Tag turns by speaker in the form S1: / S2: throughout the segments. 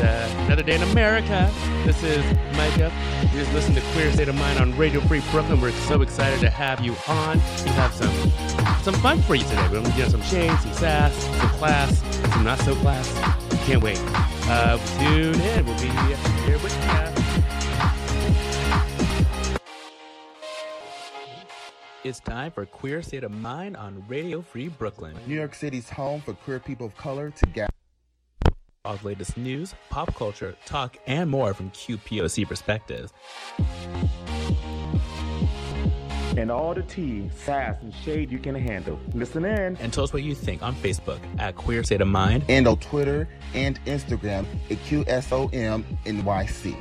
S1: uh, Another day in America. This is Micah. You just listen to Queer State of Mind on Radio Free Brooklyn. We're so excited to have you on. We have some some fun for you today. We're gonna get some shade, some sass, some class, some not so class. Can't wait. Uh, tune in. We'll be here with you.
S2: It's time for Queer State of Mind on Radio Free Brooklyn.
S3: New York City's home for queer people of color to gather.
S2: All the latest news, pop culture, talk, and more from QPOC perspectives.
S4: and all the tea, sass, and shade you can handle. Listen in.
S2: And tell us what you think on Facebook at Queer State of Mind.
S3: And on Twitter and Instagram at QSOMNYC.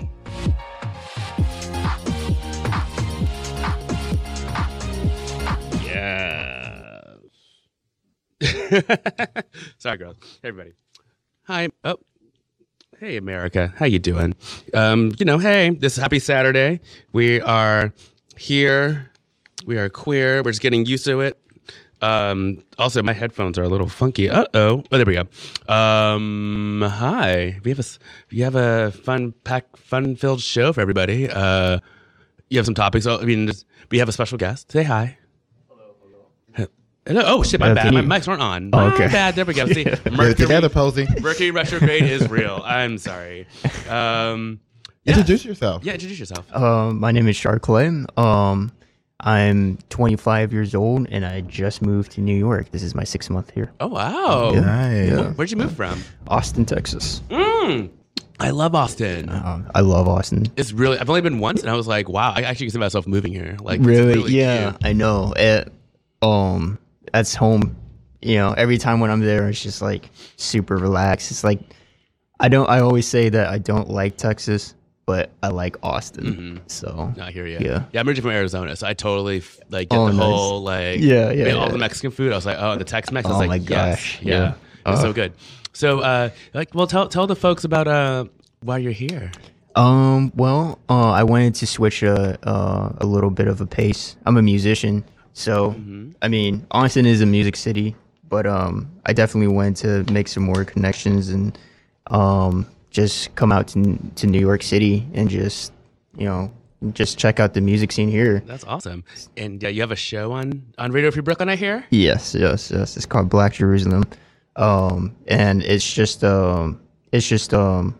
S1: Yes. Sorry, girls. Hey, everybody. Hi. Oh. Hey, America. How you doing? Um, you know, hey, this is Happy Saturday. We are here. We are queer. We're just getting used to it. Um, also, my headphones are a little funky. Uh oh. Oh, there we go. Um, hi. We have a s- we have a fun pack, fun filled show for everybody. Uh, you have some topics. Oh, I mean, there's- we have a special guest. Say hi. Hello. Oh shit, my
S5: Uh,
S1: bad.
S5: can
S1: My
S5: you-
S1: mics aren't on.
S5: Oh,
S1: My
S5: okay.
S1: bad. There we go. See,
S5: Get it
S1: Mercury,
S5: together, Posey.
S1: Mercury retrograde is real. I'm sorry. Um, yeah.
S5: Introduce yourself.
S1: Yeah, introduce yourself.
S6: Um, my name is Charclay. Um, I'm 25 years old and I just moved to New York. This is my sixth month here.
S1: Oh wow.
S5: Nice.
S6: Yeah.
S1: Where'd you move from?
S6: Austin, Texas.
S1: Mm, I love Austin.
S6: Um, I love Austin.
S1: It's really. I've only been once, and I was like, wow. I actually can see myself moving here. Like, it's
S6: Really? yeah,
S1: cute.
S6: I know. It, um, that's home. You know, every time when I'm there, it's just like super relaxed. It's like I don't. I always say that I don't like Texas, but I like Austin. So
S1: No, Mm-hmm. I hear you.
S6: Yeah.
S1: yeah. I'm originally from Arizona, so I totally f- like get
S6: Oh,
S1: the
S6: nice.
S1: whole like
S6: Yeah, yeah,
S1: man, all
S6: yeah.
S1: the Mexican food. I was like, oh, the Tex-Mex. I
S6: Oh
S1: was
S6: my
S1: like, yes,
S6: gosh,
S1: yeah,
S6: yeah.
S1: it's so
S6: Uh.
S1: good. So, uh, like, well, tell tell the folks about uh why you're here.
S6: Um. Well, uh, I wanted to switch a uh, a little bit of a pace. I'm a musician, so I mean, Austin is a music city, but um, I definitely wanted to make some more connections and um, just come out to to New York City and just you know just check out the music scene here.
S1: That's awesome. And uh, you have a show on on Radio Free Brooklyn, I hear.
S6: Yes, yes, yes. It's called Black Jerusalem, um, and it's just um, it's just um,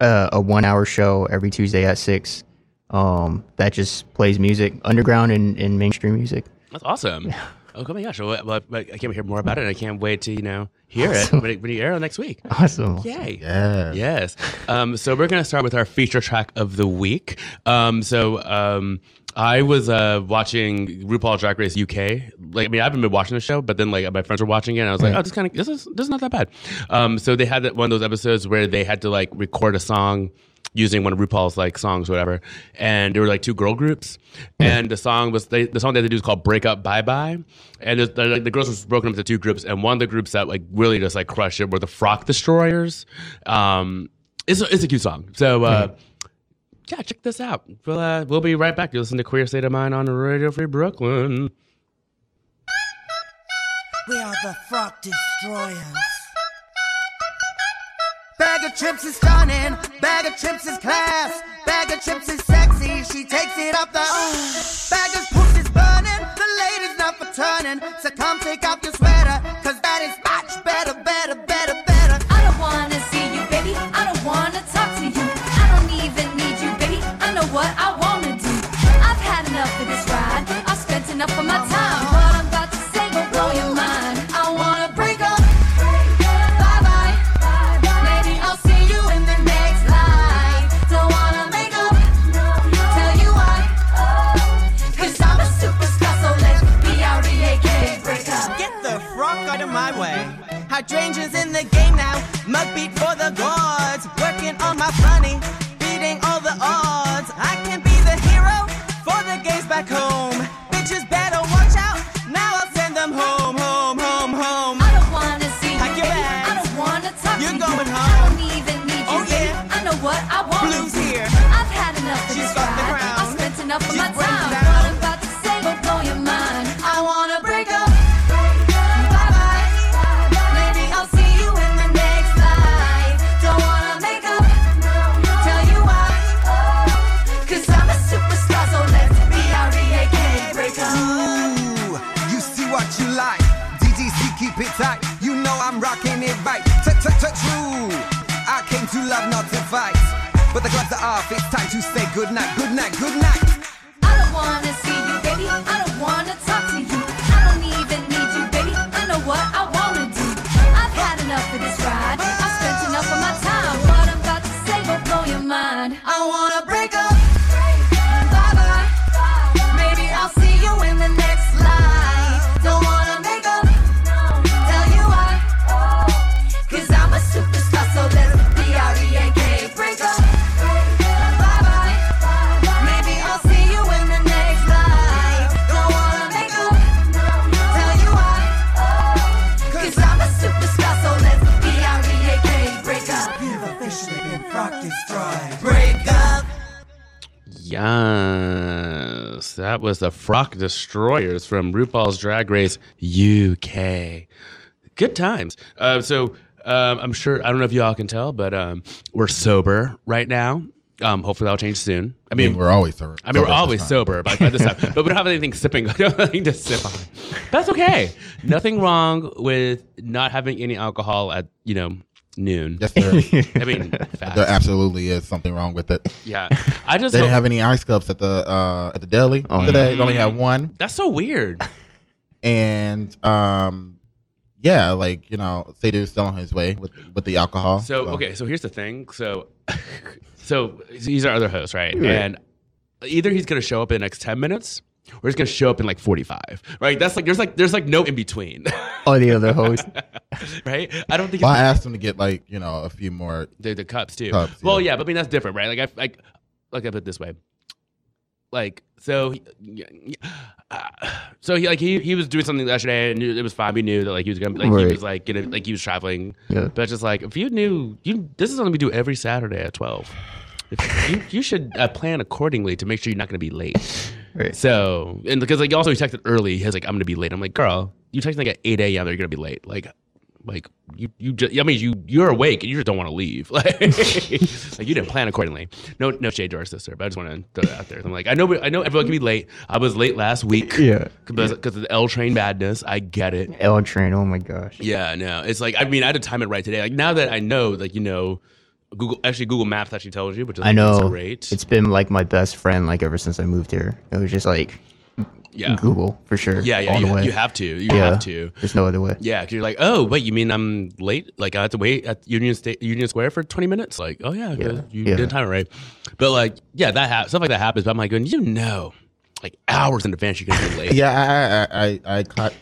S6: a, a one-hour show every Tuesday at six. Um, that just plays music, underground and, and mainstream music.
S1: That's awesome. Oh, oh my gosh. Well, well, I can't hear more about it. And I can't wait to, you know, hear it when, it when you air it next week.
S6: Awesome.
S1: Yay.
S5: Yeah.
S1: Yes. Um, so we're going to start with our feature track of the week. Um, so um, I was uh, watching RuPaul Drag Race UK. Like, I mean, I haven't been watching the show, but then like my friends were watching it, and I was like, oh, this kind of this is this is not that bad. Um, so they had that one of those episodes where they had to like record a song using one of RuPaul's like songs, or whatever. And there were like two girl groups, and the song was they, the song that they do is called "Break Up Bye Bye," and it's- the, like, the girls was broken up into two groups, and one of the groups that like really just like crushed it were the Frock Destroyers. Um, it's a, it's a cute song, so. Uh, Yeah, check this out. We'll, uh, we'll be right back. You listen to Queer State of Mind on Radio Free Brooklyn.
S7: We are the Frock Destroyers. Bag of chips is stunning. Bag of chips is class. Bag of chips is sexy. She takes it up the. uh. Bag of poops is burning. The lady's not for turning. So come take off your sweater. Cause that is much better, better, better, better.
S8: I don't wanna see you, baby. I don't wanna talk to you. I don't even need you, baby. I know what I wanna do. I've had enough of this ride. I've spent enough of my time. What I'm about to say will blow your mind. I wanna break up. Bye bye. Maybe I'll see you in the next life. Don't wanna make up. Tell you why. Cause I'm a superstar, so let's be out aka E break up.
S7: Get the frock out of my way. Hydrangeas in the game now. Mug beat for the gods. Working on my funny, beating all the odds. I can be the hero for the gays back home. Bitches better watch out. Now I'll send them home, home, home, home.
S8: I don't wanna see you,
S7: Pack your
S8: baby.
S7: bags.
S8: I don't wanna talk
S7: You're
S8: to
S7: going
S8: you.
S7: home.
S8: I don't even need you,
S7: Oh,
S8: baby.
S7: yeah.
S8: I know what I want.
S7: Blues here.
S8: I've had enough of
S7: She's
S8: this
S7: got the
S8: ride.
S7: crown.
S8: I've spent enough of
S7: She's
S8: my
S7: breaking
S8: time.
S7: down.
S8: What I'm about to say will blow your mind. I wanna break up. Bye bye. Maybe I'll see you in the next life. Don't wanna make up.
S7: keep it tight. You know I'm rocking it right. True. I came to love, not to fight. But the gloves are off. It's time to say goodnight, goodnight, goodnight.
S8: I don't wanna see you, baby. I don't wanna talk to you. I don't even need you, baby. I know what I wanna do. I've had enough of this ride. I've spent enough of my time. What I'm about to say will blow your mind.
S7: I wanna break up.
S8: Bye bye.
S7: Maybe I'll see you in the next life. Don't wanna make up.
S8: Tell you why. Cause I'm a superstar, so let's be out Break up.
S7: Bye bye. Maybe I'll see you in the next life. Don't wanna make up. Tell you why.
S8: Cause I'm a superstar, so let's be out Break up.
S7: Break up.
S1: Yes, that was the Frock Destroyers from RuPaul's Drag Race UK. Good times. Uh, so um, I'm sure I don't know if y'all can tell, but um, we're sober right now. Um, hopefully that'll change soon. I mean,
S5: we're always sober.
S1: I mean,
S5: at
S1: we're
S5: this
S1: always
S5: time.
S1: sober by, by this time, but we don't have anything sipping, nothing to sip on. That's okay. Nothing wrong with not having any alcohol at you know noon.
S5: Yes, there,
S1: I mean, fast.
S5: there absolutely is something wrong with it.
S1: yeah. I just
S5: They didn't
S1: hope-
S5: have any ice cups at the uh, at the deli
S6: Oh,
S5: today. They only
S1: Mm-hmm.
S5: had one.
S1: that's so weird.
S5: and um yeah like you know Sadu's still on his way with with the alcohol
S1: So okay, so here's the thing. So, so he's our other host, right? And either he's gonna show up in the next ten minutes, or he's gonna show up in like forty five. Right? That's like there's like there's like no in between,
S6: Or the other host.
S1: right? I don't think
S5: well,
S1: it's
S5: i asked him to get like you know a few more
S1: the, the cups too.
S5: Cups,
S1: well,
S5: yeah.
S1: yeah, but I mean that's different, right? Like I like like I put it this way, like so. He, uh, so he like he, he was doing something yesterday and it was fine. We knew that like he was gonna like he
S6: Right.
S1: was like gonna like he was traveling.
S6: Yeah.
S1: But it's just like if you knew you this is something we do every Saturday at twelve. If you, you should uh, plan accordingly to make sure you're not gonna be late.
S6: Right.
S1: So and because like also he texted early, he was like I'm gonna be late. I'm like girl, you texted like at eight a.m. You're gonna be late. Like like you you just I mean you you're awake and you just don't want to leave like, like you didn't plan accordingly. No no shade to our sister, but I just want to throw that out there. I'm like I know we- I know everyone can be late. I was late last week.
S6: Yeah.
S1: because because of the L train madness. I get it.
S6: L train. Oh my gosh.
S1: Yeah no, it's like I mean I had to time it right today. Like now that I know like you know Google actually Google Maps actually tells you, which is
S6: I know.
S1: great.
S6: It's been like my best friend like ever since I moved here. It was just like
S1: yeah.
S6: Google for sure.
S1: Yeah, yeah,
S6: all the
S1: you,
S6: way.
S1: you have to. You
S6: yeah.
S1: have to.
S6: There's no other way.
S1: Yeah, because you're like, oh, wait, you mean I'm late? Like I have to wait at Union State, Union Square for 20 minutes? Like, oh yeah, 'cause you
S6: yeah.
S1: didn't time it right. But like, yeah, that ha- stuff like that happens. But I'm like, going, you know, like hours in advance you're gonna be late.
S5: yeah I- I, I i i caught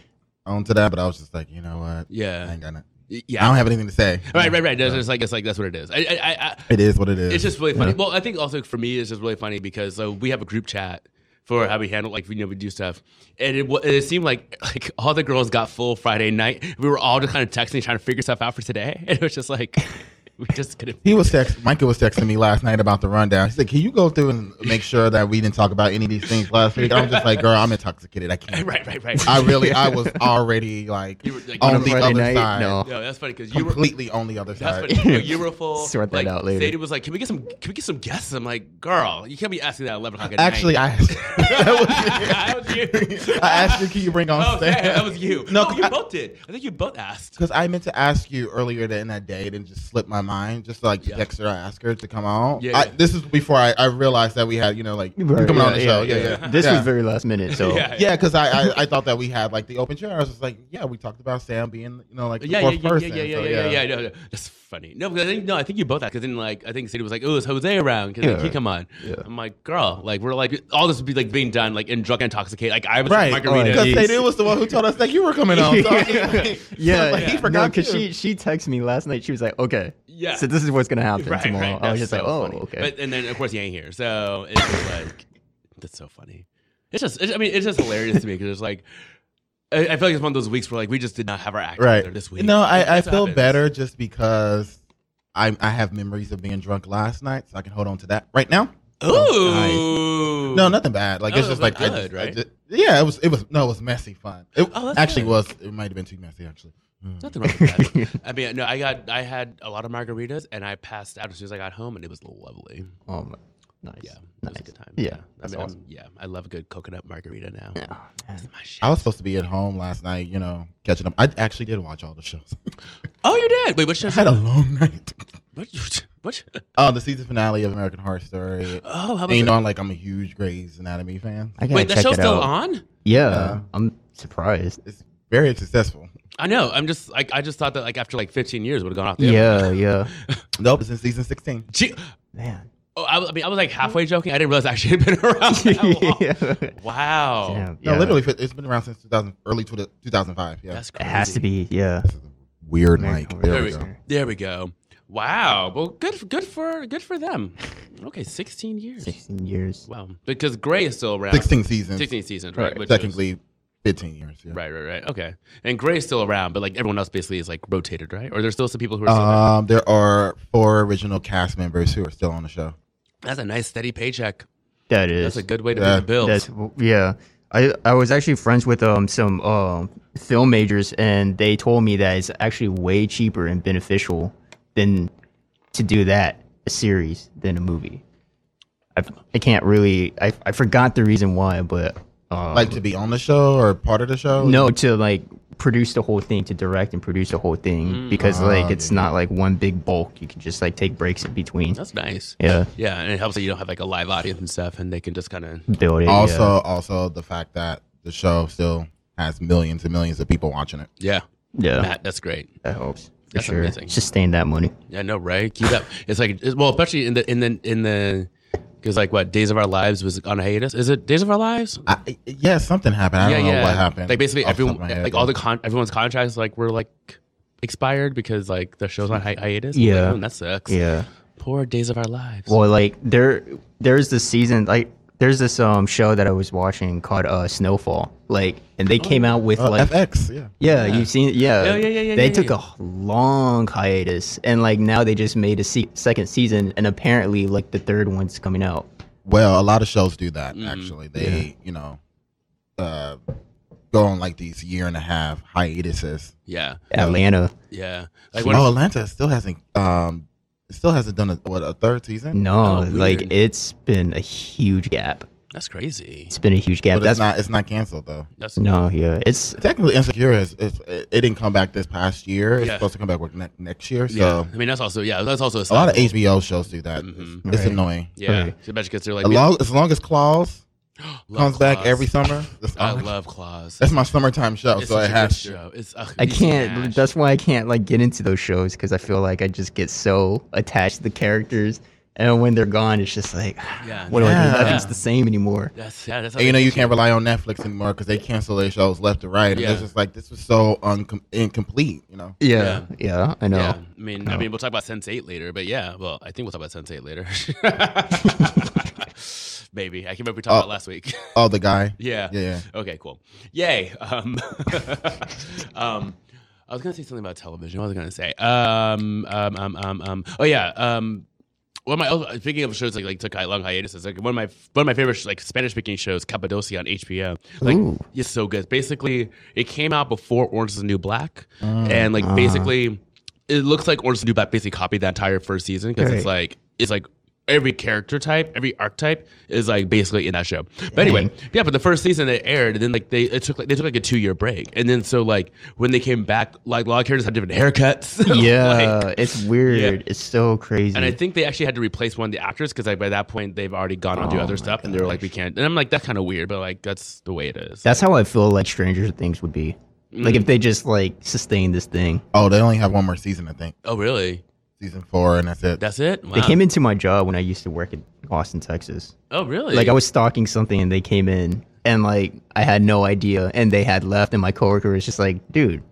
S5: on to that but i was just like you know what
S1: Yeah.
S5: i ain't gonna i
S1: yeah.
S5: don't have anything to say
S1: right, right, right. That's just like it's like that's what it is. I, I, I, I
S5: it is what it is
S1: it's just really funny. Well, I think also for me, it's just really funny because so we have a group chat for how we handle like you know we do stuff, and it wa- it seemed like like all the girls got full Friday night. We were all just kind of texting, trying to figure stuff out for today, and it was just like we just couldn't.
S5: he was text michael was texting me last night about the rundown he's like can you go through and make sure that we didn't talk about any of these things last week i'm just like girl i'm intoxicated i can't
S1: Right, right, right.
S5: i really i was already like,
S1: You were, like,
S5: on
S1: on
S5: the
S6: Friday
S5: other
S6: night?
S5: side
S6: No.
S1: No, Oh, that's funny because you were.
S5: completely on the other
S1: That's
S5: side
S1: funny. You, you were full.
S6: Sort that
S1: like,
S6: out later.
S1: Sadie was like, "Can we get some? Can we get some guests?" I'm like, "Girl, you can't be asking that at 11 o'clock at
S5: actually
S1: night."
S5: i that
S1: that was you.
S5: was, i asked you can you bring on
S1: Oh,
S5: Sam?
S1: yeah, that was you.
S5: No,
S1: No, you
S5: I-
S1: both did. I think you both asked.
S5: Because I meant to ask you earlier that- in that day, it didn't just slip my mind. Just to, like
S1: Yeah.
S5: text her, ask her to come on.
S1: Yeah,
S5: I,
S1: yeah.
S5: this is before I, I realized that we had, you know, like you
S6: Right,
S5: coming on
S6: yeah,
S5: the
S6: yeah,
S5: show. Yeah, yeah. yeah.
S6: This was very last minute, so
S1: Yeah.
S5: Yeah, because I, I I thought that we had like the open chair. I was just like, yeah, we talked about Sam being, you know, like the
S1: Yeah, yeah,
S5: fourth
S1: yeah, yeah,
S5: person.
S1: yeah, yeah,
S5: so,
S1: yeah, yeah, yeah. No, no, that's funny. No, because I think no, I think you both asked. Because then, like, I think Sadie was like, "Oh, is Jose around? Can like, he come on?" I'm like, "Girl, like, we're like, all this would be like being done like in drug intoxicated. Like, I was
S5: Right,
S1: like, margarita.
S5: because Sadie was the one who told us that you were coming on. So I was just like,
S6: Yeah,
S5: like, he forgot
S6: because
S5: you.
S6: she she texted me last night. She was like, "Okay,
S1: Yeah.
S6: so this is what's gonna happen
S1: right,
S6: tomorrow."
S1: right.
S6: I
S1: That's
S6: was just like,
S1: so
S6: "Oh,
S1: funny.
S6: okay."
S1: But and then of course he ain't here, so it's just like that's so funny. It's just, it's, I mean, it's just hilarious to me because it's like. I I feel like it's one of those weeks where like we just did not have our act together
S5: right
S1: this week.
S5: No, I, I
S1: That's what
S5: feel
S1: happens.
S5: better just because I I have memories of being drunk last night, so I can hold on to that right now.
S1: Ooh,
S5: No, nothing bad. Like
S1: Oh,
S5: it's
S1: it
S5: just
S1: was
S5: like I
S1: good,
S5: just- I
S1: right?
S5: just- yeah, it was. It was no, it was messy fun. It
S1: Oh, that's
S5: actually
S1: good.
S5: was. It might have been too messy actually.
S1: Nothing wrong with that. Oh, I mean, no, I got I had a lot of margaritas and I passed out as soon as I got home and it was lovely.
S6: oh my,
S1: Nice. Yeah. It was a good time.
S6: Yeah,
S1: I
S6: that's
S1: mean, I'm-
S6: awesome.
S1: yeah. I love a good coconut margarita now. That's my shit.
S5: I was supposed to be at home last night, you know, catching up. I actually did watch all the shows.
S1: Oh, you did. Wait, what show?
S5: I had a long night.
S1: What? What?
S5: Oh, the season finale of American Horror Story.
S1: Oh, how
S5: And you
S1: about
S5: know, I'm like I'm a huge Grey's Anatomy fan.
S6: I gotta
S1: Wait, that
S6: check
S1: show's
S6: it
S1: still
S6: out.
S1: on?
S6: Yeah,
S5: Yeah.
S6: I'm surprised.
S5: It's very successful.
S1: I know. I'm just like I just thought that like after like 15 years would have gone off. the air.
S6: Yeah, yeah,
S5: Nope, it's in season 16.
S1: Gee-
S6: man.
S1: oh, I, was- I mean, I was like halfway joking. I didn't realize it actually had been around. That long.
S6: yeah.
S1: Wow.
S6: Damn,
S5: No,
S6: yeah.
S5: literally, it's been around since 2000, early 20- 2005. Yeah,
S1: That's
S6: it
S1: crazy.
S6: has to be. Yeah,
S5: weird,
S6: American
S5: Mike.
S6: Horror
S5: There we go.
S6: Story.
S1: There we go. Wow. Well, good. Good for. Good for them. Okay, 16 years.
S6: sixteen years.
S1: Wow. Because Gray is still around.
S5: 16 seasons.
S1: 16 seasons, right? Which is-
S5: Technically, 15 years. Yeah.
S1: Right, right, right. Okay. And Gray's still around, but like everyone else basically is like rotated, right? Or there's still some people who are still there.
S5: Um, there are four original cast members who are still on the show.
S1: That's a nice steady paycheck.
S6: That is.
S1: That's a good way to pay
S5: Yeah.
S1: the bills.
S6: That's yeah. I, I was actually friends with um some um film majors and they told me that it's actually way cheaper and beneficial than to do that a series than a movie. I, I can't really I, I forgot the reason why, but um,
S5: Like to be on the show or part of the show?
S6: no to like produce the whole thing to direct and produce the whole thing
S1: Mm.
S6: because like it's not like one big bulk. You can just like take breaks in between.
S1: That's nice.
S6: Yeah,
S1: Yeah, and it helps that you don't have like a live audience and stuff, and they can just kind of.
S6: build it. yeah.
S5: Also, also the fact that the show still has millions and millions of people watching it.
S1: Yeah,
S6: yeah,
S1: Matt, that's great.
S6: that helps. For
S1: That's
S6: sure,
S1: amazing.
S6: sustain that money.
S1: Yeah, no, right? Keep up. It's like it's- well, especially in the in the in the because like what Days of Our Lives was on a hiatus. Is it Days of Our Lives?
S5: I, I- yeah, something happened. I don't know what happened.
S1: Like basically,
S5: off the top
S1: everyone,
S5: of my head,
S1: like all the
S5: though.
S1: con- everyone's contracts like were like expired because like the show's on hi- hiatus.
S6: Yeah.
S1: Like, oh, that sucks.
S6: Yeah.
S1: poor Days of Our Lives.
S6: Well, like there, there's this season, like there's this um show that I was watching called uh Snowfall, like, and they came out with
S5: Uh,
S6: like,
S5: FX. Yeah.
S6: yeah, you've seen, it? yeah,
S1: Yeah, yeah, yeah, yeah,
S6: They
S1: yeah,
S6: took
S1: yeah.
S6: a long hiatus, and like now they just made a se- second season, and apparently like the third one's coming out.
S5: Well, a lot of shows do that
S1: Mm-hmm.
S5: actually. They, you know, uh, go on like these year and a half hiatuses.
S1: yeah,
S6: Atlanta,
S1: yeah. Like when,
S5: oh, Atlanta still hasn't um still hasn't done a, what a third season.
S6: no,
S1: Oh,
S6: like
S1: weird.
S6: it's been a huge gap.
S1: that's crazy.
S6: It's been a huge gap.
S5: but it's
S6: That's
S5: not it's not canceled though.
S1: That's
S6: no, yeah, it's
S5: Technically, Insecure is, is it didn't come back this past year. It's
S1: Yeah.
S5: supposed to come back with ne- next year. So
S1: Yeah, I mean that's also yeah, that's also a,
S5: a lot of HBO shows do that.
S1: Mhm.
S5: It's, it's
S6: Right.
S5: annoying.
S1: Yeah,
S6: Right.
S1: so especially because they're like
S5: As long, as long as Claws
S1: love
S5: comes back
S1: Claws.
S5: every summer, uh, that's,
S1: I
S5: all-
S1: love Claws.
S5: that's my summertime show.
S1: It's
S5: so
S1: such
S5: it
S1: a good
S5: has. to.
S1: show. It's, ugh,
S6: I
S1: it's
S6: can't.
S1: trash.
S6: That's why I can't like get into those shows because I feel like I just get so attached to the characters, and when they're gone, it's just like,
S1: Yeah.
S6: what do I
S5: Yeah.
S6: do? Nothing's the same anymore.
S1: That's yeah. That's
S5: And you know you can't rely on Netflix anymore because they cancel their shows left and right. And
S1: Yeah.
S5: it's just like this was so uncom- incomplete. You know.
S6: Yeah, yeah, I know.
S1: Yeah, I mean, I mean, we'll talk about Sense Eight later, but yeah, well, I think we'll talk about Sense Eight later. Maybe I can't remember what we talked
S5: Oh.
S1: about last week.
S5: Oh, the guy.
S1: yeah.
S5: Yeah.
S1: Okay. Cool. Yay. Um, um, I was gonna say something about television. What was I gonna say? Um, um, um, um, um. Oh yeah. Um, one of my oh, speaking of shows like like took hi- long hiatuses. Like one of my one of my favorite like Spanish speaking shows, Cappadocia on HBO. Like it's so good. Basically, it came out before Orange is the New Black, and like basically, it looks like Orange is the New Black basically copied that entire first season because it's like it's like every character type, every archetype is like basically in that show. But anyway, yeah. But the first season it aired, and then like they it took like they took like a two year break, and then so like when they came back, like a lot of characters had different haircuts. Like,
S6: Yeah, it's weird. It's so crazy.
S1: and I think they actually had to replace one of the actors because like, by that point they've already gone on to
S6: Oh
S1: other stuff, and they were like, "We can't." And I'm like, "That's kind of weird," but like that's the way it is.
S6: That's how I feel like Stranger Things would be. Like
S1: Mm.
S6: if they just like sustain this thing.
S5: Oh, they only have one more season, I think.
S1: oh, really?
S5: Season four, and that's it.
S1: That's it? Wow.
S6: They came into my job when I used to work in Austin, Texas.
S1: oh, really?
S6: Like I was stalking something and they came in and like I had no idea and they had left and my coworker was just like, dude,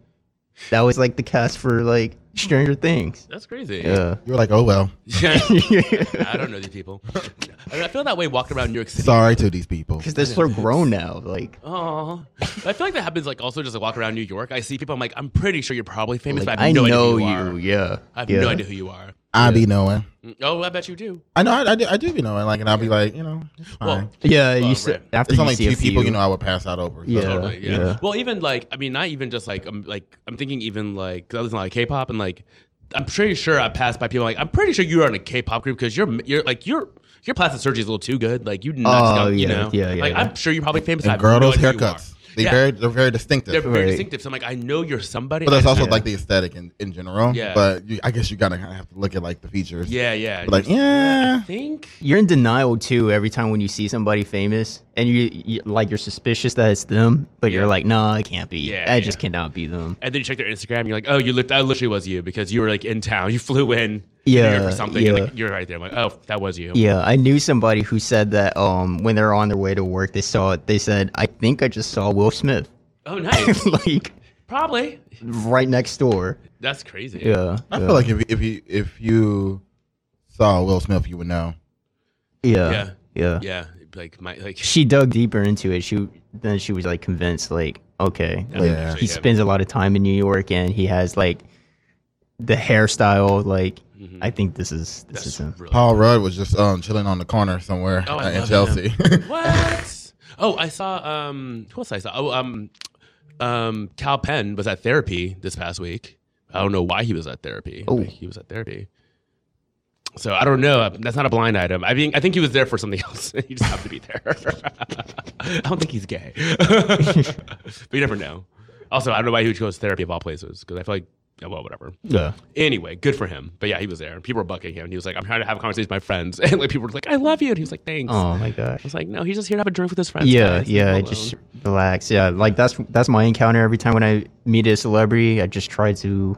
S6: that was like the cast for like Stranger Things.
S1: That's crazy.
S6: Yeah.
S5: you were like, oh well,
S1: I don't know these people. I, mean, I feel that way walking around New York City.
S5: sorry to these people.
S6: Because they're so grown now. Like
S1: Oh, I feel like that happens. Like also just like walk around New York, I see people. I'm like, I'm pretty sure you're probably famous,
S6: like,
S1: but I have
S6: I
S1: no
S6: know you,
S1: idea who you. Are.
S6: yeah.
S1: I have
S6: yeah.
S1: no idea who you are.
S5: I be knowing.
S1: Oh, I bet you do.
S5: I know. I, I do. I do be knowing. Like, and I'll be like, you know, it's fine.
S1: Well,
S6: Yeah,
S1: Well,
S6: you s-
S1: right.
S6: after
S5: it's
S6: you
S5: only
S6: see a
S5: two people.
S6: few-
S5: You know, I would pass out over. So.
S6: Yeah.
S1: Totally, yeah.
S6: yeah.
S1: Well, even like, I mean, not even just like, I'm like, I'm thinking even like, 'cause I listen to like K-pop and like, I'm pretty sure I passed by people like, I'm pretty sure you are in a K-pop group because you're, you're like, you're, your plastic surgery is a little too good. Like you knocked
S6: Oh,
S1: out, you
S6: yeah,
S1: know.
S6: yeah, yeah,
S1: Like
S6: yeah.
S1: I'm sure you're probably famous.
S5: And
S1: I have
S5: girl,
S1: no
S5: those
S1: idea who you
S5: haircuts.
S1: are.
S5: They
S1: Yeah.
S5: very they're very distinctive.
S1: They're very
S6: Right.
S1: distinctive. So I'm like, I know you're somebody.
S5: But that's
S1: and-
S5: also
S1: yeah.
S5: like the aesthetic in, in general.
S1: Yeah.
S5: But you, I guess you gotta kind of have to look at like the features.
S1: yeah, yeah.
S5: But like,
S1: I
S5: yeah.
S1: think
S6: You're in denial too every time when you see somebody famous, and you, you like you're suspicious that it's them, but
S1: Yeah.
S6: you're like, nah, it can't be.
S1: Yeah,
S6: that
S1: yeah.
S6: just cannot be them.
S1: And then you check their Instagram, and you're like, oh, you looked. I literally was you because you were like in town. You flew in.
S6: Yeah,
S1: you're here for something. and,
S6: yeah.
S1: like, you're right there. I'm like, oh, that was you.
S6: Yeah, I knew somebody who said that um, when they're on their way to work, they saw it. They said, "I think I just saw Will Smith,
S1: Oh, nice.
S6: like
S1: Probably.
S6: right next door."
S1: That's crazy.
S6: Yeah,
S5: I
S6: yeah,
S5: feel like if if you if you saw Will Smith, you would know.
S6: yeah,
S1: Yeah.
S6: yeah,
S1: Yeah. Like my like.
S6: She dug deeper into it. She then she was like convinced, like, okay,
S1: that
S6: like,
S1: would actually
S6: he
S1: happen.
S6: spends a lot of time in New York, and he has like the hairstyle. Like, I think this is this is
S1: Mm-hmm. That's
S6: him.
S1: really.
S5: Paul Rudd was just um chilling on the corner somewhere
S1: Oh, I
S5: uh, in
S1: love
S5: Chelsea.
S1: What? Oh, I saw. Um, who else I saw? Oh, um, um, Cal Penn was at therapy this past week. I don't know why he was at therapy.
S6: Oh.
S1: but he was at therapy. So I don't know. That's not a blind item. I think I think he was there for something else. he just happened to be there. I don't think he's gay, but you never know. Also, I don't know why he would go to therapy of all places because I feel like. yeah, Well, whatever.
S6: Yeah.
S1: Anyway, good for him. But yeah, he was there. People were bucking him. He was like, "I'm trying to have a conversation with my friends," and like people were like, "I love you," and he was like, "Thanks."
S6: Oh my gosh.
S1: I was like, no, he's just here to have a drink with his friends.
S6: Yeah,
S1: guys. Leave
S6: yeah,
S1: him
S6: I
S1: alone.
S6: just relax. Yeah, like that's that's my encounter every time when I meet a celebrity. I just try to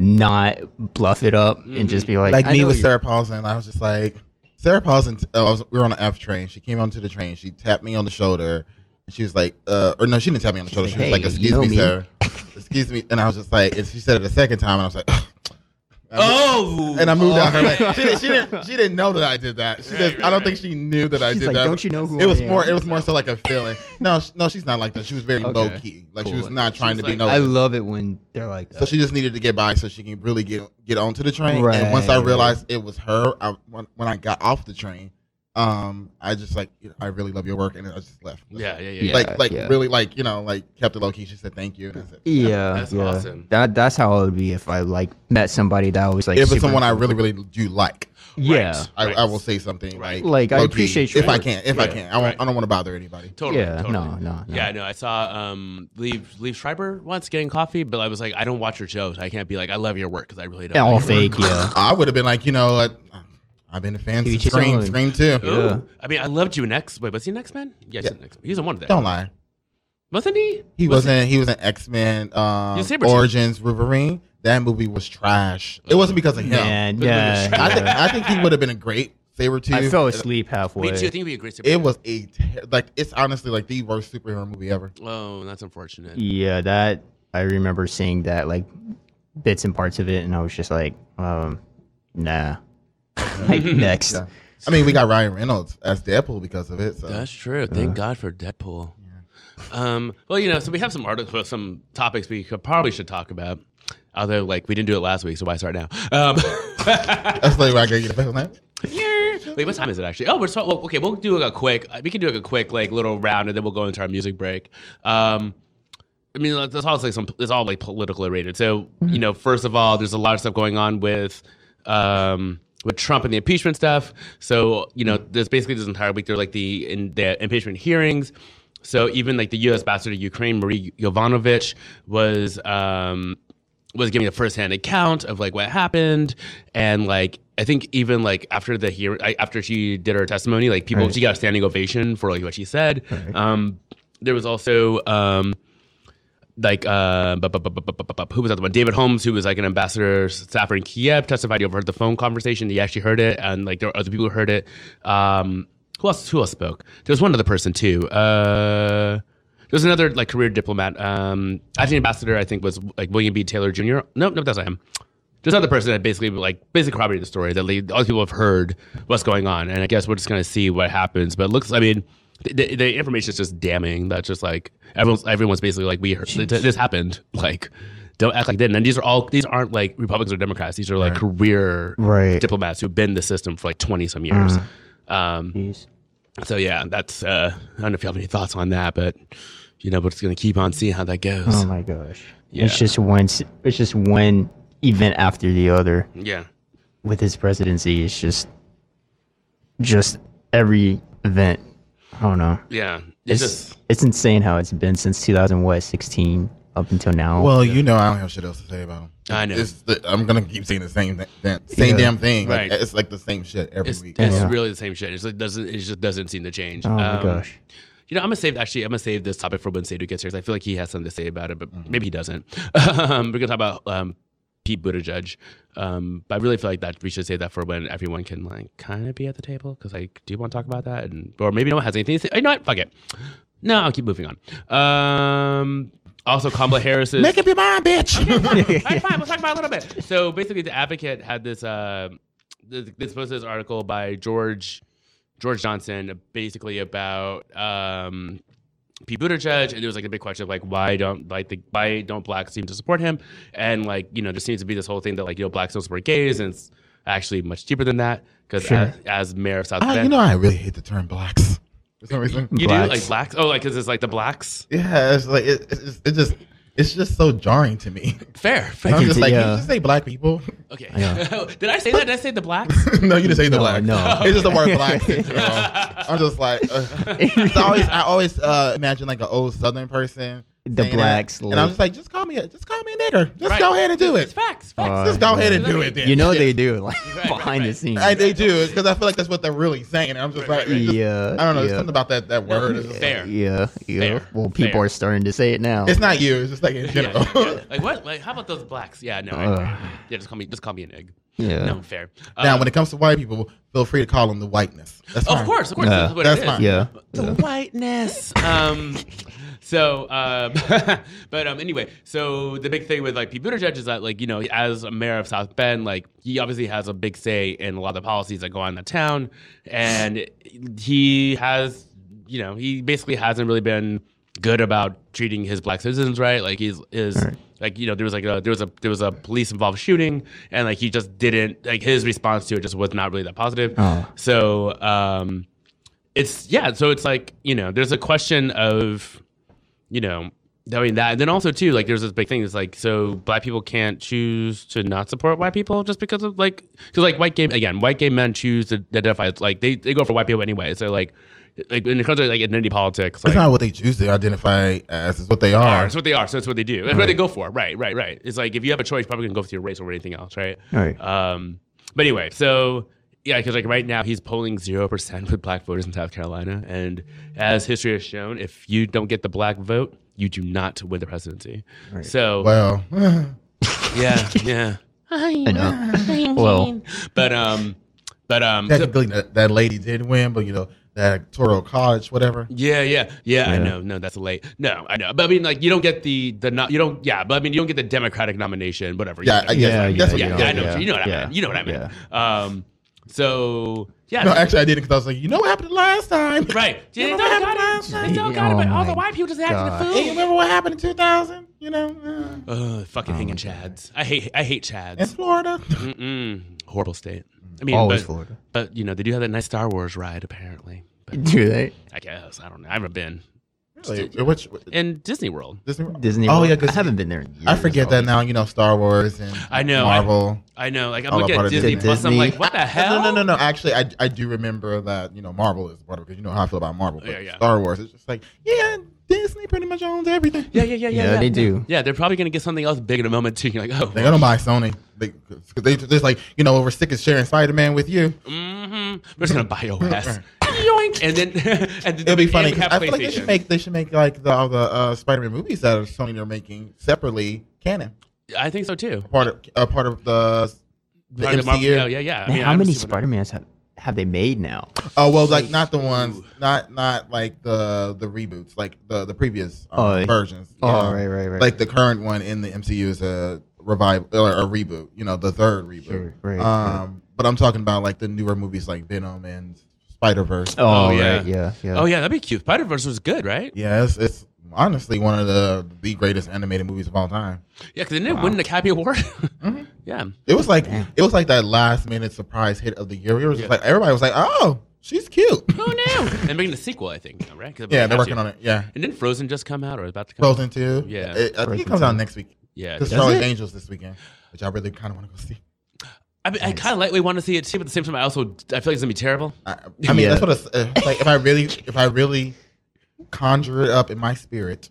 S6: not bluff it up and
S1: Mm-hmm.
S6: just be like,
S5: like
S6: I
S5: me
S6: know
S5: with
S6: you-
S5: Sarah Paulson, I was just like Sarah Paulson. Uh, I was, we were on an F train. She came onto the train. She tapped me on the shoulder, and she was like, uh, "Or no, she didn't tap me on the shoulder. She was
S6: Hey,
S5: like,
S6: you
S5: excuse
S6: know
S5: me,
S6: me."
S5: sir, excuse me." And I was just like, and she said it the second time, and I was like,
S1: Oh,
S5: and I moved out her
S1: okay.
S5: way. She, didn't- she didn't. She didn't know that I did that. She just, I don't think she knew that I
S6: She's
S5: did
S6: like,
S5: that.
S6: "Don't you know who
S5: It
S6: I
S5: was
S6: am?"
S5: more. It was more so like a feeling. No, sh- no, she's not like that. She was very low key. Like she was not trying
S1: was
S5: to be
S1: like-
S5: noticed.
S6: I love it when they're like, uh,
S5: So she just needed to get by so she can really get get onto the train. And once I
S6: Right.
S5: realized it was her, I, when, when I got off the train, um, I just like you know, I really love your work, and I just left.
S1: Yeah, yeah, yeah. yeah.
S5: Like like
S6: yeah.
S5: really like you know like kept it low key. She said thank you. And I said,
S6: yeah,
S1: That's
S6: yeah.
S1: awesome.
S6: That that's how it would be if I like met somebody that I was like,
S5: If
S6: super-
S5: it's someone I really really do like,
S6: yeah,
S1: Right.
S5: I, I will say something
S1: Right.
S5: like
S6: Like, I
S5: low-key,
S6: appreciate your
S5: if I
S6: work.
S5: can if I
S1: Yeah,
S5: can. I, won't,
S1: right.
S5: I don't want to bother anybody.
S1: totally.
S6: yeah,
S1: totally.
S6: no, no, no.
S1: Yeah, no, I saw um, Leave Leave Schreiber once getting coffee, but I was like, I don't watch your shows. I can't be like, I love your work because I really don't.
S6: And all
S1: like your work.
S6: fake, yeah.
S5: I would have been like you know what, I've been a fan
S6: Dude,
S5: since
S6: she's
S5: Scream
S6: only-
S5: Scream too.
S1: Ooh.
S6: Yeah.
S1: I mean, I loved you in X. Wait, was he in X Men? Yeah, he's in X. He's in one of them.
S5: Don't lie.
S1: Wasn't he?
S5: He
S1: Was
S5: wasn't. He was an X Men um,
S1: He's Sabretooth.
S5: Origins Wolverine. That movie was trash. It wasn't because of him.
S6: Man, yeah,
S5: I, think,
S6: yeah.
S5: I think he would have been a great Sabretooth.
S6: I fell asleep halfway.
S1: Me too. I think it'd be a great. Super-
S5: It was a ter- like it's honestly like the worst superhero movie ever.
S1: oh, that's unfortunate.
S6: Yeah, that I remember seeing that like bits and parts of it, and I was just like, um, nah. like next,
S5: Yeah. I mean, we got Ryan Reynolds as Deadpool because of it. So
S1: That's true. Thank God for Deadpool. Um, well, you know, so we have some articles, some topics we could, probably should talk about. Although, like, we didn't do it last week, so why start now? Um,
S5: that's like where I gotta get the best name.
S1: wait, what time is it actually? Oh, we're so, well, okay. We'll do like a quick. We can do like a quick like little round, and then we'll go into our music break. Um, I mean, that's all like some. It's all like politically rated. So you know, first of all, there's a lot of stuff going on with um, with Trump and the impeachment stuff. So you know, there's basically this entire week they're like the in the impeachment hearings. So even like the U.S. ambassador to Ukraine, Marie Yovanovitch, was um, was giving a firsthand account of like what happened, and like I think even like after the hear I- after she did her testimony, like people she got a standing ovation for like what she said. Um, there was also. Um, like uh, bu- bu- bu- bu- bu- bu- bu- bu- who was that the one? David Holmes, who was like an ambassador staffer in Kiev, testified. He overheard the phone conversation. He actually heard it, and like there were other people who heard it. Um, who else? Who else spoke? There was one other person too. Uh, there was another like career diplomat. Um, acting ambassador, I think, was like William B. Taylor Jr. Nope, nope, that's not him. There's another person that basically like basically corroborated the story that like, all these people have heard what's going on, and I guess we're just gonna see what happens. But it looks, I mean, the, the, the information is just damning. That's just like everyone's everyone's basically like we heard, th- this happened. Like, don't act like it didn't. And these are all these aren't like Republicans or Democrats. These are like career
S6: Right. Mm.
S1: diplomats who've been in the system for like twenty some years. Um,
S6: Jeez.
S1: so yeah, that's uh, I don't know if you have any thoughts on that, but you know, we're just gonna keep on seeing how that goes.
S6: oh my gosh,
S1: Yeah.
S6: it's just one, s- it's just one event after the other
S1: yeah.
S6: with his presidency. It's just just every event. I don't know.
S1: Yeah.
S6: It's
S1: It's just
S6: it's insane how it's been since 2016 up until now.
S5: Well, you know, I don't have shit else to say about him.
S1: I know.
S5: It's the, I'm gonna keep saying the same th- th- same
S6: Yeah.
S5: damn thing. Like, eh,
S1: Right.
S5: It's like the same shit every
S1: it's,
S5: week.
S1: it's
S6: Yeah.
S1: really the same shit. It's like doesn't it just doesn't seem to change.
S6: oh my
S1: Um,
S6: gosh.
S1: You know, I'm gonna save actually. I'm gonna save this topic for when Sadu gets here. 'cause I feel like he has something to say about it, but
S5: Mm-hmm.
S1: maybe he doesn't. um, we're gonna talk about um, Pete Buttigieg, um, but I really feel like that we should save that for when everyone can like kind of be at the table because I do want to talk about that, and or maybe no one has anything to say. You know what? Fuck it. No, I'll keep moving on. Um, also, Kamala Harris is.
S5: Make up your mind, bitch.
S1: All right, fine. We'll talk about it a little bit. So basically, the Advocate had this. Uh, this, this posted this article by George George Johnson, basically about um, Pete Buttigieg, and there was like a big question of like why don't like the why don't blacks seem to support him, and like you know there seems to be this whole thing that like you know blacks don't support gays, and it's actually much deeper than that because
S6: Sure. Ah,
S1: as, as mayor of South
S5: I,
S1: Bend,
S5: you know, I really hate the term blacks for some reason.
S1: you do
S6: Blacks.
S1: like blacks. Oh, like because it's like the blacks.
S5: Yeah, it's like it, it's, it's just it's just so jarring to me.
S1: Fair,
S5: I'm
S1: fair.
S6: can
S5: just
S6: see-
S5: like, can
S6: yeah.
S5: you just say black people?
S1: Okay.
S6: know.
S1: Did I say that? Did I say the blacks?
S5: no, you just say the
S6: No,
S5: black.
S6: no.
S5: it's just the word black. in general. I'm just like, uh, I always, I always uh, imagine like an old Southern person.
S6: The
S5: saying that,
S6: blacks
S5: and I'm
S6: live-
S5: just like, just call me, a, just call me a nigger. Just
S1: Right.
S5: go ahead and do
S1: It's
S5: it.
S1: facts. Facts.
S6: Uh,
S5: Just go ahead and do it. Then.
S6: You know
S5: Yeah.
S6: they do like
S1: right,
S6: behind
S1: right.
S6: the scenes.
S5: I, they do because I feel like that's what they're really saying. And I'm just
S1: Right,
S5: like,
S1: right, right.
S5: just-
S6: Yeah,
S5: I don't know.
S6: yeah.
S5: There's something about that that word. It's, just-
S1: fair.
S6: Yeah, yeah.
S1: Fair.
S6: Well, people
S1: Fair.
S6: are starting to say it now.
S5: it's not you. It's just like in
S1: Yeah,
S5: general.
S1: yeah. Like what? Like how about those blacks? Yeah, no. I-
S6: Ugh.
S1: yeah, just call me. Just call me an egg.
S6: Yeah.
S1: No, fair.
S5: now,
S1: Uh,
S5: when it comes to white people, feel free to call them the whiteness. That's
S1: of
S5: fine.
S1: course, of course,
S6: Yeah.
S1: that's what
S5: That's
S1: it is.
S5: fine.
S6: yeah.
S1: The whiteness. Um. So, um, but um, anyway, so the big thing with like Pete Buttigieg is that like you know as a mayor of South Bend, like he obviously has a big say in a lot of the policies that go on in the town, and he has you know he basically hasn't really been good about treating his black citizens right. Like he's is like you know there was like a there was a there was a police involved shooting, and like he just didn't like his response to it just was not really that positive.
S6: Oh.
S1: So um, it's yeah. So it's like you know there's a question of you know, I mean that. And then also too, like there's this big thing. It's like so black people can't choose to not support white people just because of like because like white gay again white gay men choose to identify as like they, they go for white people anyway. So like like when it comes to like identity politics,
S5: It's
S1: like,
S5: not what they choose to identify as. It's what they
S1: are.
S5: are.
S1: It's what they are. So that's what they do. That's what they go for. Right, right, right. It's like if you have a choice, you're probably gonna go with your race over anything else, right?
S6: Right.
S1: Um, but anyway, so yeah, because like right now he's polling zero percent with black voters in South Carolina, and as history has shown, if you don't get the black vote, you do not win the presidency. So
S5: Well,
S1: yeah, yeah.
S6: I know. well,
S1: But um, but um, so-
S5: technically that, that lady did win, but you know that Toro College, whatever.
S1: Yeah, yeah, yeah, I
S6: Yeah.
S1: know. No, that's late. No, I know. But I mean, like, you don't get the the not. You don't. Yeah, but I mean, you don't get the Democratic nomination. Whatever.
S5: Yeah,
S1: you
S5: I-
S1: know,
S5: yeah,
S1: like,
S5: yeah,
S1: yeah,
S5: yeah,
S1: yeah, I know.
S6: yeah,
S1: you know what I
S6: yeah,
S1: mean. You know what I mean. Um. So yeah.
S5: No,
S1: so-
S5: actually, I didn't because I was like, you know what happened last time?
S1: right. Yeah,
S5: You
S1: don't
S5: remember what
S1: got
S5: happened
S1: it.
S5: last
S1: I
S5: time?
S1: don't
S6: Yeah,
S1: got it, but
S6: oh
S1: all the
S6: my
S1: white people just acting the
S5: Hey, you
S1: food.
S5: remember what happened in 2000? You know, uh,
S1: Ugh, fucking hanging
S6: Oh,
S1: chads. I hate. I hate
S5: in
S1: chads.
S5: Florida.
S1: Mm-mm. Horrible state. I mean,
S6: always
S1: but,
S6: Florida.
S1: but you know they do have that nice Star Wars ride apparently. But
S6: Do they?
S1: I guess I don't know. I haven't been
S5: Wait, which,
S1: in Disney World.
S5: Disney World?
S6: Disney.
S5: Oh
S6: World?
S5: yeah,
S6: I
S5: because
S6: haven't been there. In years,
S5: I forget that now. You know, Star Wars and
S1: I know, I-
S5: Marvel.
S1: I know. Like I'm
S5: All
S1: looking
S5: about
S1: at
S5: it is
S1: Disney, Plus. I'm
S6: Disney.
S1: like, what the hell?
S5: Ah, No, no, no, no. Actually, I, I do remember that you know Marvel is part of it. You know how I feel about Marvel. But
S1: Oh, Yeah, yeah.
S5: Star Wars, it's just like yeah, Disney pretty much owns everything.
S1: Yeah, yeah, yeah, yeah.
S6: Yeah, they do.
S1: Yeah, they're probably gonna get something else big in a moment too. You're like, oh,
S5: They don't buy Sony. They, cause they just like you know we're sick of sharing Spider Man with you.
S1: mm-hmm. we're just gonna buy OS. Yoink! And then, and
S5: It'll be funny. 'cause
S1: Have
S5: I feel like they
S1: PlayStation.
S5: should make they should make like the, all the uh, Spider Man movies that are Sony they're making separately canon
S1: I think so too.
S5: part of uh, part of the the
S1: Part of the Marvel-
S5: MCU.
S1: yeah, yeah, yeah. I
S6: Man,
S1: mean,
S6: how
S1: I'm
S6: many
S1: assuming-
S6: Spider Mans have have they made now?
S5: Oh well, like not the ones, not not like the the reboots, like the the previous um,
S6: Oh, yeah.
S5: versions.
S6: Oh,
S5: Um,
S6: right, right, right.
S5: Like the current one in the MCU is a revival or a reboot. You know, the third reboot.
S6: Sure, right,
S5: um, but I'm talking about like the newer movies, like Venom and Spider Verse.
S1: Oh, yeah.
S6: right, yeah, yeah.
S1: Oh yeah, that'd be cute. Spider Verse was good, right? Yeah,
S5: yeah, it's, it's honestly one of the the greatest animated movies of all time.
S1: because didn't it win an Academy Award?
S5: Mm-hmm.
S1: Yeah,
S5: It was like it was like that last minute surprise hit of the year. It was just like everybody was like, "Oh, she's cute."
S1: and making a sequel, I think, now, right? 'Cause
S5: yeah,
S1: have
S5: they're working
S1: to.
S5: on it. Yeah.
S1: And didn't Frozen just come out or is about to come? out?
S5: Frozen Two.
S1: Yeah.
S5: It- I think
S6: Frozen
S5: it comes out
S6: two.
S5: next week.
S1: Yeah,
S5: Because
S1: does
S5: Charlie's
S1: it?
S5: Angels this weekend, which I really kind of want to go see.
S1: I, mean, I kind of lightweight want to see it too, but at the same time, I also I feel like it's gonna be terrible.
S5: I, I mean,
S6: Yeah.
S5: that's what it's uh, it's like. If I really, if I really conjure it up in my spirit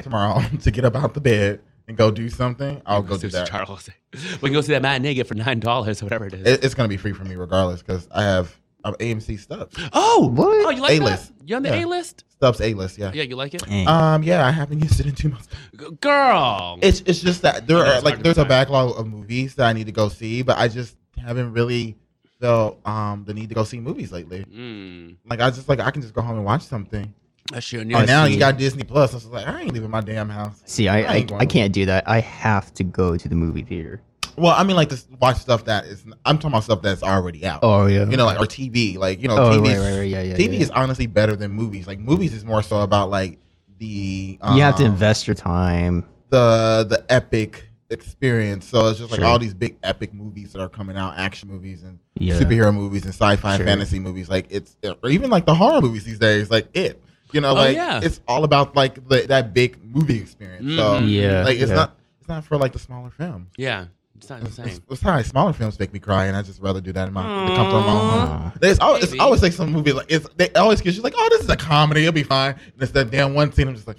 S5: tomorrow to get up out the bed and go do something, I'll go
S1: Let's
S5: do
S1: see what
S5: that.
S1: Charles. We can go see that Matt Nigget for nine dollars, whatever it is.
S5: It, it's gonna be free for me regardless because I have I'm AMC Stubbs.
S1: oh,
S6: What?
S1: Oh, you like
S5: A-list.
S1: that? You on the
S5: Yeah.
S1: A list?
S5: Stubbs A list, yeah.
S1: Yeah, you like it,
S5: Um, yeah, I haven't used it in two months.
S1: G- girl.
S5: It's it's just that there
S1: Yeah,
S5: are
S1: it's hard
S5: like
S1: to
S5: there's a
S1: find.
S5: backlog of movies that I need to go see, but I just haven't really felt um the need to go see movies lately.
S1: Mm,
S5: Like I just like I can just go home and watch something.
S1: that's your
S5: And
S1: nearest.
S5: now
S6: see.
S5: you got Disney Plus. I was like, I ain't leaving my damn house.
S6: See, I, I,
S5: ain't going
S6: I can't do that. I have to go to the movie theater.
S5: Well, I mean, like this watch stuff that is. I'm talking about stuff that's already out.
S6: Oh yeah.
S5: You know, like or TV. Like you know,
S6: Oh,
S5: TV.
S6: right,
S5: 's-
S6: right, right. Yeah, yeah,
S5: TV
S6: yeah.
S5: is honestly better than movies. Like movies is more so about like the. Um,
S6: you have to invest your time.
S5: the the epic experience. So it's just like
S6: Sure.
S5: all these big epic movies that are coming out, action movies and
S6: Yeah.
S5: superhero movies and sci-fi
S6: Sure.
S5: and fantasy movies. Like it's or even like the horror movies these days. Like it, you know, like
S1: Oh, yeah.
S5: it's all about like the, that big movie experience. So
S1: Mhm.
S6: Yeah,
S5: like it's
S6: yeah.
S5: not it's not for like the smaller films.
S1: Yeah, it's not the
S5: It's,
S1: same.
S5: it's how smaller films make me cry, and I just rather do that in my in the comfort of my own home.
S6: Aw.
S5: There's always, it's
S1: Maybe.
S5: always like some movie like it's they always get you like oh this is a comedy it'll be fine. And it's that damn one scene I'm just like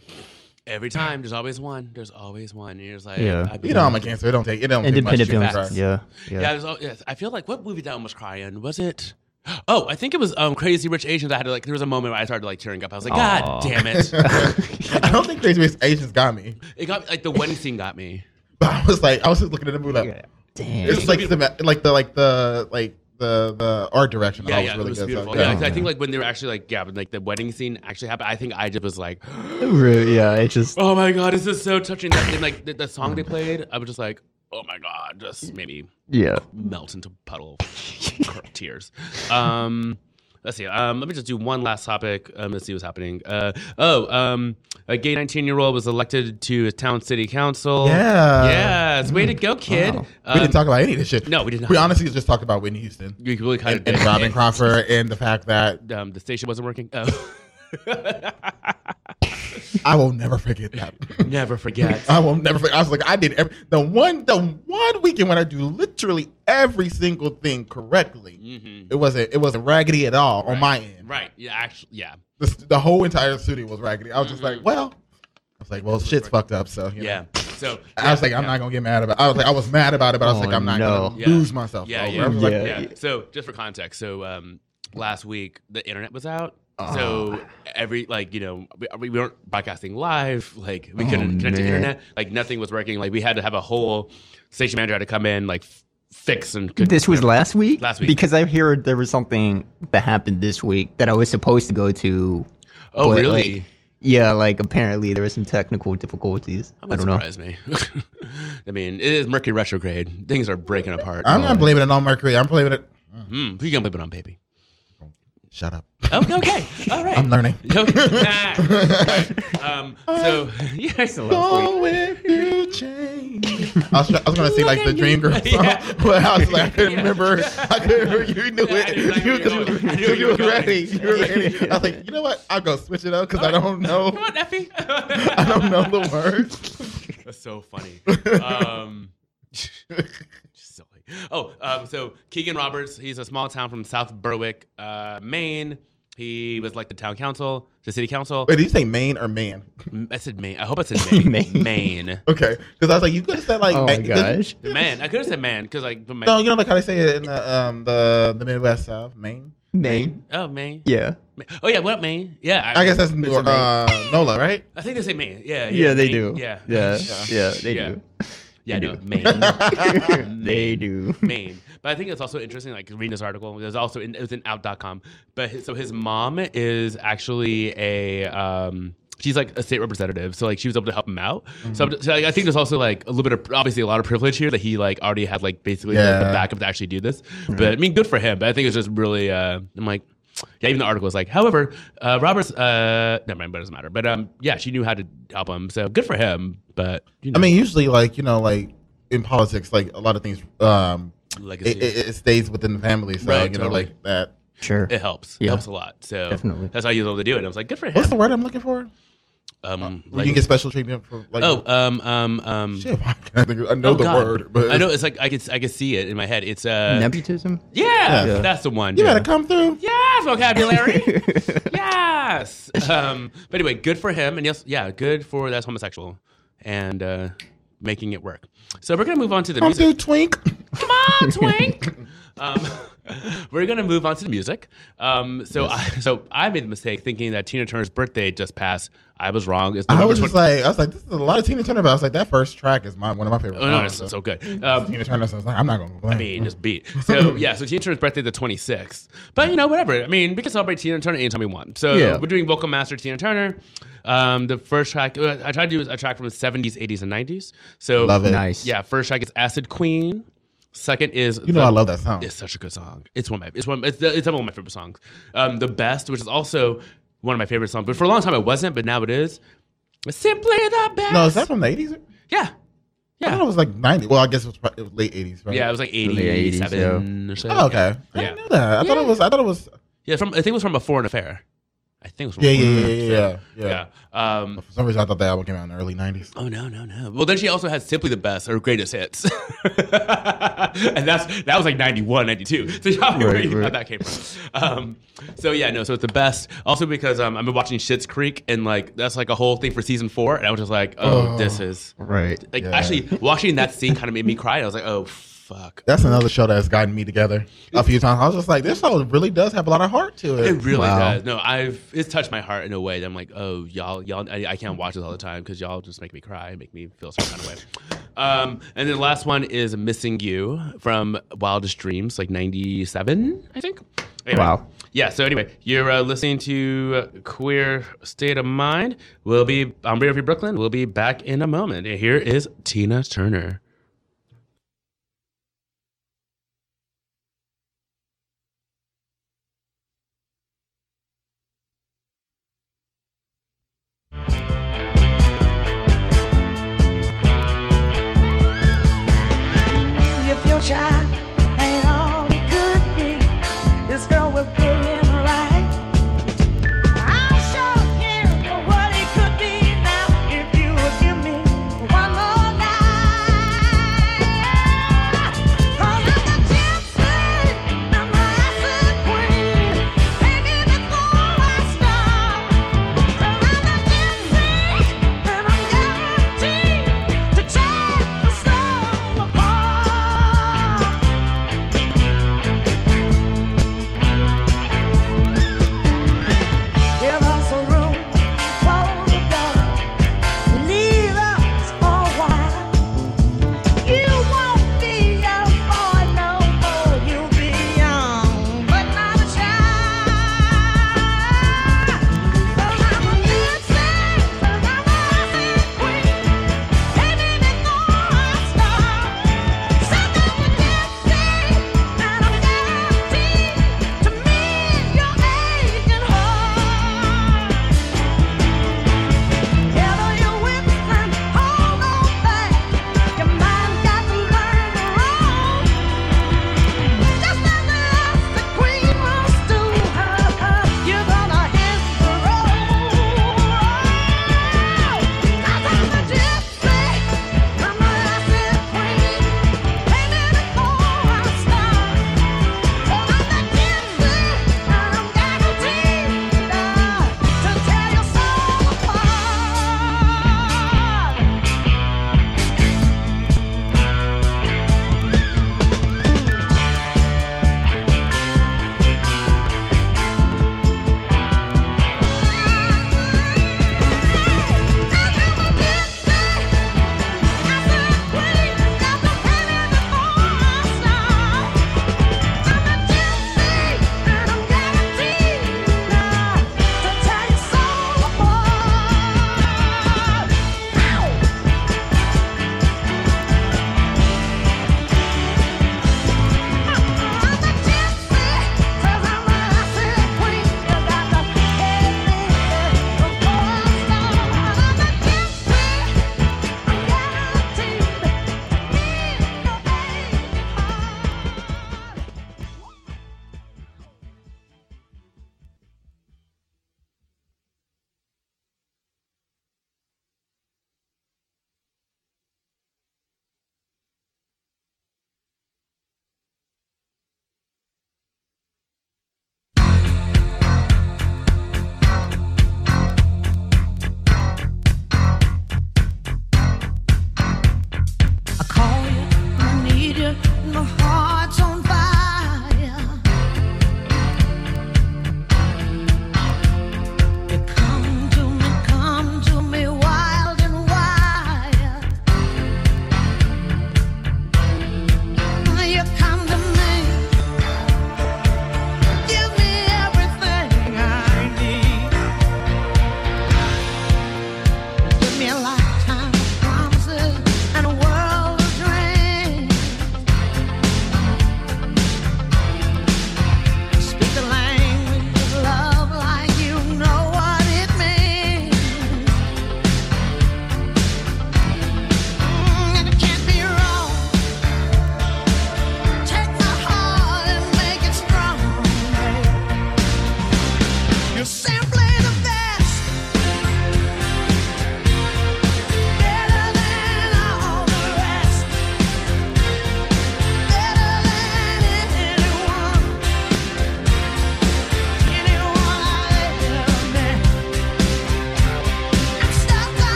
S1: Every time, there's always one. There's always one. And you're just like,
S6: Yeah.
S1: I-
S5: you know I'm a cancer it don't take it don't take much
S6: Independent
S5: to make me
S6: films.
S5: cry.
S6: Yeah,
S1: Yeah,
S6: yeah.
S1: there's al- yes. I feel like what movie did I almost cry in? Was it? Oh, I think it was um, Crazy Rich Asians. I had to like. There was a moment where I started like tearing up. I was like,
S6: Aw.
S1: God damn it!
S5: I don't think Crazy Rich Asians got me,
S1: it got like the wedding scene got me.
S5: but I was like, I was just looking at the movie like,
S6: Damn.
S5: it's like the like the like the like the the art direction.
S1: Yeah,
S5: I was
S1: yeah,
S5: really
S1: it was
S5: good.
S1: beautiful.
S5: So,
S1: yeah, 'cause I think like when they were actually like, yeah, when, like the wedding scene actually happened. I think I just was like,
S6: Really, yeah, it just.
S1: oh my god, this is so touching. That and like the, the song they played, I was just like, oh my god, just maybe
S6: Yeah.
S1: melt into a puddle of tears. Um, let's see. Um, let me just do one last topic. Um, let's see what's happening. Uh, oh, um, a gay 19 year old was elected to a town city council.
S5: Yeah.
S1: Yes. Way to go, kid.
S6: Wow.
S5: we
S1: Um,
S5: didn't talk about any of this shit.
S1: no, we did not.
S5: We honestly just talked about Whitney Houston
S1: we really kind
S5: and,
S1: of
S5: and
S1: did.
S5: Robin Crawford and the fact that
S1: Um, the station wasn't working. Oh,
S5: I will never forget that.
S1: never forget.
S5: I will never forget. I was like, I did every the one the one weekend when I do literally every single thing correctly. It wasn't it wasn't raggedy at all on my end.
S1: Mm-hmm. Right. Yeah. Actually. Yeah.
S5: the, the whole entire studio was raggedy. I was just like, well, I was like, well, shit's fucked up. So you know.
S1: Mm-hmm. Yeah. So
S5: I was like, I'm not gonna get mad about. It. I was like, I was mad about it, but I was
S6: Oh,
S5: like, I'm not
S6: no.
S5: gonna
S1: Yeah.
S5: lose myself.
S1: Yeah,
S5: over. it.
S1: yeah,
S5: I was like,
S1: yeah, So just for context, so um, last week the internet was out.
S5: Ah.
S1: So every like you know we, we weren't broadcasting live like
S5: Oh,
S1: we couldn't connect to the
S6: man.
S1: internet like nothing was working like we had to have a whole station manager had to come in like f- fix and could,
S6: This was last week.
S1: Last week.
S6: Because I heard there was something that happened this week that I was supposed to go to.
S1: oh
S6: but,
S1: really
S6: like, yeah, like apparently there were some technical difficulties.
S1: that
S6: I
S1: would
S6: don't know.
S1: surprise me I mean it is Mercury retrograde things are breaking apart
S5: I'm not blaming it on Mercury. I'm blaming it.
S1: mm, you can blame it on baby
S5: Shut up.
S1: okay okay all right
S5: I'm learning.
S1: Okay. Ah. All right. um so yeah
S5: Go if you change. I was, I was gonna say like the Dream Girl song,
S1: Yeah.
S5: but I was like I couldn't remember. I couldn't remember. You knew
S1: Yeah, I
S5: it.
S1: knew exactly
S5: You,
S1: where you were going. I knew
S5: you,
S1: where you were
S5: were
S1: going.
S5: ready. You were ready. I was like, you know what? I'll go switch it up because I don't know.
S1: Come on, Effie.
S5: I don't know the words.
S1: That's so funny. Um, silly. Oh, um, so Keegan Roberts, he's a small town from South Berwick, uh, Maine. He was elected town council to city council.
S5: Wait, did you say Maine or man?
S1: M- I said Maine. I hope I said Maine.
S6: Maine.
S1: Maine.
S5: Okay, because I was like, you could have said like,
S6: Oh my
S5: Maine- 'cause-
S6: gosh.
S1: Man. I could have said man because like the
S5: No,
S1: man.
S5: you know like how they say it in the um the the Midwest South, Maine.
S6: Maine.
S1: Oh, Maine.
S6: Yeah.
S1: Ma- Oh yeah, what up, Maine? Yeah,
S5: I guess that's New-
S6: Maine.
S5: uh, Nola, right?
S1: I think they say Maine. Yeah,
S6: Yeah, they
S1: Maine.
S6: do.
S1: Yeah,
S6: Yeah. Yeah, they
S1: Yeah.
S6: do.
S1: yeah, no,
S6: do.
S1: Maine.
S6: they do.
S1: Maine. But I think it's also interesting, like reading this article. There's also in, it was in Out.com. But his, so his mom is actually a um, she's like a state representative, so like she was able to help him out. So,
S6: Mm-hmm.
S1: I'm just- so, like, I think there's also like a little bit of obviously a lot of privilege here that he like already had like basically the- the,
S5: Yeah.
S1: backup to actually do this. But I mean, good for him. But I think it's just really uh, I'm like. Yeah, even the article is like, however, uh, Roberts, uh, never mind, but it doesn't matter. But um, yeah, she knew how to help him, so good for him. But you know,
S5: I mean, usually like you know like in politics, like a lot of things, um,
S1: legacy.
S5: it, it, it stays within the family, so
S1: Right,
S5: you know
S1: totally.
S5: like that.
S6: Sure.
S1: it helps. It
S6: Yeah.
S1: helps a lot. So
S6: Definitely.
S1: that's how you was able to do it. I was like, good for him.
S5: What's the word I'm looking for? Uh,
S1: um,
S5: you can
S1: like
S5: get special treatment for like.
S1: oh um um um.
S5: shit! why can't I, think of- I know
S1: oh,
S5: the
S1: God.
S5: word, but
S1: I know it's like I can I can see it in my head. It's uh
S6: Nepotism?
S1: yeah,
S5: Yeah.
S1: that's the one.
S5: You
S1: yeah.
S5: better come through.
S1: Yes, vocabulary. yes. Um, but anyway, good for him, and yes, yeah, good for that's homosexual, and uh, making it work. So we're gonna move on to the
S5: Come
S1: music.
S5: through, twink.
S1: Come on, twink. um, we're gonna move on to the music. Um, so I, so I made the mistake thinking that Tina Turner's birthday just passed. I was wrong. It's
S5: I
S1: November
S5: was just
S1: 20
S5: like, I was like, this is a lot of Tina Turner, but I was like, that first track is my one of my favorite.
S1: Oh no,
S5: songs,
S1: it's
S5: so-
S1: so good. Um,
S5: Tina Turner, so I was like, I'm not gonna complain.
S1: I mean, just beat. So yeah, so Tina Turner's birthday the 26th. But you know, whatever. I mean, we can celebrate Tina Turner anytime we want. So
S6: Yeah.
S1: we're doing Vocal Master Tina Turner. Um, the first track uh, I tried to do is a track from the 70s, 80s, and 90s. So
S5: love it.
S6: Nice.
S1: Yeah, first track is Acid Queen. Second is
S5: You know, I love that song.
S1: It's such a good song. It's one of my it's one it's, the, it's one of my favorite songs. Um, the best, which is also one of my favorite songs, but for a long time it wasn't, but now it is. Simply the best.
S5: No, is that from the 80s?
S1: yeah.
S5: I thought it was like 90. Well, I guess it was, probably, it was late 80s, right?
S1: Yeah, it was like 87 or so.
S5: Oh, okay. I
S1: Yeah.
S5: didn't know that. I thought it was. I thought it was.
S1: Yeah, from I think it was from a foreign affair. I think it was from
S5: Yeah,
S1: a
S5: yeah,
S1: foreign
S5: yeah,
S1: affair.
S5: yeah, yeah. yeah.
S1: Yeah. Um,
S5: For some reason, I thought that album came out in the early 90s.
S1: oh no, no, no. Well, then she also had simply the best or greatest hits, and that's that was like 91, 92. So y'all were
S6: Right,
S1: how
S6: right.
S1: that came from. Um, so yeah, no. So it's the best. Also because um, I've been watching Shit's Creek, and like that's like a whole thing for season four, and I was just like, oh,
S5: Oh.
S1: this is
S6: Right.
S1: like
S5: Yeah.
S1: actually watching that scene kind of made me cry. And I was like, oh fuck.
S5: That's another show that has gotten me together a few times. I was just like, this show really does have a lot of heart to it.
S1: It really
S6: Wow.
S1: does. No, I've it's touched my heart in a way that I'm like, oh, y'all, y'all, I, I can't watch this all the time because y'all just make me cry, make me feel some kind of way. Um, and then the last one is "Missing You" from Wildest Dreams, like '97, I think. Anyway.
S6: Wow.
S1: Yeah. So anyway, you're uh, listening to uh, Queer State of Mind. We'll be on Radio Free Brooklyn. We'll be back in a moment. And here is Tina Turner.
S9: your future and all it could be. This girl will put him right. I'll show him what it could be now if you would give me one more night. Mm,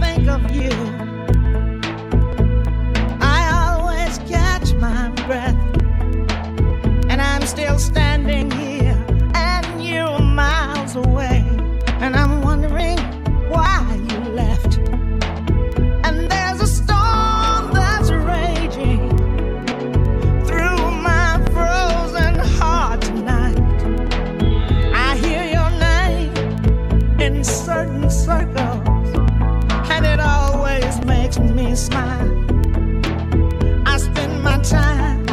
S9: think of you. I always catch my breath, and I'm still standing here, and you miles away, and I'm wondering why you left. And there's a storm that's raging through my frozen heart tonight. I hear your name in certain circles, and it always makes me smile. I spend my time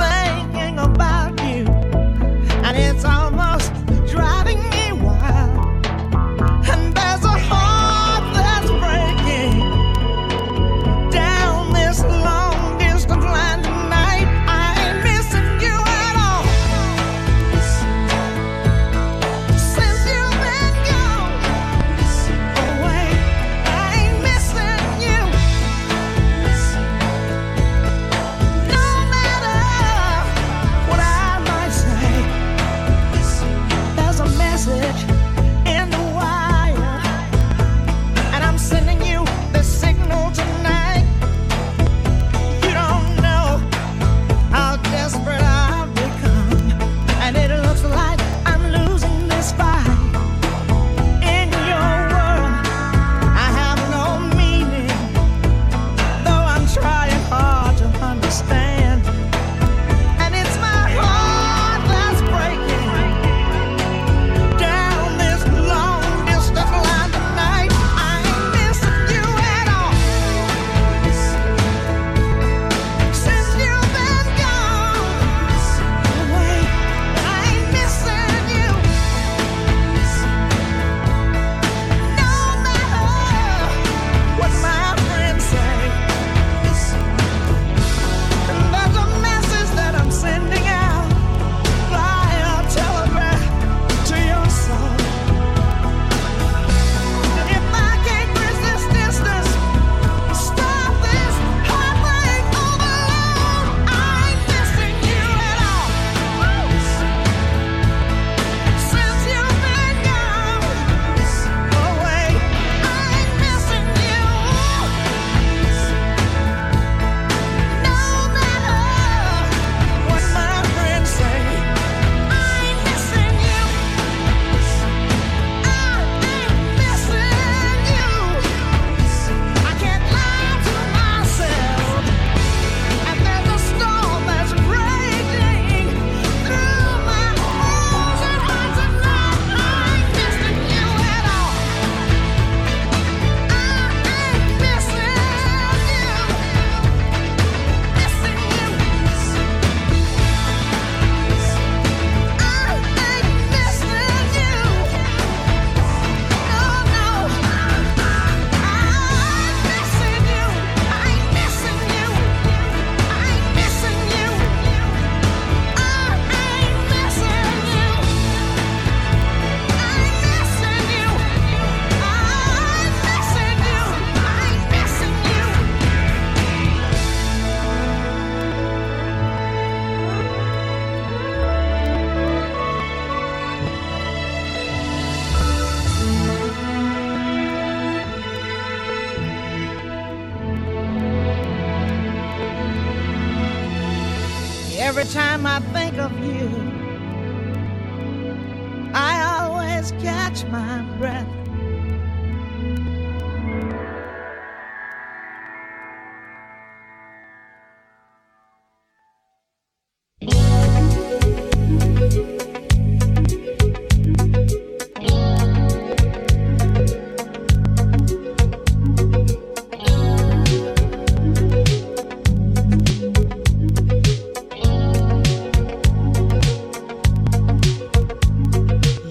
S9: thinking about you, and it's almost driving me wild. And there's a heart that's breaking down this long distance line tonight. I ain't missing you at all. Since you've been gone away, I ain't missing you. No matter what I might say, there's a message in the wire. And I'm sending you the signal tonight. You don't know how desperate I've become. And it looks like I'm losing this fight. In your world, I have no meaning. Though I'm trying hard to understand. And it's my heart that's breaking down this long distance line tonight. I ain't missing you at all. Since you've been gone away, I ain't missing you. No matter what my friends say, there's a message that I'm sending out via telegraph to your soul. If I can't resist this, this stop this heartbreak overload. I ain't missing you at all. Since you've been gone away, I ain't missing you. No matter what my friends say, I ain't missing you. I ain't missing you. I can't lie to myself, and there's a storm that's raging through my frozen heart tonight. I ain't missing you at all. I ain't missing you, missing you. I ain't missing you. No, no. Every time I think of you, I always catch my breath.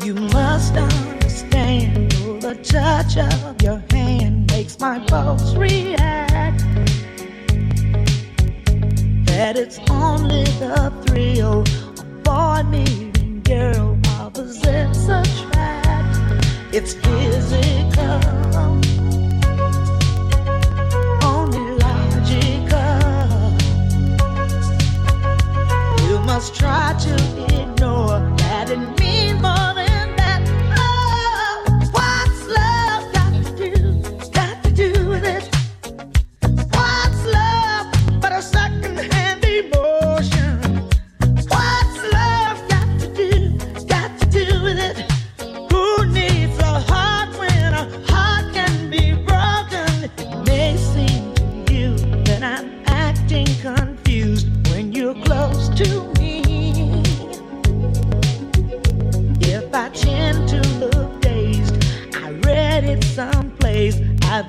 S9: You must understand the touch of your hand makes my pulse react. That it's only the thrill of boy meeting girl while possess attract. It's physical. only logical. You must try to ignore that it means more than that. Oh, what's love got to do? Got to do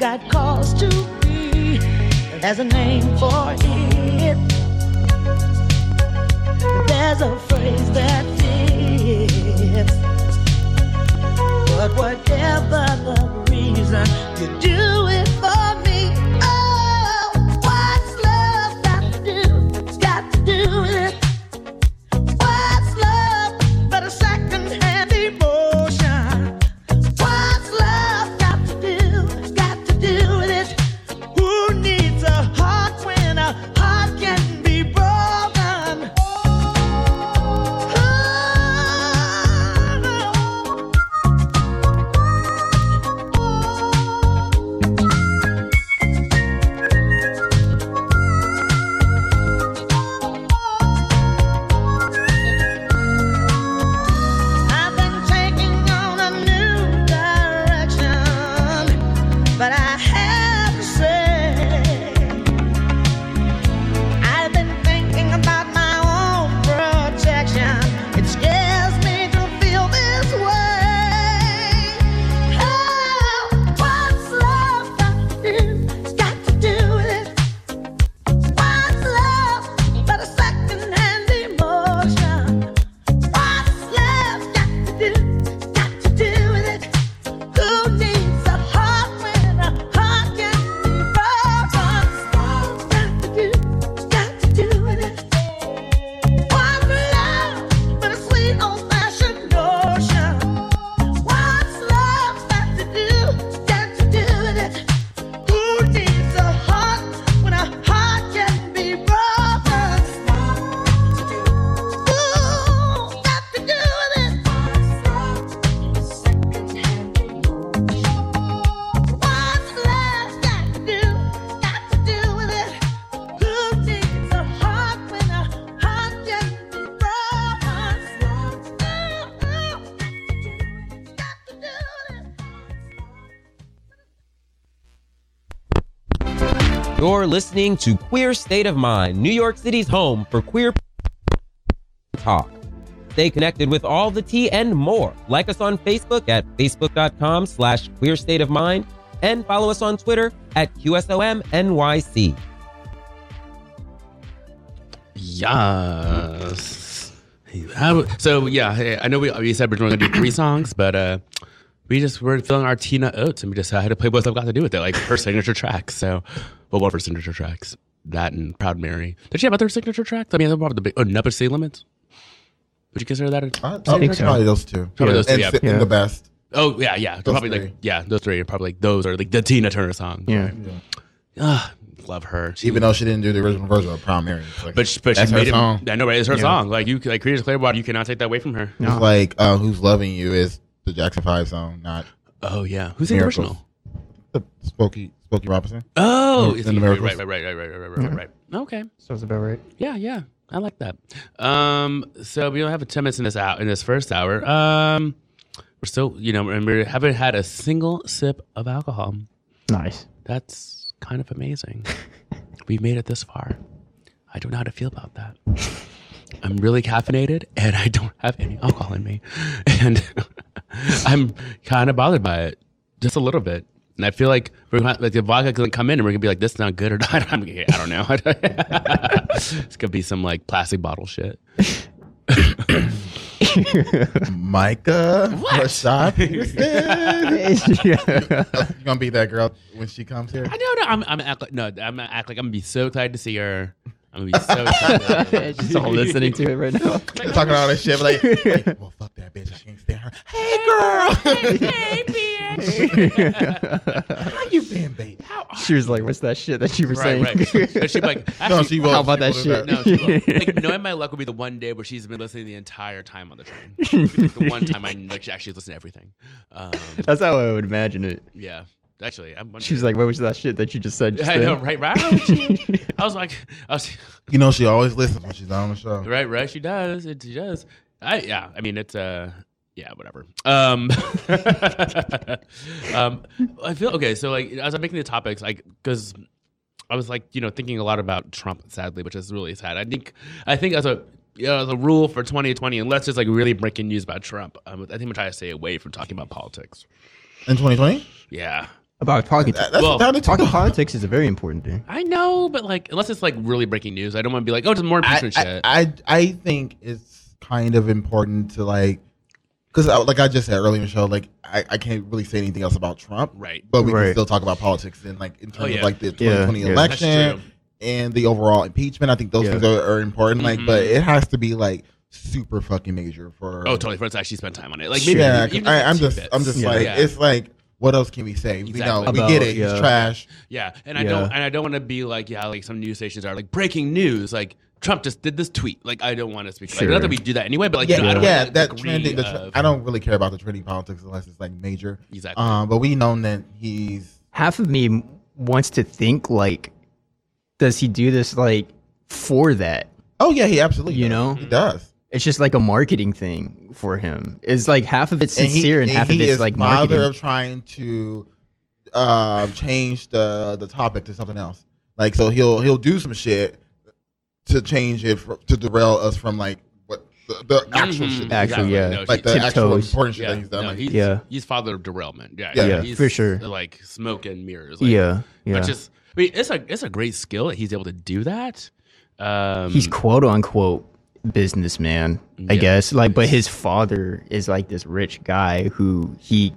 S9: got cause to be. There's a name for it. There's a phrase that fits. But whatever the reason, you do it for me. Oh, what's love got to do? It's got to do with it. What's love but a second-hand emotion? What's love got to do? Got to do with it. Who needs a heart when a heart can be broken? Oh, I've been taking on a new direction, but I have to say I've been thinking about my own protection. It scares me to feel this way. Oh, what's love got to do? It's got to do with it. What's love but a second-hand emotion? What's love got to do? Got to do with it. Who needs a heart when a heart can be broken? What's got to do? Got to do with it. What's love but a sweet old-fashioned notion? What's love got to do? Got to do with it. Who needs a heart when a heart can be broken? Ooh, got to do with it. What's love got to do? Got to do with it. Who needs a heart when a heart can be broken? Ooh, ooh, got to do with it.
S10: You're listening to Queer State of Mind, New York City's home for queer talk. Stay connected with all the tea and more. Like us on Facebook at facebook.com slash queer state of mind and follow us on Twitter at QSOMNYC.
S1: Yes. How- so yeah, hey, I know we, we said we're going to do three songs, but uh, we just were filling our Tina Oats, and we decided to play what's I've got to do with it, like her signature tracks. So, well, one of her signature tracks, that and Proud Mary. Did she have other signature tracks? I mean, probably the big, oh, Nubber City Limits. Would you consider that? A,
S5: I, I
S6: think so.
S5: Probably those two.
S1: Probably those two,
S5: And
S1: yeah.
S5: sit in
S6: Yeah.
S5: the best.
S1: oh yeah, yeah, probably like
S5: three.
S1: yeah, those three are probably like those are like the Tina Turner songs.
S6: Yeah.
S1: Ah, love her. She
S5: Even though she didn't do the original version of Proud Mary. It's like-
S1: But she, but
S5: That's
S1: she
S5: her
S1: made
S5: song.
S1: him. I know, right? It's her song. Like you, like Creator Clearwater, you cannot take that away from her.
S5: It's like uh, "Who's Loving You" is the Jackson Five song, not
S1: Oh yeah, who's in the
S5: Miracles.
S1: original?
S5: the Spooky Spooky Robinson.
S1: Oh,
S5: In-
S1: it's
S5: in the
S1: right,
S5: Miracles.
S1: right, right, right, right, right, right, right, right. Okay,
S6: Sounds about right.
S1: yeah, yeah, I like that. Um, so we don't have ten minutes in this out in this first hour. Um, we're still, you know, and we haven't had a single sip of alcohol.
S6: Nice.
S1: That's kind of amazing. We've made it this far. I don't know how to feel about that. I'm really caffeinated and I don't have any alcohol in me. And I'm kind of bothered by it, just a little bit. And I feel like we're gonna, like the vodka doesn't come in and we're gonna be like, this is not good or not. I'm, I don't know. it's gonna be some like plastic bottle shit.
S5: Micah,
S1: What?
S5: Rashad Peterson.
S6: yeah.
S5: you gonna be that girl when she comes here?
S1: I don't know. I'm, I'm act like, no, I'm gonna act like I'm gonna be so excited to see her. I'm gonna be so excited.
S6: Just all listening to it right now.
S5: Just talking all this shit, but like, like, well, fuck that bitch. I can't stand her. Hey, girl, how you been, baby?
S6: she was like, "What's that shit that you were saying?"
S1: Right, right. And she'd be like,
S5: No,
S1: actually,
S5: she will.
S6: How about that shit?
S1: No, she won't. like knowing my luck will be the one day where she's been listening the entire time on the train. the one time I like she actually listened to everything. Um,
S6: That's how I would imagine it.
S1: yeah, actually, I'm.
S6: She was like, "What was that shit that you just said?" Just
S1: I know,
S6: then?"
S1: right, right. I was- I was like, I was,
S5: You know she always listens when she's on the show.
S1: right, right. She does. It, she does. I yeah. I mean, it's uh, yeah, whatever. Um, um, I feel okay. So like, as I'm making the topics, like, because I was like, you know, thinking a lot about Trump, sadly, which is really sad. I think, I think as a you know, as a rule for 2020, unless it's like really breaking news about Trump, um, I think I'm trying to stay away from talking about politics.
S5: In 2020,
S1: Yeah.
S6: about politics.
S5: That's
S1: Well,
S5: how they talk
S6: Talking
S5: about.
S6: politics is a very important thing.
S1: I know, but like, unless it's like really breaking news, I don't want to be like, oh, it's more
S5: I,
S1: impeachment
S5: I,
S1: shit.
S5: I I think it's kind of important to like, because like I just said earlier in the show, like I, I can't really say anything else about Trump,
S1: Right. Oh,
S5: But we can
S6: Right.
S5: still talk about politics and like in terms
S1: yeah.
S5: of like the
S6: Yeah,
S5: 2020
S6: yeah.
S1: That's
S5: election
S1: true.
S5: and the overall impeachment. I think those
S6: Yeah.
S5: things are, are important, like,
S1: Mhm.
S5: but it has to be like super fucking major for
S1: Oh, totally. For us to actually spend time on it, like maybe
S5: yeah,
S1: even- even
S5: I, I'm
S1: two
S5: just,
S1: bits.
S5: I'm just
S6: Yeah.
S5: like,
S1: Yeah.
S5: it's like, what else can we say? You know,
S1: Exactly.
S5: we get
S6: About-
S5: it. He's
S6: yeah.
S5: trash.
S1: Yeah, and I don't
S6: Yeah.
S1: and I don't want to be like yeah, like some news stations are like breaking news, like Trump just did this tweet. Like I don't want to speak. Like,
S6: Sure.
S1: not that we do that anyway, but like
S5: yeah,
S1: you know, I don't
S5: yeah,
S1: wanna
S5: that
S1: agree
S5: trending. The tr-
S1: of-
S5: I don't really care about the trending politics unless it's like major.
S1: Exactly.
S5: Um, but we know that he's
S6: Half of me wants to think like, does he do this like for that?
S5: Oh yeah, he absolutely.
S6: You
S5: does.
S6: know?
S5: he does.
S6: It's just like a marketing thing for him. It's like half of it's sincere and,
S5: he,
S6: half
S5: he
S6: of it's
S5: is
S6: like
S5: father
S6: marketing.
S5: of trying to uh, change the the topic to something else. Like so, he'll he'll do some shit to change it fr- to derail us from like what the, the actual
S1: Mhm.
S5: shit,
S6: Actual,
S1: Exactly.
S6: yeah.
S1: No,
S5: like
S1: he-
S5: the actual
S6: Tiptoes.
S5: important shit
S1: yeah,
S5: that he's done.
S1: no,
S5: like,
S1: he's,
S6: Yeah.
S1: he's father of derailment. Yeah,
S5: Yeah.
S6: Yeah,
S1: he's
S6: for sure.
S1: Like smoke and mirrors. Like,
S6: yeah, yeah.
S1: which is I mean, it's a it's a great skill that he's able to do that. Um,
S6: he's quote unquote businessman, I
S1: Yeah.
S6: guess. Like, but his father is like this rich guy who he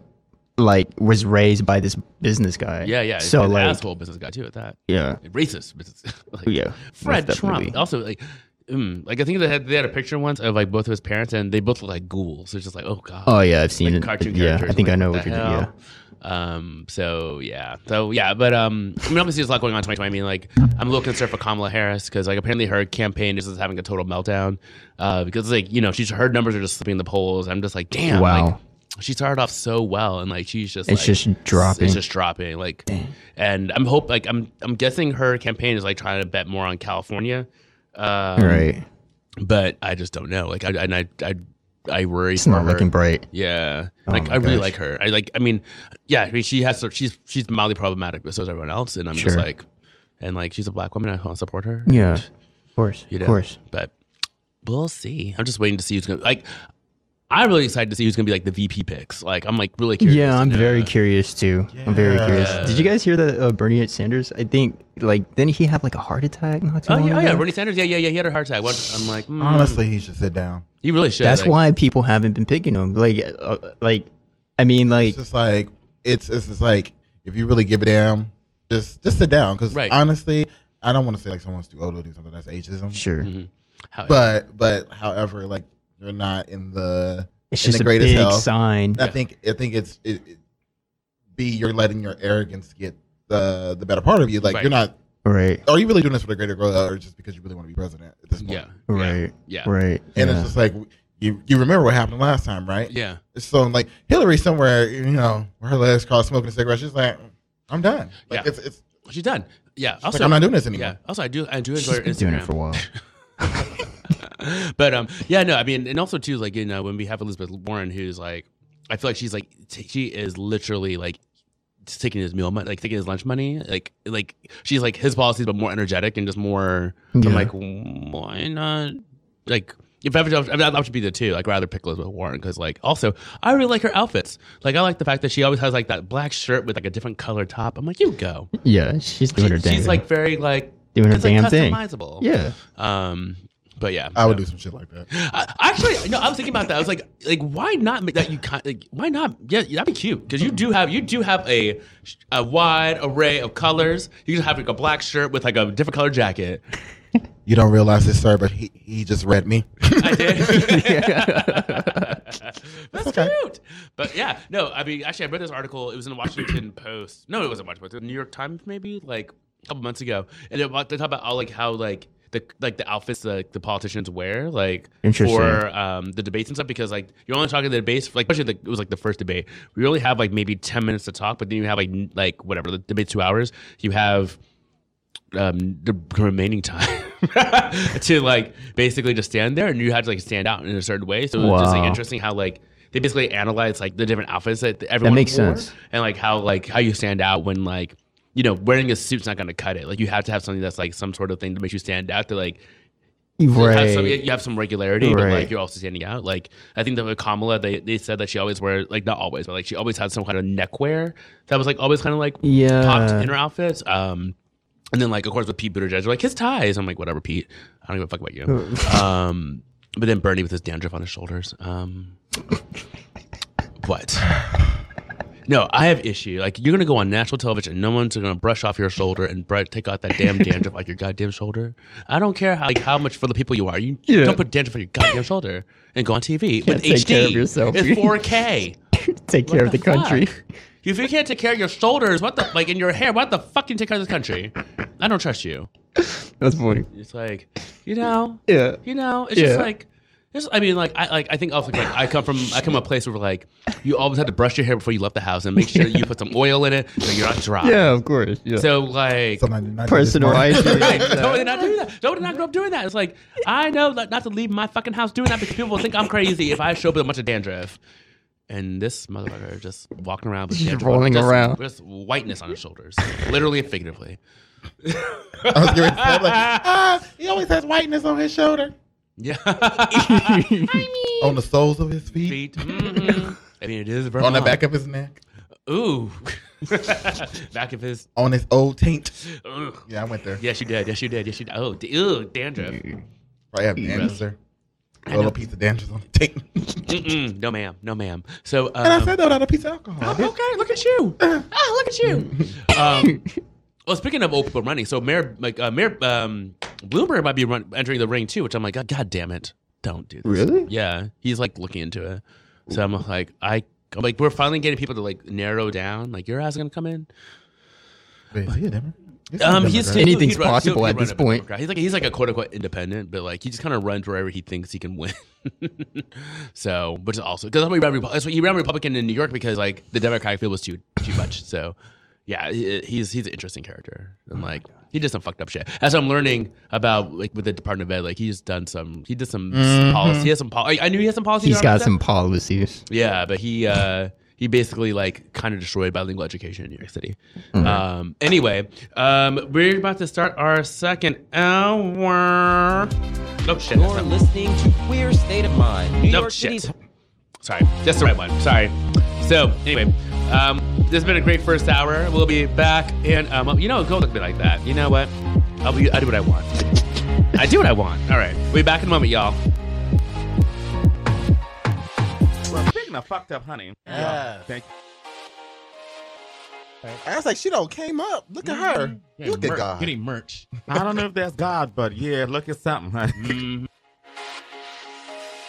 S6: like was raised by this business guy.
S1: yeah, yeah.
S6: So
S1: an
S6: like,
S1: asshole business guy too at that.
S6: yeah,
S1: racist. But it's- like,
S6: Yeah,
S1: Fred
S6: most
S1: Trump.
S6: definitely.
S1: Also, like, mm, like I think they had they had a picture once of like both of his parents, and they both look like ghouls. It's just like, oh god.
S6: Oh yeah, I've seen it.
S1: Like cartoon
S6: yeah,
S1: characters.
S6: I think
S1: I'm
S6: I
S1: like,
S6: know
S1: what
S6: what
S1: the
S6: you're doing. Yeah.
S1: hell? Um. So yeah. So yeah. But um. I mean, obviously, there's a lot going on in 2020. I mean, like, I'm a little concerned for Kamala Harris because, like, apparently her campaign is just having a total meltdown. Uh, because like, you know, she's her numbers are just slipping the polls. I'm just like, damn.
S6: Wow.
S1: Like, she started off so well, and like, she's just
S6: It's
S1: like,
S6: just dropping.
S1: It's just dropping. Like, and I'm hope like I'm I'm guessing her campaign is like trying to bet more on California. Um,
S6: right.
S1: But I just don't know. Like, I and I I I worry.
S6: It's not
S1: for her.
S6: looking bright. Oh
S1: Yeah, like
S6: my
S1: I really
S6: gosh.
S1: like her. I like. I mean, yeah. I mean, she has. She's she's mildly problematic, but so is everyone else. And I'm just
S6: Sure.
S1: like, and like she's a black woman. I want to support her.
S6: Yeah. Of course.
S1: You know,
S6: Of course.
S1: But we'll see. I'm just waiting to see who's gonna like. I'm really excited to see who's gonna be like the VP picks. Like I'm like really curious.
S6: Yeah, I'm
S1: to know.
S6: very curious too. I'm very curious.
S1: Yeah.
S6: Did you guys hear that uh, Bernie Sanders? I think like didn't he have like a heart attack? Not too
S1: Oh
S6: long
S1: yeah, oh,
S6: ago?
S1: yeah, Bernie Sanders. Yeah, yeah, yeah. He had a heart attack. What? I'm like, mm,
S5: honestly, he should sit down.
S1: he really should.
S6: That's
S1: like,
S6: why people haven't been picking him. Like, uh, like, I mean, like,
S5: It's just like it's it's just like if you really give a damn, just just sit down. Because
S1: Right.
S5: honestly, I don't want to say like someone's too old to do something that's ageism.
S6: sure,
S1: Mm-hmm. how-
S5: But but however, like you're not in the
S6: it's
S5: in
S6: just
S5: the
S6: a
S5: greatest
S6: big
S5: health.
S6: sign.
S5: I think I think it's it, it, B. You're letting your arrogance get the the better part of you. Like
S1: Right.
S5: you're not.
S6: Right,
S5: Are you really doing this for the greater good, or just because you really want to be president at this point?
S1: yeah,
S6: right,
S1: yeah,
S6: right.
S5: And
S6: yeah.
S5: it's just like you you remember what happened last time, right?
S1: yeah.
S5: So like Hillary somewhere, you know, with her legs crossed, smoking a cigarette. She's like, I'm done.
S1: Yeah.
S5: Like it's it's
S1: She's done. Yeah.
S5: like, I'm not doing this anymore.
S1: Yeah. Also, I do. I do enjoy
S6: She's
S1: her
S6: been
S1: Instagram.
S6: doing it for a while.
S1: but um, yeah, no, I mean, and also too, like you know, when we have Elizabeth Warren, who's like, I feel like she's like, t- she is literally like just taking his meal money, like taking his lunch money, like like she's like his policies, but more energetic and just more.
S6: Yeah.
S1: I'm like, why not? Like. If I have to, I mean, that should be the two. Like, rather pick Elizabeth Warren because, like, also I really like her outfits. Like, I like the fact that she always has like that black shirt with like a different color top. I'm like, you go.
S6: Yeah, she's doing her
S1: She,
S6: damn.
S1: she's like very like
S6: Doing her
S1: it's, like,
S6: damn thing.
S1: customizable.
S6: yeah,
S1: Um, but yeah,
S5: I would do some shit like that.
S1: I, actually, no. I was thinking about that. I was like, like, why not make that? You kind, like, why not? Yeah, that'd be cute because you do have you do have a a wide array of colors. You can have like a black shirt with like a different color jacket.
S5: You don't realize this, sir, but he, he just read me.
S1: I did. That's
S5: Okay.
S1: cute. But yeah, no. I mean, actually, I read this article. It was in the Washington Post. No, it wasn't Washington Post. The New York Times, maybe like a couple months ago. And it, wa- they talk about all like how like. The, like the outfits like the politicians wear like
S6: Interesting.
S1: for um, the debates and stuff because like you're only talking to the debates like especially the, it was like the first debate we only have like maybe 10 minutes to talk but then you have like n- like whatever the debate's two hours you have um, the remaining time to like basically just stand there and you had to like stand out in a certain way. So it was just like
S6: Wow.
S1: interesting how like they basically analyze like the different outfits that everyone
S6: makes
S1: wore
S6: sense.
S1: and like how like how you stand out when like you know wearing a suit's not going to cut it. Like you have to have something that's like some sort of thing to make you stand out. To like You have
S6: Right.
S1: some, you have some regularity, but like
S6: Right.
S1: you're also standing out. Like I think that with Kamala, they, they said that she always wear like not always, but like she always had some kind of neckwear that was like always kind of like popped
S6: Yeah.
S1: in her outfits. Um, and then like of course with Pete Buttigieg, like his ties. I'm like whatever, Pete. I don't give a fuck about you. um, but then Bernie with his dandruff on his shoulders. Um, what? No, I have issue. Like you're gonna go on national television, no one's gonna brush off your shoulder and brush, take out that damn dandruff off your goddamn shoulder. I don't care how like how much for the people you are. You
S6: Yeah.
S1: don't put dandruff on your goddamn shoulder and go on TV
S6: Can't
S1: with
S6: take
S1: HD.
S6: care of yourself.
S1: It's 4K.
S6: Take care of the country.
S1: Fuck. If you can't take care of your shoulders, what the like in your hair, what the fuck can you take care of this country? I don't trust you.
S6: That's funny.
S1: It's like, you know,
S6: Yeah.
S1: you know, it's just
S6: Yeah.
S1: like, it's, I mean, like, I like, I think also like, I come from, I come from a place where like, you always had to brush your hair before you left the house and make sure you put some oil in it so you're not dry.
S6: Yeah, of course. Yeah.
S1: So like,
S5: Something I did not do this
S6: Personal
S5: morning.
S6: hygiene.
S1: nobody not doing that. Nobody not grow up doing that. It's like I know that not to leave my fucking house doing that because people will think I'm crazy if I show up with a bunch of dandruff. And this motherfucker just walking around with
S6: Just
S1: dandruff,
S6: rolling
S1: just,
S6: around.
S1: just whiteness on his shoulders, literally and figuratively.
S5: I was gonna say, I'm like, ah, he always has whiteness on his shoulder,
S1: Yeah.
S5: on the soles of his feet,
S1: Feet. Mhm. I mean, it is Vermont.
S5: on the back of his neck,
S1: Ooh. back of his.
S5: on his old taint.
S1: Ugh.
S5: Yeah, I went there.
S1: Yes, you did. Yes, you did. Yes, you did. Oh, d- ew, dandruff.
S5: Probably have dandruff there. A little piece of dandruff on the taint.
S1: Mm-mm. No, ma'am. No, ma'am. So. Um,
S5: and I said that without a piece of alcohol.
S1: Oh, okay, look at you. Ah, look at you. Um, well, speaking of old people running, so Mayor like uh, Mayor um, Bloomberg might be run, entering the ring too, which I'm like, God, God damn it, don't do this.
S6: Really?
S1: Yeah, he's like looking into it. So I'm like, I I'm like we're finally getting people to like narrow down. Like your ass is gonna come in.
S5: Wait, is he a Democrat? He's not a
S1: Um, he's
S5: Democrat.
S6: Anything's
S1: he's run-
S6: possible
S1: he'll-
S6: at
S1: he'll run
S6: this
S1: a bit
S6: point.
S1: Democrat. He's like he's like a quote unquote independent, but like he just kind of runs wherever he thinks he can win. so, which is also because that's why he ran, Repu- that's why he ran Republican in New York because like the Democratic field was too too much. So, yeah, he- he's he's an interesting character and like he did some fucked up shit. As I'm learning about like with the Department of Ed, like he's done some he did some policy. He has some policy. I knew he had some policy.
S6: Mm-hmm. He's got some policies.
S1: Yeah, but he uh, he basically like kind of destroyed bilingual education in New York City. Um, anyway, um, we're about to start our second hour. Oh shit!
S10: You're
S1: That's not,
S10: listening to Queer State of Mind, New
S1: No,
S10: York
S1: shit.
S10: City's
S1: sorry, that's the right one. Sorry. So anyway, um, this has been a great first hour. We'll be back, and um, you know, go look at me like that. You know what? I'll be, I do what I want. I do what I want. All right, we'll be back in a moment, y'all.
S4: Well, speaking of fucked up, honey. Yeah. Thank
S5: I was like, she don't came up. Look at
S1: Mm-hmm.
S5: her. Look at God.
S2: Getting merch.
S4: I don't know if that's God, but yeah, look at something, honey.
S11: Mm-hmm.
S1: Mhm.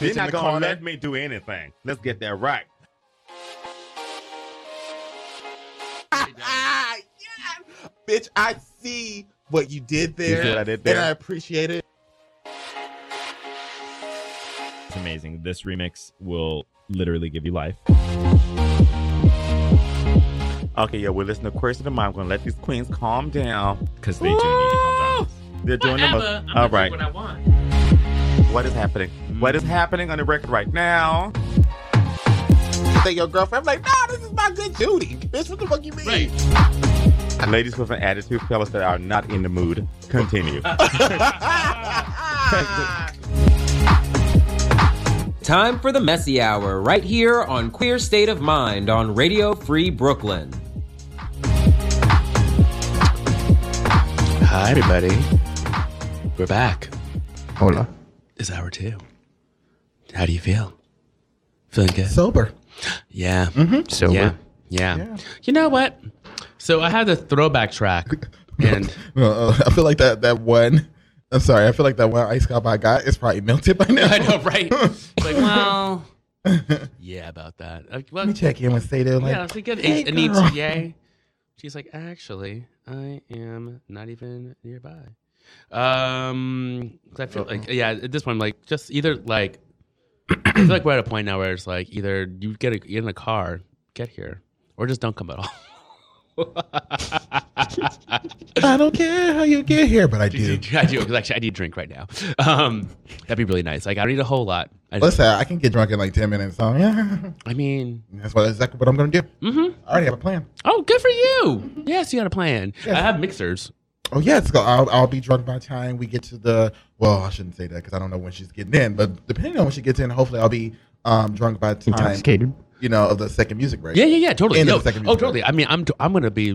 S4: You're
S5: in the
S4: not gonna
S5: corner.
S4: let me do anything. Let's get that right.
S5: Ah, yeah. Bitch, I see what you did there.
S4: You see what I did there?
S5: And I appreciate it.
S11: It's amazing. This remix will literally give you life.
S4: Okay, yeah, we're listening to Queers of the Mind. I'm gonna let these queens calm down.
S11: Because they do need to calm
S4: They're doing the most. All right. What is happening? What is
S11: Mm-hmm.
S4: happening on the record right now?
S5: Say your girlfriend. I'm like, nah, this is my good duty. Bitch, what the fuck you mean?
S4: Ladies with an attitude, fellas that are not in the mood. Continue.
S10: Time for the Messy Hour, right here on Queer State of Mind on Radio Free Brooklyn.
S1: Hi, everybody. We're back.
S6: Hola.
S1: It's hour two. How do you feel? Feeling good?
S5: Sober.
S1: yeah.
S6: So
S1: yeah.
S6: we're-
S1: yeah. You know what? So I had the throwback track, and
S5: Well, uh, I feel like that that one. I'm sorry. I feel like that one ice cup I got is probably melted by now.
S1: I know, right? like, well, yeah, about that. Like, well,
S5: Let me check in with Sato. Like,
S1: yeah, it's a good
S5: hey,
S1: an
S5: girl.
S1: ETA. She's like, actually, I am not even nearby. Um, 'cause I feel like, yeah, at this point, I'm like, just either like, I feel like we're at a point now where it's like either you get, a, get in a car, get here, or just don't come at all.
S5: I don't care how you get here, but I do.
S1: I do because actually I need a drink right now. Um, that'd be really nice. Like I don't need a whole lot. I, just-
S5: Listen, I can get drunk in like 10 minutes. So, yeah.
S1: I mean,
S5: That's what, exactly what I'm going to do.
S1: hmm
S5: I already have a plan.
S1: oh, good for you. Yes, you got a plan.
S5: Yes.
S1: I have mixers.
S5: Oh yeah, it's called I'll, I'll be drunk by the time we get to the. Well, I shouldn't say that because I don't know when she's getting in, but depending on when she gets in, hopefully I'll be um, drunk by the time
S6: Intoxicated.
S5: You know, of the second music break.
S1: Yeah, yeah, yeah, totally.
S5: End
S1: No,
S5: of the second
S1: oh,
S5: music break.
S1: totally. I mean, I'm I'm gonna be.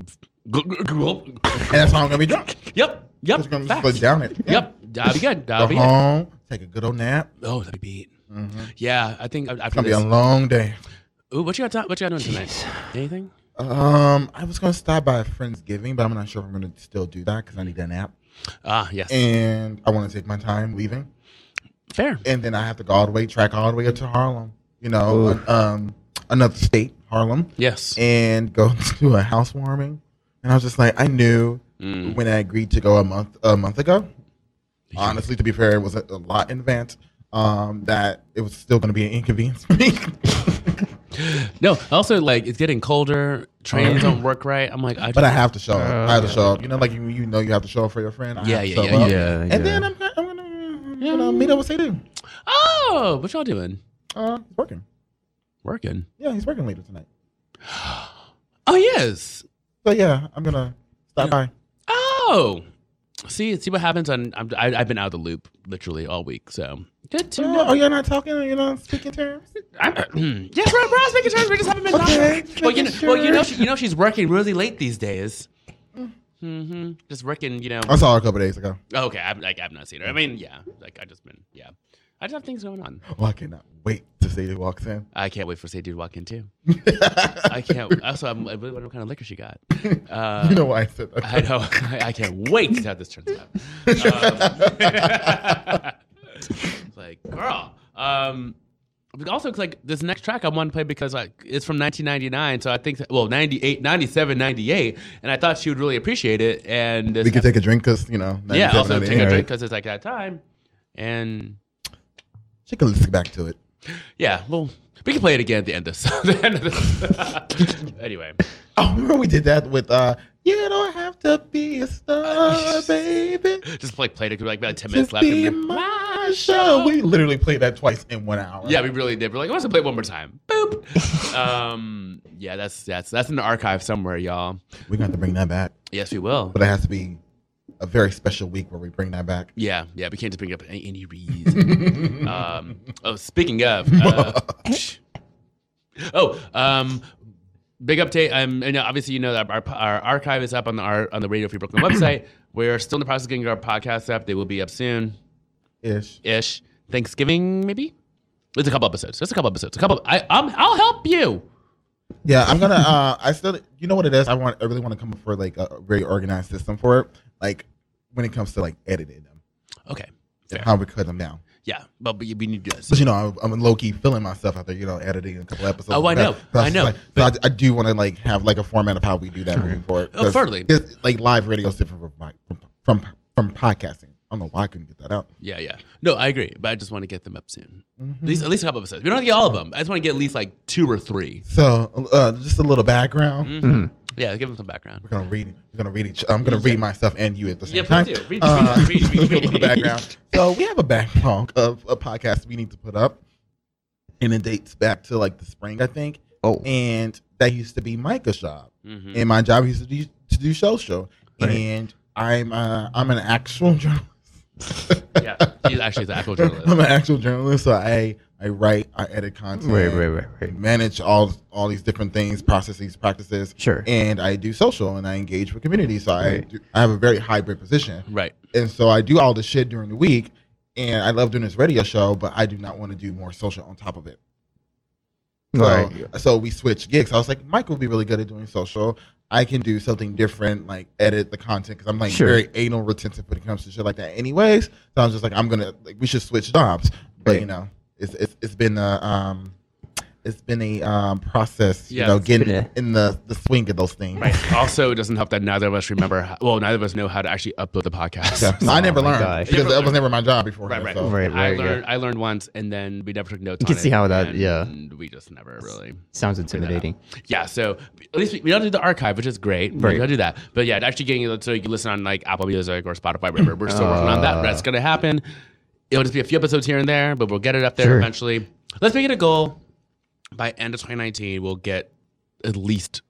S1: And
S5: that's how I'm gonna be drunk.
S1: Yep. Yep.
S5: Just put down it.
S1: Yep. That'll be good. That'll
S5: Go
S1: be good.
S5: home. Take a good old nap. Mm-hmm.
S1: Oh, that'd be beat. Yeah, I think after
S5: It's gonna be
S1: this-
S5: a long day.
S1: Ooh, what you got? what you got doing tonight? Anything?
S5: Um, I was gonna stop by Friendsgiving, but I'm not sure if I'm gonna still do that because I need that nap.
S1: Ah, yes.
S5: And I want to take my time leaving.
S1: Fair.
S5: And then I have to go all the way, track all the way up to Harlem. You know,
S1: Ooh.
S5: um, another state, Harlem.
S1: Yes.
S5: And go to a housewarming. And I was just like, I knew
S1: Mm.
S5: when I agreed to go a month a month ago. Honestly, to be fair, it was a, a lot in advance. Um, that it was still going to be an inconvenience for me.
S1: No. Also, like it's getting colder. Trains don't work right. I'm like, I
S5: Mm-hmm. But I have to show up. I
S1: Uh,
S5: have to show up. You know, like you, you know, you have to show up for your friend. I
S1: Yeah,
S5: have to
S1: yeah,
S5: show
S1: yeah,
S5: up.
S1: yeah,
S5: And
S1: yeah.
S5: then uh, I'm, I'm gonna you know, meet up with Sadie.
S1: Oh, what y'all doing?
S5: Uh, he's working.
S1: Working.
S5: Yeah, he's working later tonight.
S1: Oh yes.
S5: So yeah, I'm gonna stop by.
S1: Oh. See, see what happens. On I'm, I, I've been out of the loop literally all week. So good to
S5: Oh,
S1: know.
S5: oh, you're not talking. You're not speaking terms.
S1: I'm, yes, we're, we're all speaking terms. We just haven't been
S5: Okay,
S1: talking. Well, you know,
S5: making
S1: well, you know,
S5: sure.
S1: she, you know, she's working really late these days.
S5: Mm-hmm.
S1: hmm Just working, you know.
S5: I saw her a couple days ago.
S1: Oh, okay, I've, like, I've not seen her. I mean, yeah, like I just been, yeah. I just have things going on.
S5: Oh, I cannot wait to Sadie walks in.
S1: I can't wait for Sadie to walk in too. I can't. Also, I'm, I really wonder what kind of liquor she got. Uh,
S5: You know why I said that.
S1: I know. I, I can't wait to how this turns out. Um, it's like, girl. Um, but also, it's like this next track I want to play because like it's from 1999, so I think well 98, 97, 98, and I thought she would really appreciate it. And this
S5: We could take a drink because you know.
S1: yeah,
S5: 97,
S1: also take
S5: 98,
S1: a drink
S5: right?
S1: because it's like that time, and
S5: She can listen back to it.
S1: yeah, well, we can play it again at the end of this. the end of this. anyway,
S5: Oh, remember we did that with uh, you don't have to be a star, baby.
S1: just like played it like about ten minutes
S5: Just
S1: left.
S5: be
S1: and we-
S5: my show. We literally played that twice in one hour.
S1: Yeah, we really did. We're like, let's play it one more time. Boop. um, yeah, that's that's that's in the archive somewhere, y'all.
S5: We're gonna have to bring that back,
S1: Yes, we will.
S5: but it has to be a very special week where we bring that back.
S1: Yeah, yeah, we can't just bring it up any, any reason. um, oh, speaking of, uh, oh, um, big update. Um, and obviously, you know that our, our archive is up on the our, on the Radio Free Brooklyn website. We're still in the process of getting our podcasts up. They will be up soon,
S5: Ish.
S1: ish. Thanksgiving, maybe. It's a couple episodes. It's a couple episodes. A couple. I, I'm, I'll help you.
S5: Yeah, I'm gonna. Uh, I still. You know what it is? I want. I really want to come up for like a very organized system for it. Like when it comes to like editing them,
S1: Okay.
S5: and how we cut them down.
S1: Yeah, but we, we need to do that.
S5: But you know, I'm, I'm low key feeling myself after you know editing a couple episodes.
S1: Oh, I know.
S5: So
S1: I know.
S5: Like, so I, I do want to like have like a format of how we do that moving forward.
S1: Oh,
S5: 'Cause
S1: totally.
S5: this- Like live radio is different from, like, from from from podcasting. I don't know why I couldn't get that out.
S1: Yeah, yeah. No, I agree, but I just want to get them up soon. At least at least a couple episodes. We don't have to get all of them. I just want to get at least like two or three.
S5: So uh, just a little background.
S1: Yeah, give them some background.
S5: We're gonna read. We're gonna read each. I'm gonna read myself and you at the same
S1: Yeah,
S5: time.
S1: please do. Read-
S5: Uh,
S1: read- read- read-
S5: a little background. So we have a backlog of a podcast we need to put up, and it dates back to like the spring, I think.
S6: Oh.
S5: and that used to be Micah's job,
S1: Mhm.
S5: and my job used to do to do show show,
S6: Right.
S5: and I'm uh, I'm an actual journalist.
S1: Yeah, he's actually the actual journalist.
S5: I'm an actual journalist, so I I write, I edit content,
S6: Right, right, right, right.
S5: manage all all these different things, processes, practices.
S6: Sure.
S5: And I do social and I engage with community, so I
S6: Right.
S5: do, I have a very hybrid position.
S1: Right.
S5: And so I do all this shit during the week, and I love doing this radio show, but I do not want to do more social on top of it. So,
S6: Right.
S5: so we switched gigs. I was like, Mike would be really good at doing social. I can do something different, like edit the content because I'm like
S6: Sure.
S5: very anal retentive when it comes to shit like that. Anyways, so I was just like, I'm gonna like we should switch jobs. But
S6: Right.
S5: you know, it's it's, it's been a um, it's been a um process.
S1: Yeah,
S5: you know,
S1: it's
S5: getting
S6: been
S5: in the the swing of those things.
S1: Right. Also, it doesn't help that neither of us remember. How, well, neither of us know how to actually upload the podcast.
S5: Yeah. I never
S6: Oh my
S5: learned
S6: gosh.
S5: because
S1: Never
S5: that was never my job before.
S1: Right, right.
S5: So.
S6: Right,
S1: I
S6: right, yeah.
S1: learned. I learned once, and then we never took notes.
S6: You can
S1: on
S6: see
S1: it,
S6: how that- yeah.
S1: and We just never really.
S6: Sounds intimidating.
S1: Yeah, so at least we, we don't do the archive, which is great.
S6: Right.
S1: We don't do that. But yeah, actually getting it so you can listen on like Apple Music or Spotify, whatever. We're still working on
S5: Uh.
S1: that. That's going to happen. It'll just be a few episodes here and there, but we'll get it up there
S6: Sure.
S1: eventually. Let's make it a goal. By end of 2019, we'll get at least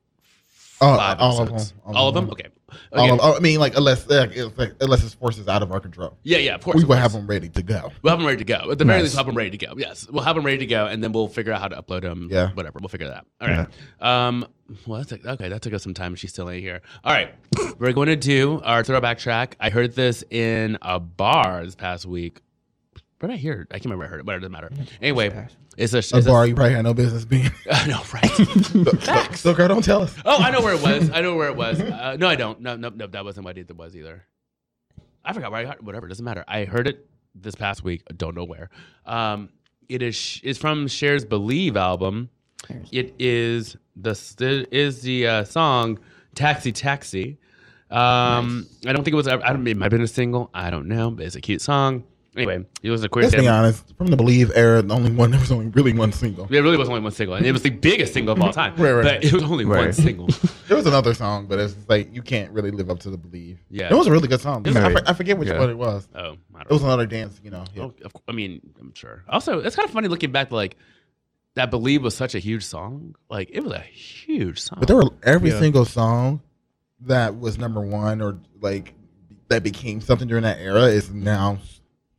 S5: Oh,
S1: five
S5: all of
S1: episodes.
S5: Oh, them.
S1: All, of them? Okay.
S5: All
S1: Again-
S5: of- Oh, I mean, like unless like, it's like, unless his force is out of our control.
S1: Yeah, yeah, of course,
S5: We
S1: of
S5: will
S1: course.
S5: have him ready to go.
S1: We'll have them ready to go. At the very
S5: Nice.
S1: least, we'll have them ready to go. Yes, we'll have them ready to go, and then we'll figure out how to upload them.
S5: Yeah.
S1: whatever. We'll figure that. All right. Um. Well, that's okay. That took us some time. She's still ain't here. All right. We're going to do our throwback track. I heard this in a bar this past week. Where did I hear? it? I can't remember. Where I heard it. Whatever. Doesn't matter. Anyway, it's a, it's
S5: A bar you probably had no business being.
S1: I know, right?
S5: Facts. So, girl, don't tell us.
S1: Oh, I know where it was. I know where it was. Uh, no, I don't. No, no, no. That wasn't what it was either. I forgot where I heard. Whatever, doesn't matter. I heard it this past week. I Don't know where. Um, it is. It's from Cher's "Believe" album. It is the it is the uh, song "Taxi Taxi." Um, I don't think it was. ever- I don't. It might have been a single. I don't know. But it's a cute song. Anyway, it was a queer.
S5: Let's be
S1: stamp-
S5: honest. From the Believe era, the only one there was only really one single.
S1: There really was only one single, and it was the biggest single of all time.
S5: Right, right.
S1: But it was only one
S5: Right.
S1: single.
S5: There was another song, but it's like you can't really live up to the Believe.
S1: Yeah.
S5: it was a really good song.
S1: It was-
S5: I, for- I forget which
S1: Yeah.
S5: one it was.
S1: Oh, I don't
S5: it was
S1: know.
S5: another dance. You know, hit.
S1: Oh, of cou- I mean, I'm sure. Also, it's kind of funny looking back. Like that, "Believe" was such a huge song. Like it was a huge song.
S5: but there were every
S1: Yeah.
S5: single song that was number one or like that became something during that era is now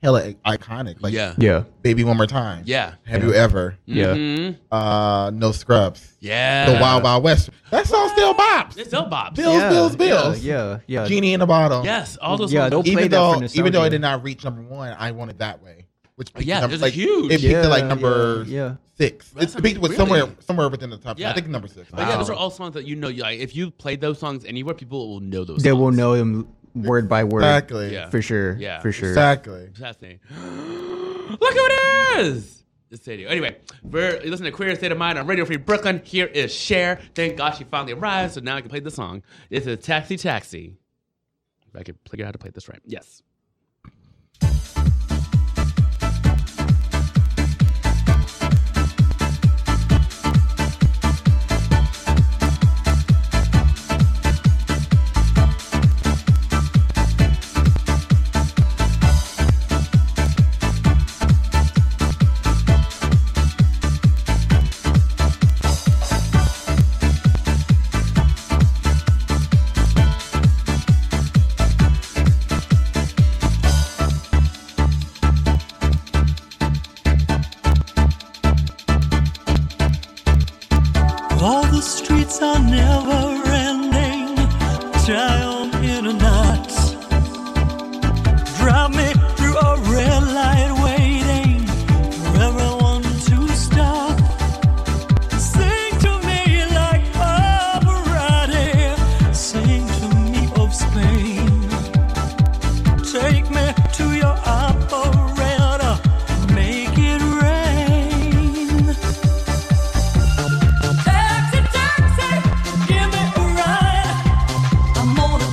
S5: hella iconic. Like
S1: Yeah.
S6: Yeah.
S5: Baby One More Time.
S1: Yeah.
S5: Have
S1: Yeah.
S5: you ever?
S1: Yeah. Mhm.
S5: Uh, no Scrubs.
S1: Yeah.
S5: The Wild Wild West. That song still bops.
S1: It's still bops.
S5: Bills, bills, bills.
S6: yeah, yeah.
S5: Genie in the bottle.
S1: Yes, all those
S6: Yeah,
S1: songs.
S6: they'll play
S5: even
S6: that for
S5: though even though
S6: nostalgia.
S5: it did not reach number one, I wanted that way. Which peaked
S1: Oh, Yeah,
S5: at number,
S1: there's a
S5: like,
S1: huge-
S5: It peaked at like
S1: Yeah,
S5: number
S1: yeah, yeah.
S5: six.
S1: That's
S5: it peaked
S1: not
S5: with
S1: really-
S5: somewhere somewhere within the top. I think number six.
S1: But yeah, those are all songs that you know. Like, if you play those songs anywhere, people will know those.
S6: They
S1: songs.
S6: will know them word by word.
S5: Exactly.
S1: Yeah.
S6: For sure.
S1: Yeah.
S6: For sure.
S1: Fascinating. Look who it is! It's Sadie. Anyway, we're you listening to Queer State of Mind on Radio Free Brooklyn. Here is Cher. Thank God she finally arrived, so now I can play this song. It's a taxi taxi. If I could figure out how to play this right. Yes.
S12: All the streets are never ending, down in a knot. Drive me through a red light, waiting for everyone to stop. Sing to me like Pavarotti, sing to me of Spain. Take me to your operator, make it rain. Taxi, taxi, give me a ride. I'm on a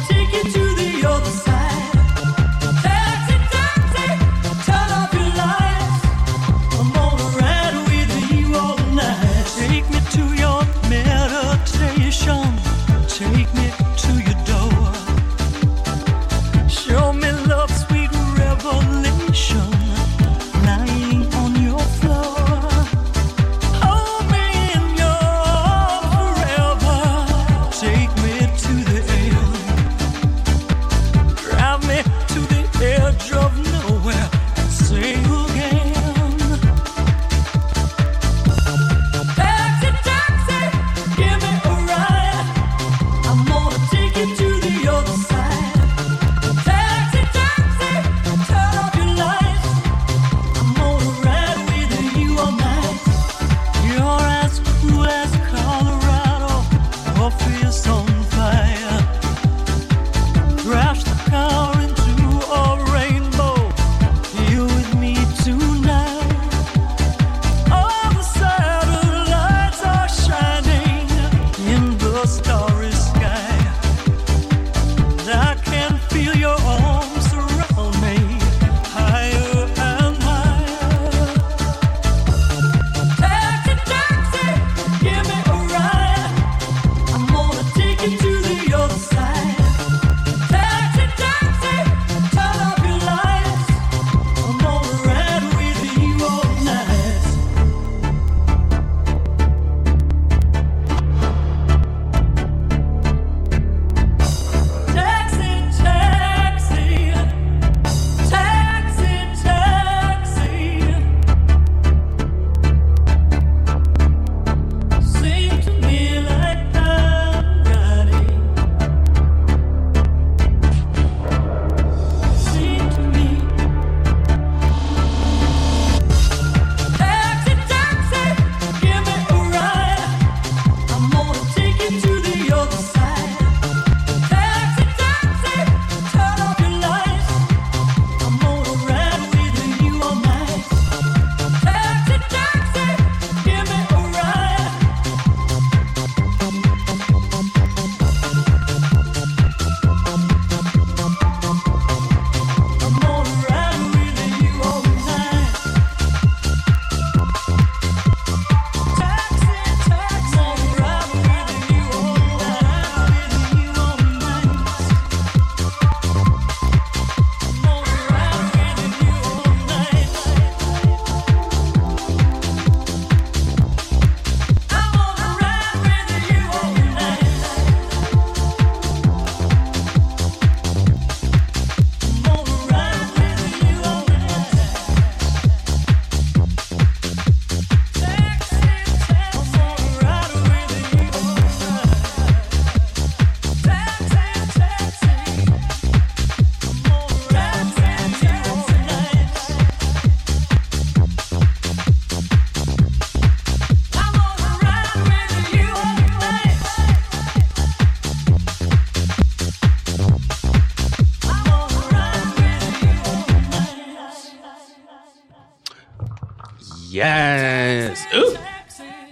S1: Yes. Ooh.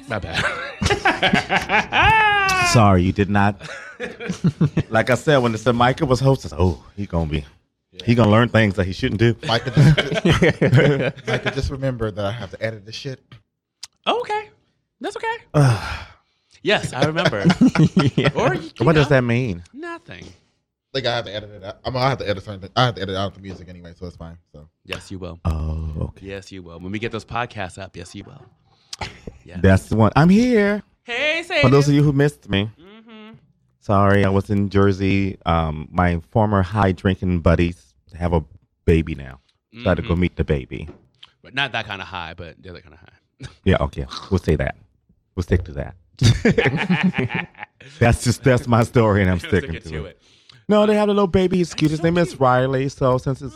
S1: My bad.
S4: Sorry, you did not. like I said, when the said Micah was hosting, oh, he gonna be, he gonna learn things that he shouldn't do.
S5: Micah just, Micah, just remember that I have to edit this shit.
S1: Oh, okay. That's okay. yes, I remember. Or you
S4: what does that mean?
S1: Nothing.
S5: Like I have to edit it out. I'm gonna have to edit something. I have to edit out the music anyway, so it's fine. So
S1: Yes, you will.
S4: Oh, okay.
S1: Yes, you will. When we get those podcasts up, yes, you will. Yeah.
S4: That's the one. I'm here.
S1: Hey, Mm-hmm.
S4: For
S1: Sadie.
S4: those of you who missed me, sorry, I was in Jersey. Um, my former high drinking buddies have a baby now. So I had to go
S1: Mhm.
S4: meet the baby.
S1: But not that kind of high, but the other kind of high.
S4: Yeah, okay. We'll say that. We'll stick to that. that's just that's my story, and I'm sticking
S1: Stick it
S4: to,
S1: to
S4: it. No, they have a little baby. He's cute. His name is Riley. So since it's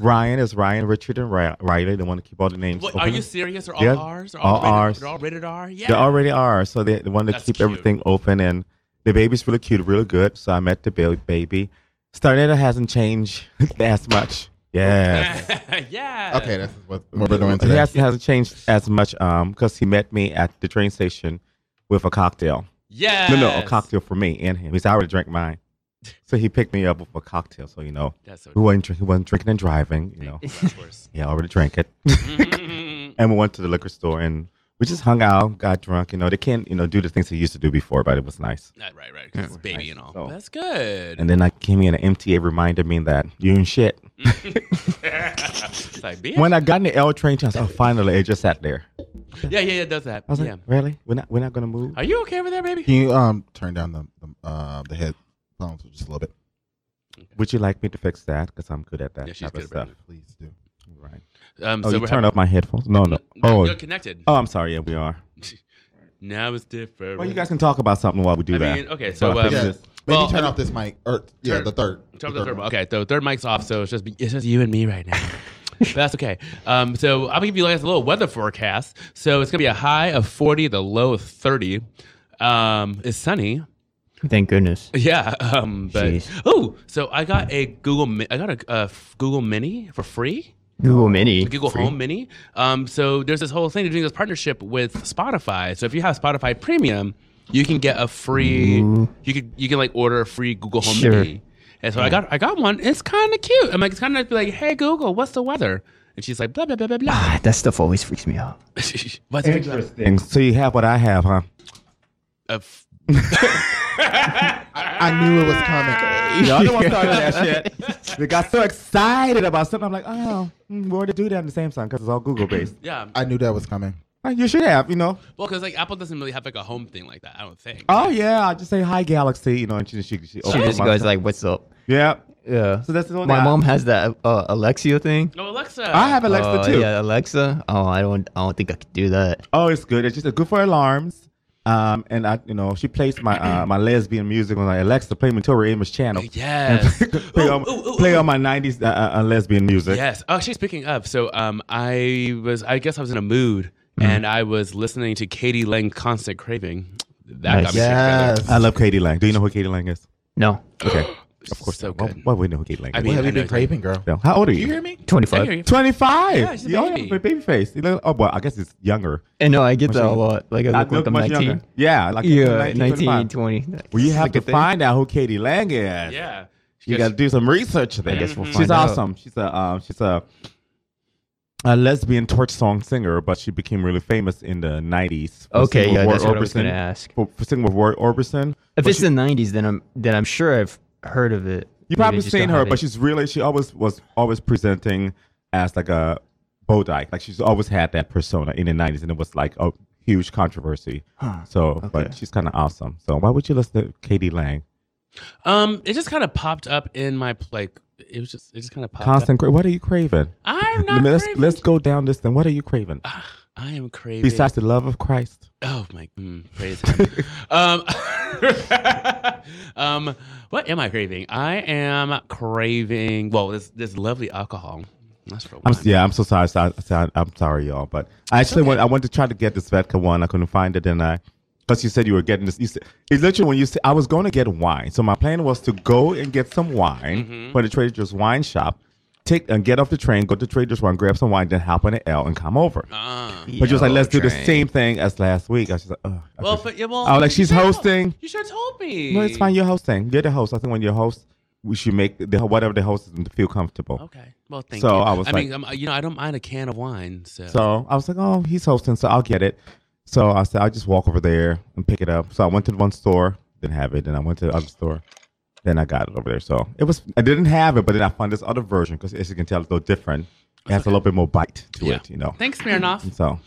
S4: Ryan, it's Ryan, Richard, and Ri- Riley. They want to keep all the names.
S1: What, are
S4: open.
S1: you serious? They're all Rs? They're all
S4: all,
S1: rated-
S4: R's.
S1: they're all rated R? Yeah.
S4: They already are. So they, they wanted to
S1: That's
S4: keep
S1: cute.
S4: everything open, and the baby's really cute, really good. So I met the ba- baby. Starnetta hasn't changed as much. Yes.
S1: yeah.
S5: Okay, that's what, what we're doing today.
S4: He hasn't, hasn't changed as much um because he met me at the train station with a cocktail. No, no, a
S1: Yes.
S4: cocktail for me and him. He's I already drank mine. So he picked me up with a cocktail. So you know,
S1: That's so
S4: we wasn't drink, he wasn't drinking and driving. You know,
S1: Of course.
S4: yeah, already drank it. and we went to the liquor store and we just hung out, got drunk. You know, they can't you know do the things they used to do before, but it was nice.
S1: Right, right, right. 'cause
S4: Yeah.
S1: it's baby and all. That's good.
S4: And then I came in and MTA reminded me that you ain't shit.
S1: Mm-hmm. It's like, bitch.
S4: When I got in the L train, I was, oh, finally, it just sat there.
S1: yeah, yeah, yeah, it does that.
S4: I was like,
S1: yeah.
S4: really? We're not, we're not gonna move.
S1: Are you okay over there, baby?
S5: Can you um turn down the the, uh, the headphones just a little bit?
S4: Would you like me to fix that? Because I'm good at that
S1: Yeah, she's
S4: type of
S1: good at
S4: stuff.
S1: it.
S5: Please do.
S4: Right.
S1: Um,
S4: oh,
S1: so
S4: you
S1: we're
S4: turn
S1: ha-
S4: off my headphones? No, no.
S1: No,
S4: oh,
S1: you're connected.
S4: Oh, I'm sorry. Yeah, we are.
S1: Now it's different.
S4: Well, you guys can talk about something while we do
S1: I
S4: that.
S1: mean, okay, so.
S4: While I
S1: Um,
S4: fix
S1: yeah.
S4: this.
S5: Maybe turn off this mic, or- yeah, the third.
S1: Turn off
S5: The
S1: the
S5: third
S1: third one.
S5: mic.
S1: Okay, so third mic's off, so it's just, it's just you and me right now. but that's okay. Um, so I'm going to give you guys a little weather forecast. So it's going to be a high of 40, the low of 30. Um, it's sunny.
S6: Thank goodness.
S1: Yeah. Um, but
S6: Jeez.
S1: oh, so I got a Google. Mi- I got a uh, Google Mini for free.
S6: Google Mini.
S1: The Google Home Mini. Um, so there's this whole thing they're doing this partnership with Spotify. So if you have Spotify Premium, you can get a free. You could you can like order a free Google Home
S6: Sure.
S1: Mini. And so I got I got one. It's kind of cute. I'm like it's kind of like, hey Google, what's the weather? And she's like blah blah blah blah blah.
S5: Ah,
S6: That stuff always freaks me out.
S1: what's the weather?
S4: Interesting. So you have what I have, huh?
S1: A f-
S5: I knew it was coming.
S4: Y'all don't want to start that shit. They got so excited about something. I'm like, oh, mm, we already do that in the Samsung because it's all Google based.
S1: yeah.
S5: I knew that was coming.
S4: Like, you should have, you know.
S1: Well, because like Apple doesn't really have like a home thing like that. I don't think.
S4: Oh yeah, I just say hi, Galaxy. You know, and she she, she,
S6: She
S4: opens
S6: just
S4: my-
S6: goes like, "What's up?"
S4: yeah.
S6: Yeah.
S4: So that's the only
S6: My
S4: I-
S6: mom has that uh, Alexia thing.
S1: No, Oh, Alexa.
S4: I have Alexa
S6: Uh,
S4: too.
S6: Yeah, Alexa. Oh, I don't. I don't think I could do that.
S4: Oh, it's good. It's just a good for alarms. Um, and I, you know, she plays my uh, my lesbian music on like Alexa, play me Tori Amos channel.
S1: Oh, Yes.
S4: play all, play all my '90s uh, uh, lesbian music.
S1: Yes. Oh, Actually, speaking of, so um, I was, I guess I was in a mood,
S4: Mm-hmm.
S1: and I was listening to Katie Lang, "Constant Craving." That got me yes.
S5: Yes.
S4: I love Katie Lang. Do you know who Katie Lang is?
S6: No.
S4: Okay, of course.
S1: So
S4: Why,
S1: good.
S4: why would we know who Katie Lang?
S1: I
S4: is?
S5: What
S1: mean,
S5: have
S1: I
S5: you
S1: know
S5: been craving, girl?
S4: So, how old are
S5: Do you
S4: you?
S5: hear me?
S1: I hear
S6: 25.
S1: you.
S4: Twenty-five.
S1: Yeah, she's a
S4: You
S1: baby.
S4: have baby face. You look- Oh boy, I guess it's younger.
S6: And no, I get that a
S4: young-
S6: lot. Like I
S4: I
S6: look like
S4: look
S6: I'm
S4: much
S6: 19.
S4: younger. Yeah, like
S6: yeah,
S4: 19,
S6: 19,
S4: 25.
S6: 20.
S4: Well, you
S6: It's
S4: have
S6: like
S4: to
S6: a thing.
S4: find out who Katie Lang is.
S1: Yeah.
S4: You got to do some research there.
S6: guess we'll
S4: she's
S6: find out.
S4: awesome. She's a um, she's a a lesbian torch song singer, but she became really famous in the nineties.
S6: Okay, yeah, that's what I was gonna ask.
S4: For, for singing with Roy Orbison,
S6: If
S4: But
S6: it's
S4: she-
S6: the 90s, then I'm then I'm sure I've heard of it.
S4: you
S6: Maybe I
S4: probably
S6: just don't
S4: seen her,
S6: have
S4: but
S6: it.
S4: she's really she always was always presenting as like a Bo Dyke. Like she's always had that persona in the nineties, and it was like a huge controversy. So, but she's kind of awesome. So why would you listen to Katie Lang?
S1: Um, it just kind of popped up in my like. It was just, it just kind of popped.
S4: Uh, Constant, cra- what are you craving?
S1: Up. I'm
S4: Let
S1: not.
S4: me- let's
S1: craving. Ah,
S4: let's go down this thing. What are you craving?
S1: I am craving.
S4: Besides the love of Christ.
S1: Oh my, mm, praise him. um, um, what am I craving? I am craving. Well, this this lovely alcohol. That's for
S4: I'm
S1: one.
S4: s- yeah, I'm so sorry. so- so- I'm sorry, y'all. But I actually went. I went to try to get this vodka one. I couldn't find it, and I because you said you were getting this. You said it literally when you said I was
S1: Mm-hmm.
S4: going to get wine. So my plan was to go and get some wine from the Trader Joe's wine shop, take and get off the train, go to Trader's One, grab some wine, then hop on the L and come over.
S1: Ah.
S4: But she was like,
S1: Yo,
S4: let's do the
S1: train.
S4: same thing as last week. I was just like, oh.
S1: Well, but, yeah, well,
S4: I was like, she's
S1: you should've-
S4: hosting.
S1: You should have told me.
S4: No, it's fine. You're hosting. You're the host. I think when you're host, we should make the, whatever the host is to feel comfortable.
S1: Okay. Well, thank
S4: so
S1: you.
S4: So I was like,
S1: mean, uh, i you know, I don't mind a can of wine. So,
S4: so I was like, oh, he's hosting, so I'll get it. So I said, I'll just walk over there and pick it up. So I went to one store, didn't have it. Then I went to the other store, then I got it over there. So it was, I didn't have it, but then I found this other version because as you can tell, it's a little different. It has a little bit more bite to it, you know.
S1: Thanks, Smirnoff.
S4: So,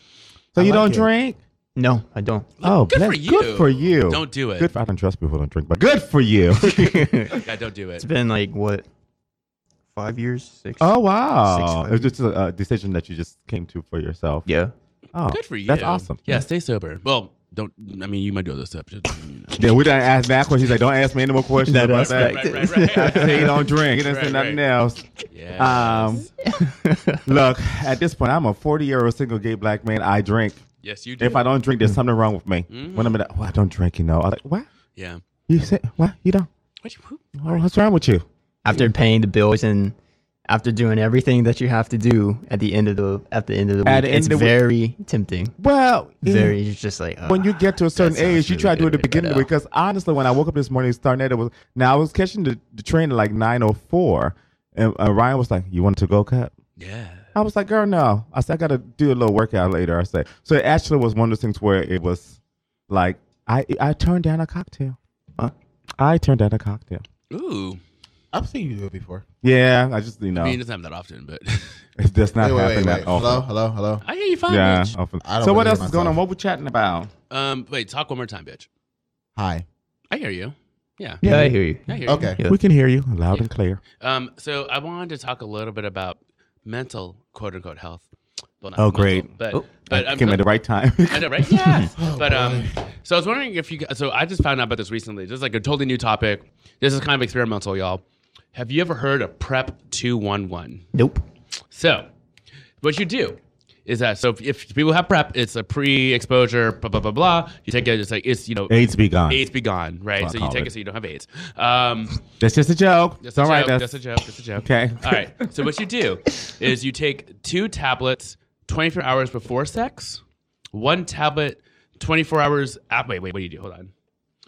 S4: so you don't drink?
S6: No, I don't.
S4: Oh,
S1: Good for
S4: bless- Good
S1: you.
S4: for you.
S1: Don't do it.
S4: Good for, I don't trust people who don't drink, but good for you.
S1: yeah, don't do it.
S6: It's been like what, five years, six?
S4: oh wow!
S6: Six,
S4: It was just a, a decision that you just came to for yourself.
S6: Yeah.
S4: Oh,
S1: Good for you.
S4: That's awesome.
S1: Yeah, stay sober. Well, don't. I mean, you might do other stuff. Just, you know.
S4: Yeah, we done asked that question. He's like, don't ask me any more questions
S1: That
S4: about that.
S1: aspect. Right, right, right.
S4: I say you don't drink. He didn't
S1: Right,
S4: say nothing
S1: right.
S4: else.
S1: Yes.
S4: Um, look, at this point, I'm a 40 year old single gay black man. I drink.
S1: Yes, you do.
S4: If I don't drink, there's something wrong with me.
S1: Mhm.
S4: When I'm like, oh, I don't drink, you know. I'm like, what?
S1: Yeah.
S4: You say what? You don't?
S1: What you?
S4: Oh, what's wrong with you?
S6: After paying the bills and after doing everything that you have to do at the end of the at the end of the week,
S4: At the end
S6: it's
S4: of the week-
S6: very tempting.
S4: Well, yeah.
S6: very it's just like uh,
S4: when you get to a certain
S6: sounds
S4: age, you
S6: really
S4: try to do it at the
S6: good,
S4: beginning
S6: but, uh,
S4: because honestly, when I woke up this morning, starting it was now I was catching the, the train at like nine oh four, and uh, Ryan was like, "You want to go cut?"
S1: Yeah.
S4: I was like, "Girl, no." I said, "I got to do a little workout later." I said, so it actually was one of those things where it was like I I turned down a cocktail. Uh, I turned down a cocktail.
S1: Ooh.
S5: I've seen you do it before.
S4: Yeah, I just you know
S1: I mean, it doesn't happen that often, but
S4: it's just not
S5: Wait, wait, wait,
S4: happening
S5: wait.
S4: that often.
S5: Hello, hello, hello.
S1: I hear you fine,
S4: yeah,
S1: bitch.
S4: often.
S5: I don't
S4: So what
S5: believe
S4: else is going
S5: myself.
S4: on? What we chatting about?
S1: Um, wait, talk one more time, bitch.
S5: Hi.
S1: I hear you. Yeah.
S6: Yeah, I hear you.
S1: I hear you.
S5: Okay.
S4: we can hear you loud and clear.
S1: Um, so I wanted to talk a little bit about mental quote unquote health. Well, not
S4: Oh,
S1: mental,
S4: great.
S1: But
S4: Oh,
S1: but
S4: I
S1: I'm
S4: came at
S1: com-
S4: the right time.
S1: I know, right? Yeah. but um, so I was wondering if you. g- So I just found out about this recently. This is like a totally new topic. This is kind of experimental, y'all. Have you ever heard of Prep Two One One?
S6: nope.
S1: So, what you do is that so if, if people have prep, it's a pre-exposure, blah blah blah blah. You take it, it's like it's you know
S4: AIDS be gone.
S1: AIDS be gone, right?
S4: That's
S1: So
S4: what I
S1: you
S4: call
S1: take
S4: it.
S1: it so you don't have AIDS. Um,
S4: That's just a joke.
S1: that's
S4: It's all
S1: a
S4: right.
S1: joke,
S4: that's-
S1: that's a joke. That's a joke.
S4: Okay.
S1: All right. So what you do is you take two tablets 24 hours before sex, one tablet 24 hours. Ah, wait, wait. What do you do? Hold on.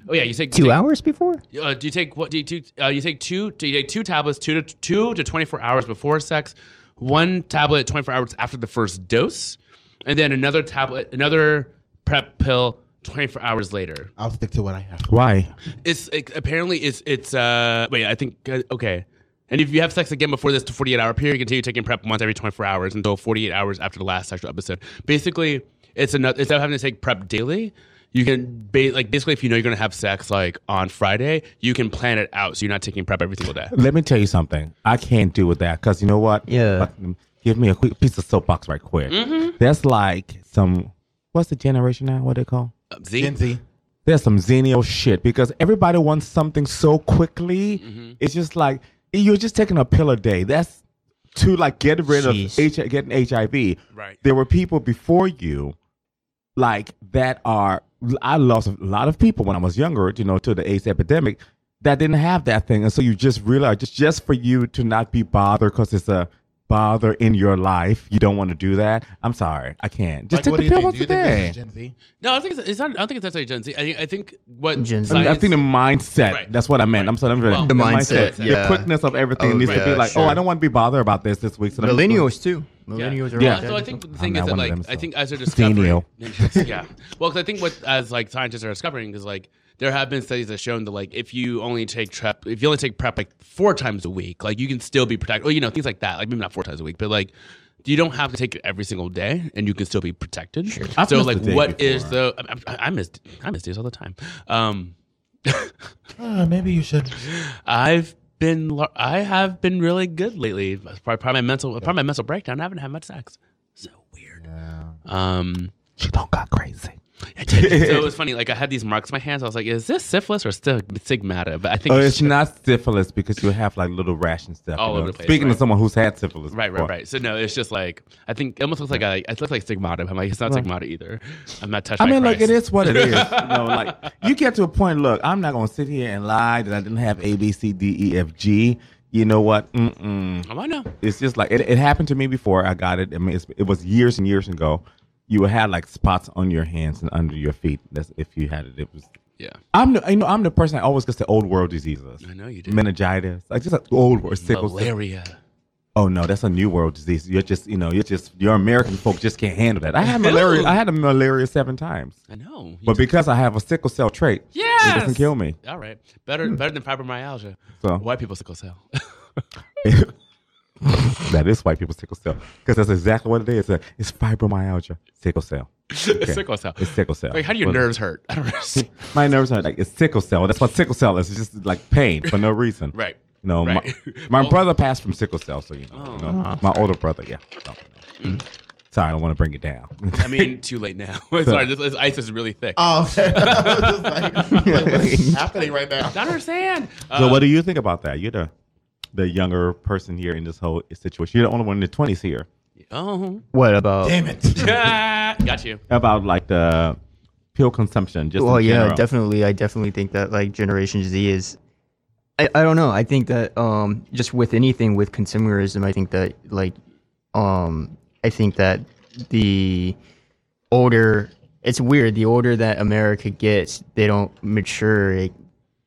S1: Oh yeah, you take
S6: Two
S1: take-
S6: hours before?
S1: uh, do you take what? Do you do? Uh, you take two. Do you take two tablets, two to two to twenty four hours before sex, one tablet twenty four hours after the first dose, and then another tablet, another prep pill twenty four hours later.
S5: I'll stick to what I have.
S4: Why?
S1: It's it, apparently it's it's uh wait I think uh, okay. And if you have sex again before this 48 hour period, continue taking PrEP once every 24 hours until 48 hours after the last sexual episode. Basically, it's another, instead of having to take PrEP daily, you can, ba- like, basically, if you know you're going to have sex, like, on Friday, you can plan it out so you're not taking PrEP every single day.
S4: Let me tell you something. I can't do with that because you know what?
S6: Yeah.
S4: Fucking Give me a quick piece of soapbox right quick. That's like some. What's the generation now? What they call?
S1: Uh, Z?
S5: Gen Z.
S4: There's some xenial shit because everybody wants something so quickly.
S5: Mm-hmm.
S4: It's just like you're just taking a pill a day. That's to like get rid
S6: Jeez.
S4: of H- getting HIV.
S1: Right.
S4: There were people before you, like that are. I lost a lot of people when I was younger, you know, to the AIDS epidemic that didn't have that thing, and so you just realize just just for you to not be bothered because it's a bother in your life. You don't want to do that. I'm sorry, I can't. Just
S5: what do
S4: take the
S5: you
S4: pill
S5: think?
S4: once
S5: Do you
S4: a
S5: think this
S4: day.
S5: is Gen Z?
S1: No, I don't think it's, it's not, I don't think it's necessarily Gen Z. I, think- I think what
S6: Gen Z.
S4: I mean, I
S1: science-
S4: think the mindset.
S1: Right.
S4: That's what I meant. I'm sorry. I'm
S1: Well,
S4: sorry.
S1: The
S6: mindset, yeah.
S4: The quickness of everything
S6: Oh,
S4: needs to
S6: yeah,
S4: be like, oh,
S6: sure.
S4: I don't want to be bothered about this this week. So let me-
S6: Millennials too.
S1: Yeah.
S6: Millennials are
S4: Yeah.
S6: all
S1: So I
S6: dead.
S1: think the thing
S4: I'm
S1: is
S4: not
S1: that
S4: one of
S1: like
S4: them,
S1: I
S4: so.
S1: think as they're discovering,
S4: Daniel.
S1: yeah. Well, 'cause I think what as like scientists are discovering is like there have been studies that have shown that like if you only take prep, if you only take prep like four times a week, like you can still be protected. Or you know things like that. Like maybe not four times a week, but like you don't have to take it every single day, and you can still be protected.
S4: I've
S1: So
S4: missed
S1: like
S4: a day
S1: what is
S4: before.
S1: the? I, I, I missed I miss days all the time. Um, Ah,
S5: Uh, maybe you should.
S1: I've been lar- I have been really good lately. Probably, probably my mental probably my mental breakdown. I haven't had much sex. So weird. Um.
S4: She don't got crazy.
S1: I did. so it was funny. Like I had these marks on my hands. I was like, "Is this syphilis or stig- stigmata?" But I think
S4: Oh,
S1: it's
S4: it's not syphilis because you have like little rash and stuff.
S1: All
S4: you
S1: over
S4: know?
S1: the place,
S4: Speaking
S1: right.
S4: of someone who's had syphilis.
S1: right, right,
S4: before.
S1: right. So no, it's just like I think it almost looks like a, it looks like stigmata. But I'm like, it's not stigmata either. I'm not touched.
S4: I
S1: by
S4: mean, like it
S1: Christ.
S4: is what it is. You know, like you get to a point. Look, I'm not gonna sit here and lie that I didn't have A, B, C, D, E, F, G. you know what? Mm-mm.
S1: Oh, I know.
S4: It's just like it, it happened to me before. I got it. I mean, it's, it was years and years ago. You had like spots on your hands and under your feet. That's if you had it. It was.
S1: Yeah.
S4: I'm the you know I'm the person that always gets the old world diseases.
S1: I know you do.
S4: Meningitis, like just like old world sickle cell.
S1: Malaria.
S4: Oh no, that's a new world disease. You're just you know you're just your American folk just can't handle that. I had malaria.
S1: Ew.
S4: I had a malaria seven times.
S1: I know.
S4: But because I have a sickle cell trait, it doesn't
S1: Yes!
S4: kill me. Hmm.
S1: All right. Better better than fibromyalgia.
S4: So-
S1: White people sickle cell.
S4: that is why people sickle cell because that's exactly what it is. It's fibromyalgia, sickle cell.
S1: It's sickle cell.
S4: It's sickle cell.
S1: Like, how do your
S4: Well,
S1: nerves hurt? I don't understand.
S4: My nerves are like it's sickle cell. That's what sickle cell is. It's just like pain for no reason.
S1: Right.
S4: You know,
S1: Right.
S4: my, my brother passed from sickle cell, so you know,
S1: Oh. Mm-hmm.
S4: you know, my older brother. Yeah. Sorry, I don't want to bring it down.
S1: I mean, too late now. Sorry, this, this ice is really thick.
S5: Oh, okay. I was just like, like, what is happening right now?
S1: I don't understand.
S4: so,
S1: Uh,
S4: what do you think about that? You're the the younger person here in this whole situation. You're the only one in the 20s here.
S1: Oh.
S4: What about?
S5: Damn it.
S1: Got you.
S4: About like the pill consumption. Just
S6: well,
S4: in
S6: yeah,
S4: general.
S6: definitely. I definitely think that like Generation Z is. I, I don't know. I think that um just with anything with consumerism, I think that like um I think that the older it's weird. The older that America gets, they don't mature. It,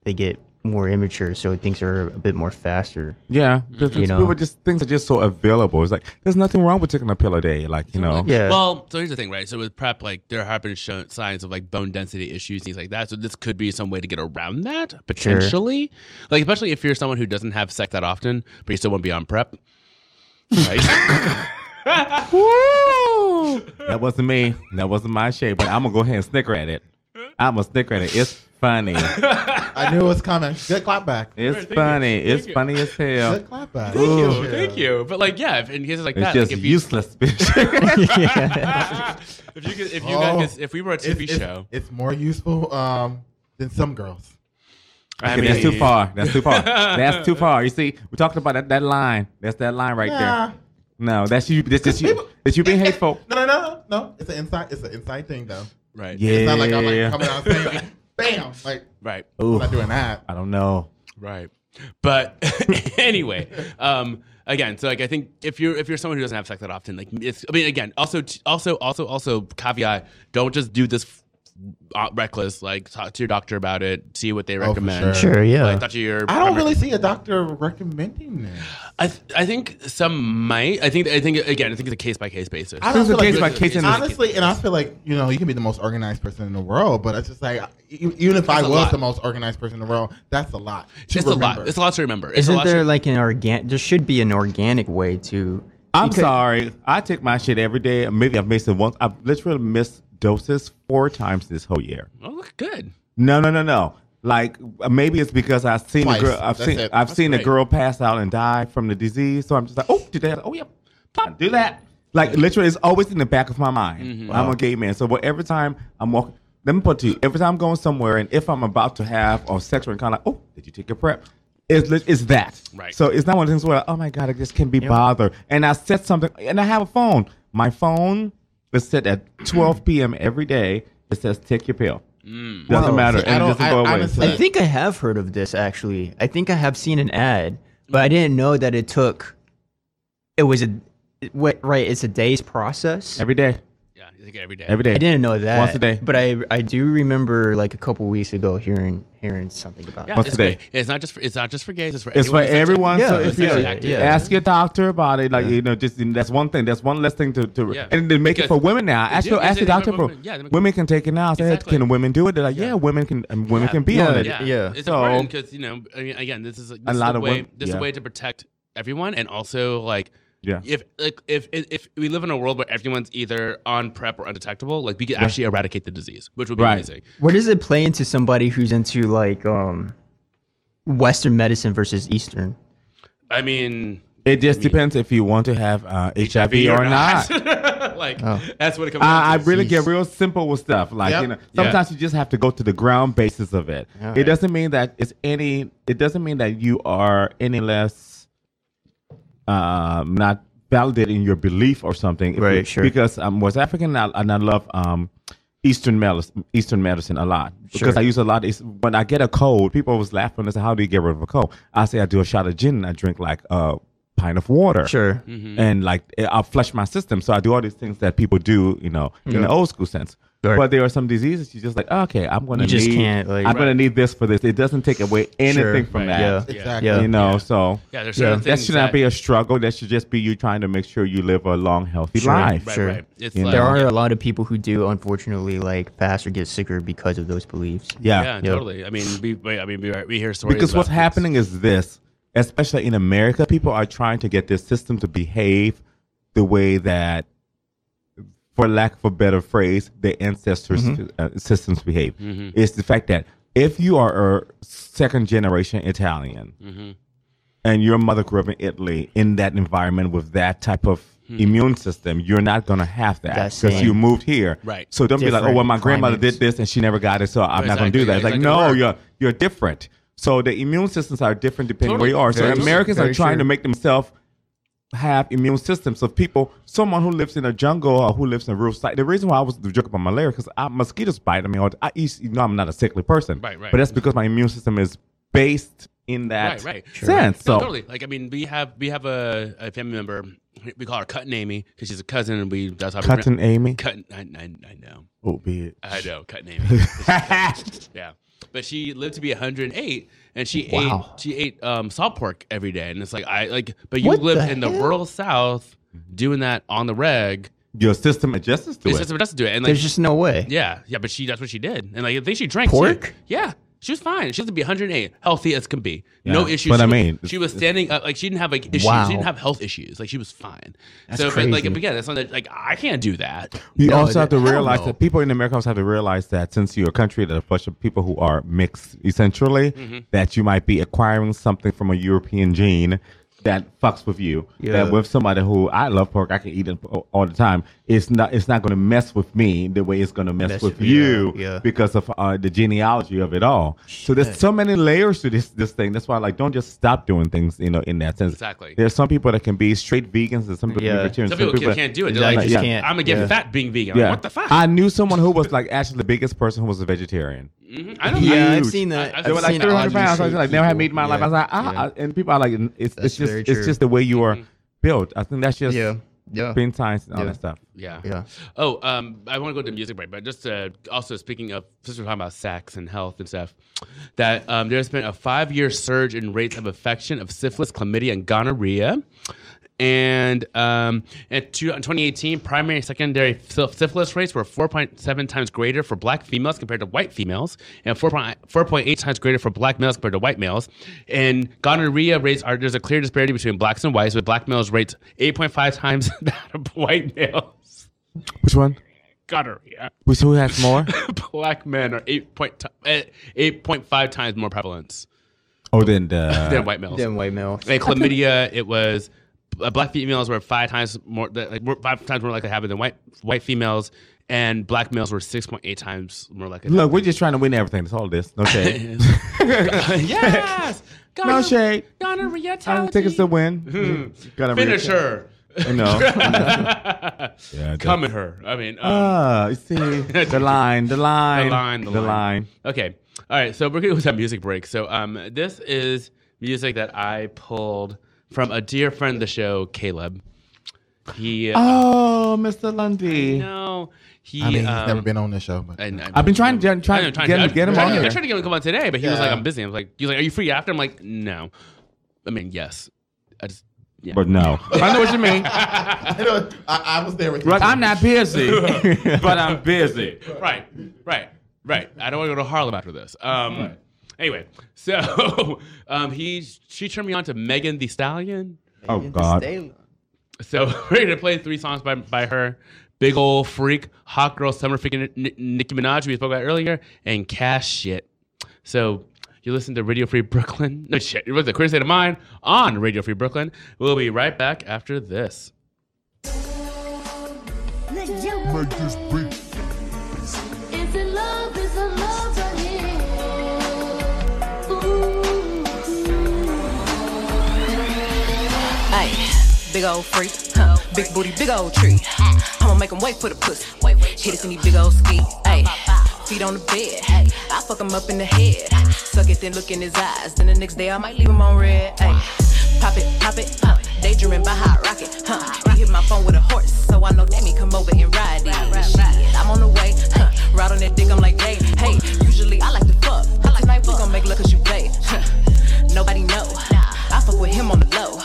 S6: they get more immature, so things are a bit more faster.
S4: Yeah,
S1: Mm-hmm.
S4: because
S6: You know.
S4: people just things are just so available. It's like there's nothing wrong with taking a pill a day, like you know.
S1: Well, so here's the thing, right? So with prep, like there have been shown signs of like bone density issues, things like that. So this could be some way to get around that potentially. Like especially if you're someone who doesn't have sex that often, but you still want to be on prep. Right?
S4: that wasn't me. That wasn't my shade. But I'm gonna go ahead and snicker at it. I'm gonna snicker at it. It's funny.
S5: I knew it was coming. Good clap back.
S4: It's funny. It's
S1: you.
S4: funny as hell.
S5: Good clap back.
S1: thank
S4: Ooh.
S1: you, thank you. But like, yeah, if, in cases like
S4: It's
S1: that,
S4: just
S1: like if you,
S4: useless, bitch.
S1: if you could, if you
S5: Oh.
S1: guys, if we were a TV
S5: it's, it's-
S1: show,
S5: It's, more useful um, than some girls.
S1: I
S4: Okay, that's too
S1: mean-
S4: far. That's too far. that's too far. You see, we talked about that, that line. That's that line right
S5: Nah.
S4: there. No, that's you. That's just you. That's you being hateful.
S5: No, no, no, no. It's an inside. It's an inside thing, though.
S1: right?
S4: Yeah.
S5: It's not like I'm like coming out saying, like, "Bam!" Like
S1: Right.
S5: I'm
S4: Ooh,
S5: not doing that.
S4: I don't know.
S1: Right. But anyway, um, again, so like I think if you're if you're someone who doesn't have sex that often, like it's, I mean, again, also t- also also also caveat: don't just do this f- uh, reckless. Like talk to your doctor about it, see what
S4: Oh,
S1: they
S5: for
S1: recommend.
S5: sure. Sure,
S6: yeah.
S1: Like, talk to your.
S5: I don't
S1: primary-
S5: really see a doctor recommending this.
S1: I, th- I think some might. I think I think again. I think it's a case by case basis.
S5: I don't
S4: This is
S5: feel like
S4: case by case in this-
S5: honestly, and I feel like you know you can be the most organized person in the world, but it's just like e- even if I
S1: That's a
S5: was
S1: lot.
S5: the most organized person in the world, that's a lot. To
S1: It's a lot.
S5: remember.
S1: It's a lot to remember. It's a
S6: Isn't
S1: lot
S6: there
S1: to,
S6: like an organic? There should be an organic way to.
S4: I'm
S6: because-
S4: sorry. I take my shit every day. Maybe I've missed it once. I've literally missed doses four times this whole year.
S1: oh, look good.
S4: No, no, no, no. Like uh, maybe it's because I've seen
S5: Twice.
S4: a girl. I've
S5: That's
S4: seen.
S5: it.
S4: I've seen a
S1: great.
S4: girl pass out and die from the disease. So I'm just like, oh, did that? Oh yeah, pop, do that. Like literally, it's always in the back of my mind.
S5: Mm-hmm.
S4: I'm a gay man, so what- every time I'm walking. Let me put it to you. Every time I'm going somewhere, and if I'm about to have a sexual encounter, oh, did you take your prep? It's, lit- it's that.
S1: Right.
S4: So it's not one of the things where, oh my God, I just can't be bothered. And I set something, and I have a phone. My phone is set at 12 p.m. every day. It says, take your pill. Doesn't
S1: Mm.
S5: Wow.
S4: matter.
S5: See, I
S4: and it
S5: don't-
S4: doesn't
S5: I-
S4: go away.
S5: honestly-
S6: Mm. I think I have heard of this actually. I think I have seen an ad, but I didn't know that it took. It was a, it- what right? It's a day's process.
S4: Every day.
S1: Yeah, I think every day.
S4: Every day.
S6: I didn't know that.
S4: Once a day.
S6: But I I do remember like a couple weeks ago hearing hearing something about.
S1: Yeah,
S6: that.
S4: What's
S1: it's,
S4: today?
S1: great. it's not just for, it's not just for gays. It's for
S4: It's for
S1: anyone who's
S4: everyone.
S6: Yeah,
S4: so if you
S1: it's active.
S6: yeah.
S4: ask your doctor about it, like you know, just that's one thing. That's one less thing to, to
S1: Yeah.
S4: and they make it for
S1: Because-
S4: women now.
S1: They
S4: Ask
S1: do,
S4: your
S1: because
S4: ask your
S1: they make
S4: doctor.
S1: it
S4: For,
S1: for women. Yeah, they make-
S4: women can take it now. I said,
S1: Exactly.
S4: Can women do it? They're like, yeah, women can. And women can be on it.
S1: Yeah,
S6: Yeah.
S1: It's
S4: So-
S1: important because you know, I mean, again, this is this
S4: A
S1: is
S4: lot
S1: a
S4: of
S1: way.
S4: women-
S1: this is
S4: yeah.
S1: a way to protect everyone, and also like,
S4: Yeah.
S1: if like if if if we live in a world where everyone's either on prep or undetectable, like we could actually eradicate the disease, which would be
S4: Right.
S1: amazing.
S6: Where does it play into somebody who's into like um, Western medicine versus Eastern?
S1: I mean,
S4: It just depends if you want to have uh, HIV, or not. Oh.
S1: like that's what it comes. down
S4: I, I
S1: to.
S4: really get real simple with stuff. Like
S5: Yep.
S4: you know,
S1: Yeah.
S4: sometimes you just have to go to the ground basis of it. It doesn't mean that it's any. It doesn't mean that you are any less, um, not validating your belief or something. If
S6: Right,
S4: you-
S6: sure.
S4: Because I'm West African, and I, and I love um, Eastern medicine, Eastern medicine a lot because
S13: Sure.
S4: I use a lot. Is when I get a cold, people always laugh when they say, "How do you get rid of a cold?" I say, "I do a shot of gin and I drink like a pint of water."
S6: Sure.
S1: Mm-hmm.
S6: Mhm.
S4: and like I flush my system, so I do all these things that people do, you know, in the
S6: Yeah.
S4: old school sense.
S6: Right.
S4: But there are some diseases you just like, okay, I'm gonna
S6: You just
S4: need-
S6: can't, like-
S4: I'm gonna need this for this. It doesn't take away anything from
S6: Right.
S4: that.
S6: Yeah. Exactly. Yeah.
S4: You know,
S6: Yeah.
S4: so
S1: Yeah, there's certain
S4: that
S1: things
S4: should not
S1: that-
S4: be a struggle. That should just be you trying to make sure you live a long, healthy life.
S6: Sure.
S1: It's
S4: You
S1: like-
S6: there
S4: know?
S6: are a lot of people who do, unfortunately, like pass or get sicker because of those beliefs.
S4: Yeah.
S1: yeah, totally. I mean, we, we- I mean, we, we hear stories
S4: Because
S1: about
S4: what's happening is this, especially in America, people are trying to get this system to behave the way that, for lack of a better phrase, their ancestors'
S13: Mhm.
S4: uh, systems behave.
S13: Mhm.
S4: It's the fact that if you are a second generation Italian
S13: Mhm.
S4: and your mother grew up in Italy in that environment with that type of
S13: Hmm.
S4: immune system, you're not going to have that
S13: That's
S4: because
S13: it.
S4: you moved here.
S13: Right.
S4: So don't be like, oh, well, my
S13: Different
S4: grandmother
S13: climates.
S4: did this and she never got it, so I'm not going to do that. It's like,
S13: Exactly. It's like
S4: no,
S13: the
S4: you're you're different. So the immune systems are different depending
S13: Totally.
S4: where you are. So
S13: Very true.
S4: Americans
S13: Very
S4: are trying
S13: true.
S4: to make themselves have immune systems. So people, someone who lives in a jungle or who lives in a rural site, the reason why I was joking about malaria because mosquitoes bite me. Or I, eat- you know, I'm not a sickly person,
S1: Right, right.
S4: But that's because my immune system is based in that
S1: right, right.
S4: sense.
S1: No,
S4: So
S1: totally. Like I mean, we have we have a, a family member. We call her Cutting Amy because she's a cousin, and we that's how we
S4: Cutting Amy?
S1: Cutting, I, I, I know.
S4: Oh, bitch.
S1: I know, Cutting Amy. yeah, but she lived to be 108, and she
S13: Wow.
S1: ate she ate um, salt pork every day, and it's like I like, but you
S13: What
S1: lived
S13: the
S1: in the
S13: hell?
S1: rural South doing that on the reg.
S4: your system adjusts to
S1: It's
S4: it.
S1: just- it doesn't do it. And like,
S6: There's just no way.
S1: Yeah, yeah, but she that's what she did, and like I think she drank too.
S6: Pork?
S1: Yeah, she was fine. She lived to be 108, healthy as can be, no
S4: Yeah,
S1: issues.
S4: but
S1: she
S4: I
S1: was-
S4: mean,
S1: she was standing up, like she didn't have like issues.
S4: Wow.
S1: She didn't have health issues. Like she was fine.
S4: That's
S1: so, but like
S4: crazy.
S1: again, that's something that, like I can't do that.
S4: You
S1: No,
S4: also have to
S1: I don't
S4: realize
S1: know.
S4: that people in America also have to realize that since you're a country that a bunch of people who are mixed essentially,
S13: Mhm.
S4: that you might be acquiring something from a European gene that fucks with you.
S13: Yeah.
S4: That with somebody who I love pork, I can eat it a- all the time. It's not it's not going to mess with me the way it's going to mess,
S13: Mess
S4: with
S13: with-
S4: you
S13: yeah, yeah.
S4: because of uh, the genealogy of it all. So there's
S13: Shit.
S4: so many layers to this this thing. That's why like don't just stop doing things, you know, in that sense.
S1: Exactly.
S4: There's some people that can be straight vegans and some people
S1: Yeah.
S4: can be vegetarians.
S1: Some people can't do it. They're like, just can't. "I'ma get fat being vegan." I'm like, "What the fuck?"
S4: I knew someone who was like actually the biggest person who was a vegetarian.
S1: Mhm. I don't-
S6: Yeah, I've
S4: Huge.
S6: seen that.
S4: they
S6: I've
S4: were like
S6: seen
S4: 300 pounds. I was
S6: obviously
S4: like, never had meat in my
S6: people-
S4: life. I was like,
S6: yeah,
S4: ah,
S6: yeah.
S4: ah, and people are like, it's,
S6: That's
S4: it's just
S6: very
S4: it's
S6: true.
S4: just the way you are built. I think that's just
S6: Yeah. Yeah.
S4: being science and all
S6: Yeah.
S4: that stuff.
S1: Mm-hmm. Yeah.
S6: Yeah.
S1: Oh, um, I want to go to music break, but just uh, also speaking of, since we're talking about sex and health and stuff, that um, there's been a five year surge in rates of infection of syphilis, chlamydia, and gonorrhea. And um, in two- in 2018, primary and secondary sy- syphilis rates were 4.7 times greater for black females compared to white females, and 4.8 4.8 times greater for black males compared to white males. And gonorrhea rates are there's a clear disparity between blacks and whites, with black males rates 8.5 times that of white males
S4: Which one?
S1: gonorrhea.
S4: Which who has more?
S1: Uh, Black men are eight point ti- eh, eight point five times more prevalence
S4: oh, then the
S1: than white males.
S6: Than white males.
S1: And chlamydia, it was uh, black females were five times more that- like were five times more likely to have it than white white females, and black males were six point eight times more likely. to
S4: Look, we're just trying to win everything. That's all this. No shade.
S1: yes,
S4: no shade.
S1: Gonorrhea.
S4: I don't think it's the win. Mm-hmm. Gotta read
S1: Finish
S4: it.
S1: her.
S4: I know.
S1: yeah,
S4: that's-
S1: Come at her. I mean, um,
S4: Ah, you see the line, the line,
S1: the line, the,
S4: the
S1: line.
S4: line.
S1: Okay, all right. So we're gonna go to a music break. So um, this is music that I pulled from a dear friend of the show, Caleb. He
S4: Oh, Mr. Lundy.
S1: No, he.
S5: I mean, he's
S1: um,
S5: never been on this show, but-
S1: and I-
S4: I've been trying- trying-
S1: I know,
S4: get him-
S1: I've-
S4: get him
S1: I
S4: on
S1: tried- I
S4: here.
S1: tried to get him to come on today, but he was
S4: Yeah.
S1: like, "I'm busy." I was like, "He was like, are you free after?" I'm like, "No." I mean, yes. I just. Yeah.
S4: But no. I know what you mean.
S5: I, know, I, I was there with you.
S4: Right, I'm not busy, but I'm busy.
S1: Right, right, right. I don't want to go to Harlem after this. Um, Anyway, so um, he she turned me on to Megan the Stallion.
S4: Oh, Megan Thee God.
S1: So we're gonna play three songs by by her. Big old freak, hot girl, summer freaking Ni- Nicki Minaj we spoke about earlier, and cash shit. So you listen to Radio Free Brooklyn. No shit, it was the queer state of mind on Radio Free Brooklyn. We'll be right back after this.
S8: Make this beat. Is it love? Is it love right here? Ooh.
S14: Ay, big old freak, huh?
S13: Big booty, big old tree. I'ma make him wait for the pussy. Hit it in these big old ski. Ayy. Feet on the bed. I fuck him up in the head. Suck it, then look in his eyes. Then the next day I might leave him on red. Ayy. Pop it, pop it. Uh. Daydreaming by hot rocket. Huh. He hit my phone with a horse. So I know that me come over and ride it. Shit, I'm on the way. Huh. Ride on that dick, I'm like, hey, hey. Usually I like to fuck. I like Tonight we gon' make love cause you play. Huh. Nobody know. I fuck with him on the low.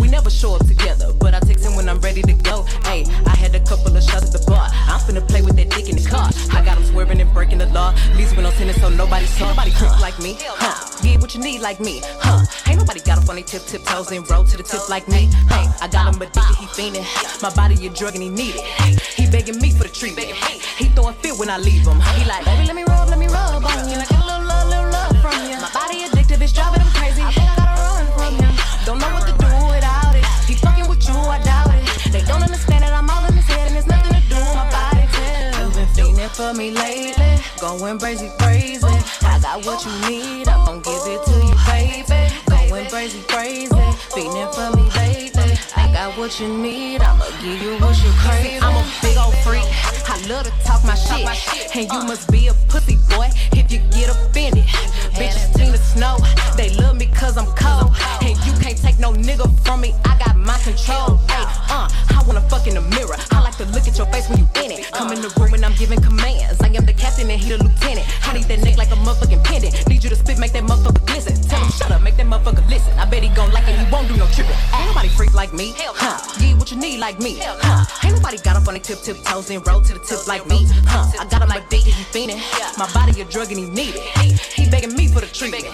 S13: We never show up together, but I text him when I'm ready to go. Hey, I had a couple of shots at the bar. I'm finna play with that dick in the car. I got him swerving and breaking the law. Leaves when I'm tennis, so nobody saw. Nobody creeps like me, huh? Get what you need like me, huh? Ain't nobody got up on they tip tip toes and roll to the tip like me, hey. I got him addicted, he fiendin'. My body a drug and he need it. He begging me for the treatment. He throwing fit when I leave him. He like, baby, let me rub, let me rub on you. Like a little love, little love from you. My body addictive, it's driving him crazy. I think I gotta run from him. Don't know what to do without it. He fucking with you, I doubt it. They don't understand that I'm all in his head and it's nothing to do with my body. Tell. You've been feeling for me lately, going crazy, crazy. I got what you need, I'm gonna give it to you, baby. Going crazy, crazy, feeling for me lately. I got what you need, I'ma give you what you crave. I'm a big old freak, I love to talk my shit. And you must be a pussy boy if you get offended. Bitches seen the snow, they love me cause I'm cold. And you can't take no nigga from me, I got my control. Ay, uh, I wanna fuck in the mirror. I like to look at your face when you in it. Come in the room and I'm giving commands. I am the captain and he the lieutenant. I need that neck like a motherfucking pendant. Need you to spit, make that motherfucker glisten. Tell him shut up, make that motherfucker listen. I bet he gon' like it, he won't do no tripping. Ain't nobody freak like me, huh? Get what you need like me, huh? Ain't nobody got up on the tip tip toes and roll to the tip like me, huh? I got him like dick and he fiendin'. My body a drug and he need it. He begging me Ah. for the treatment.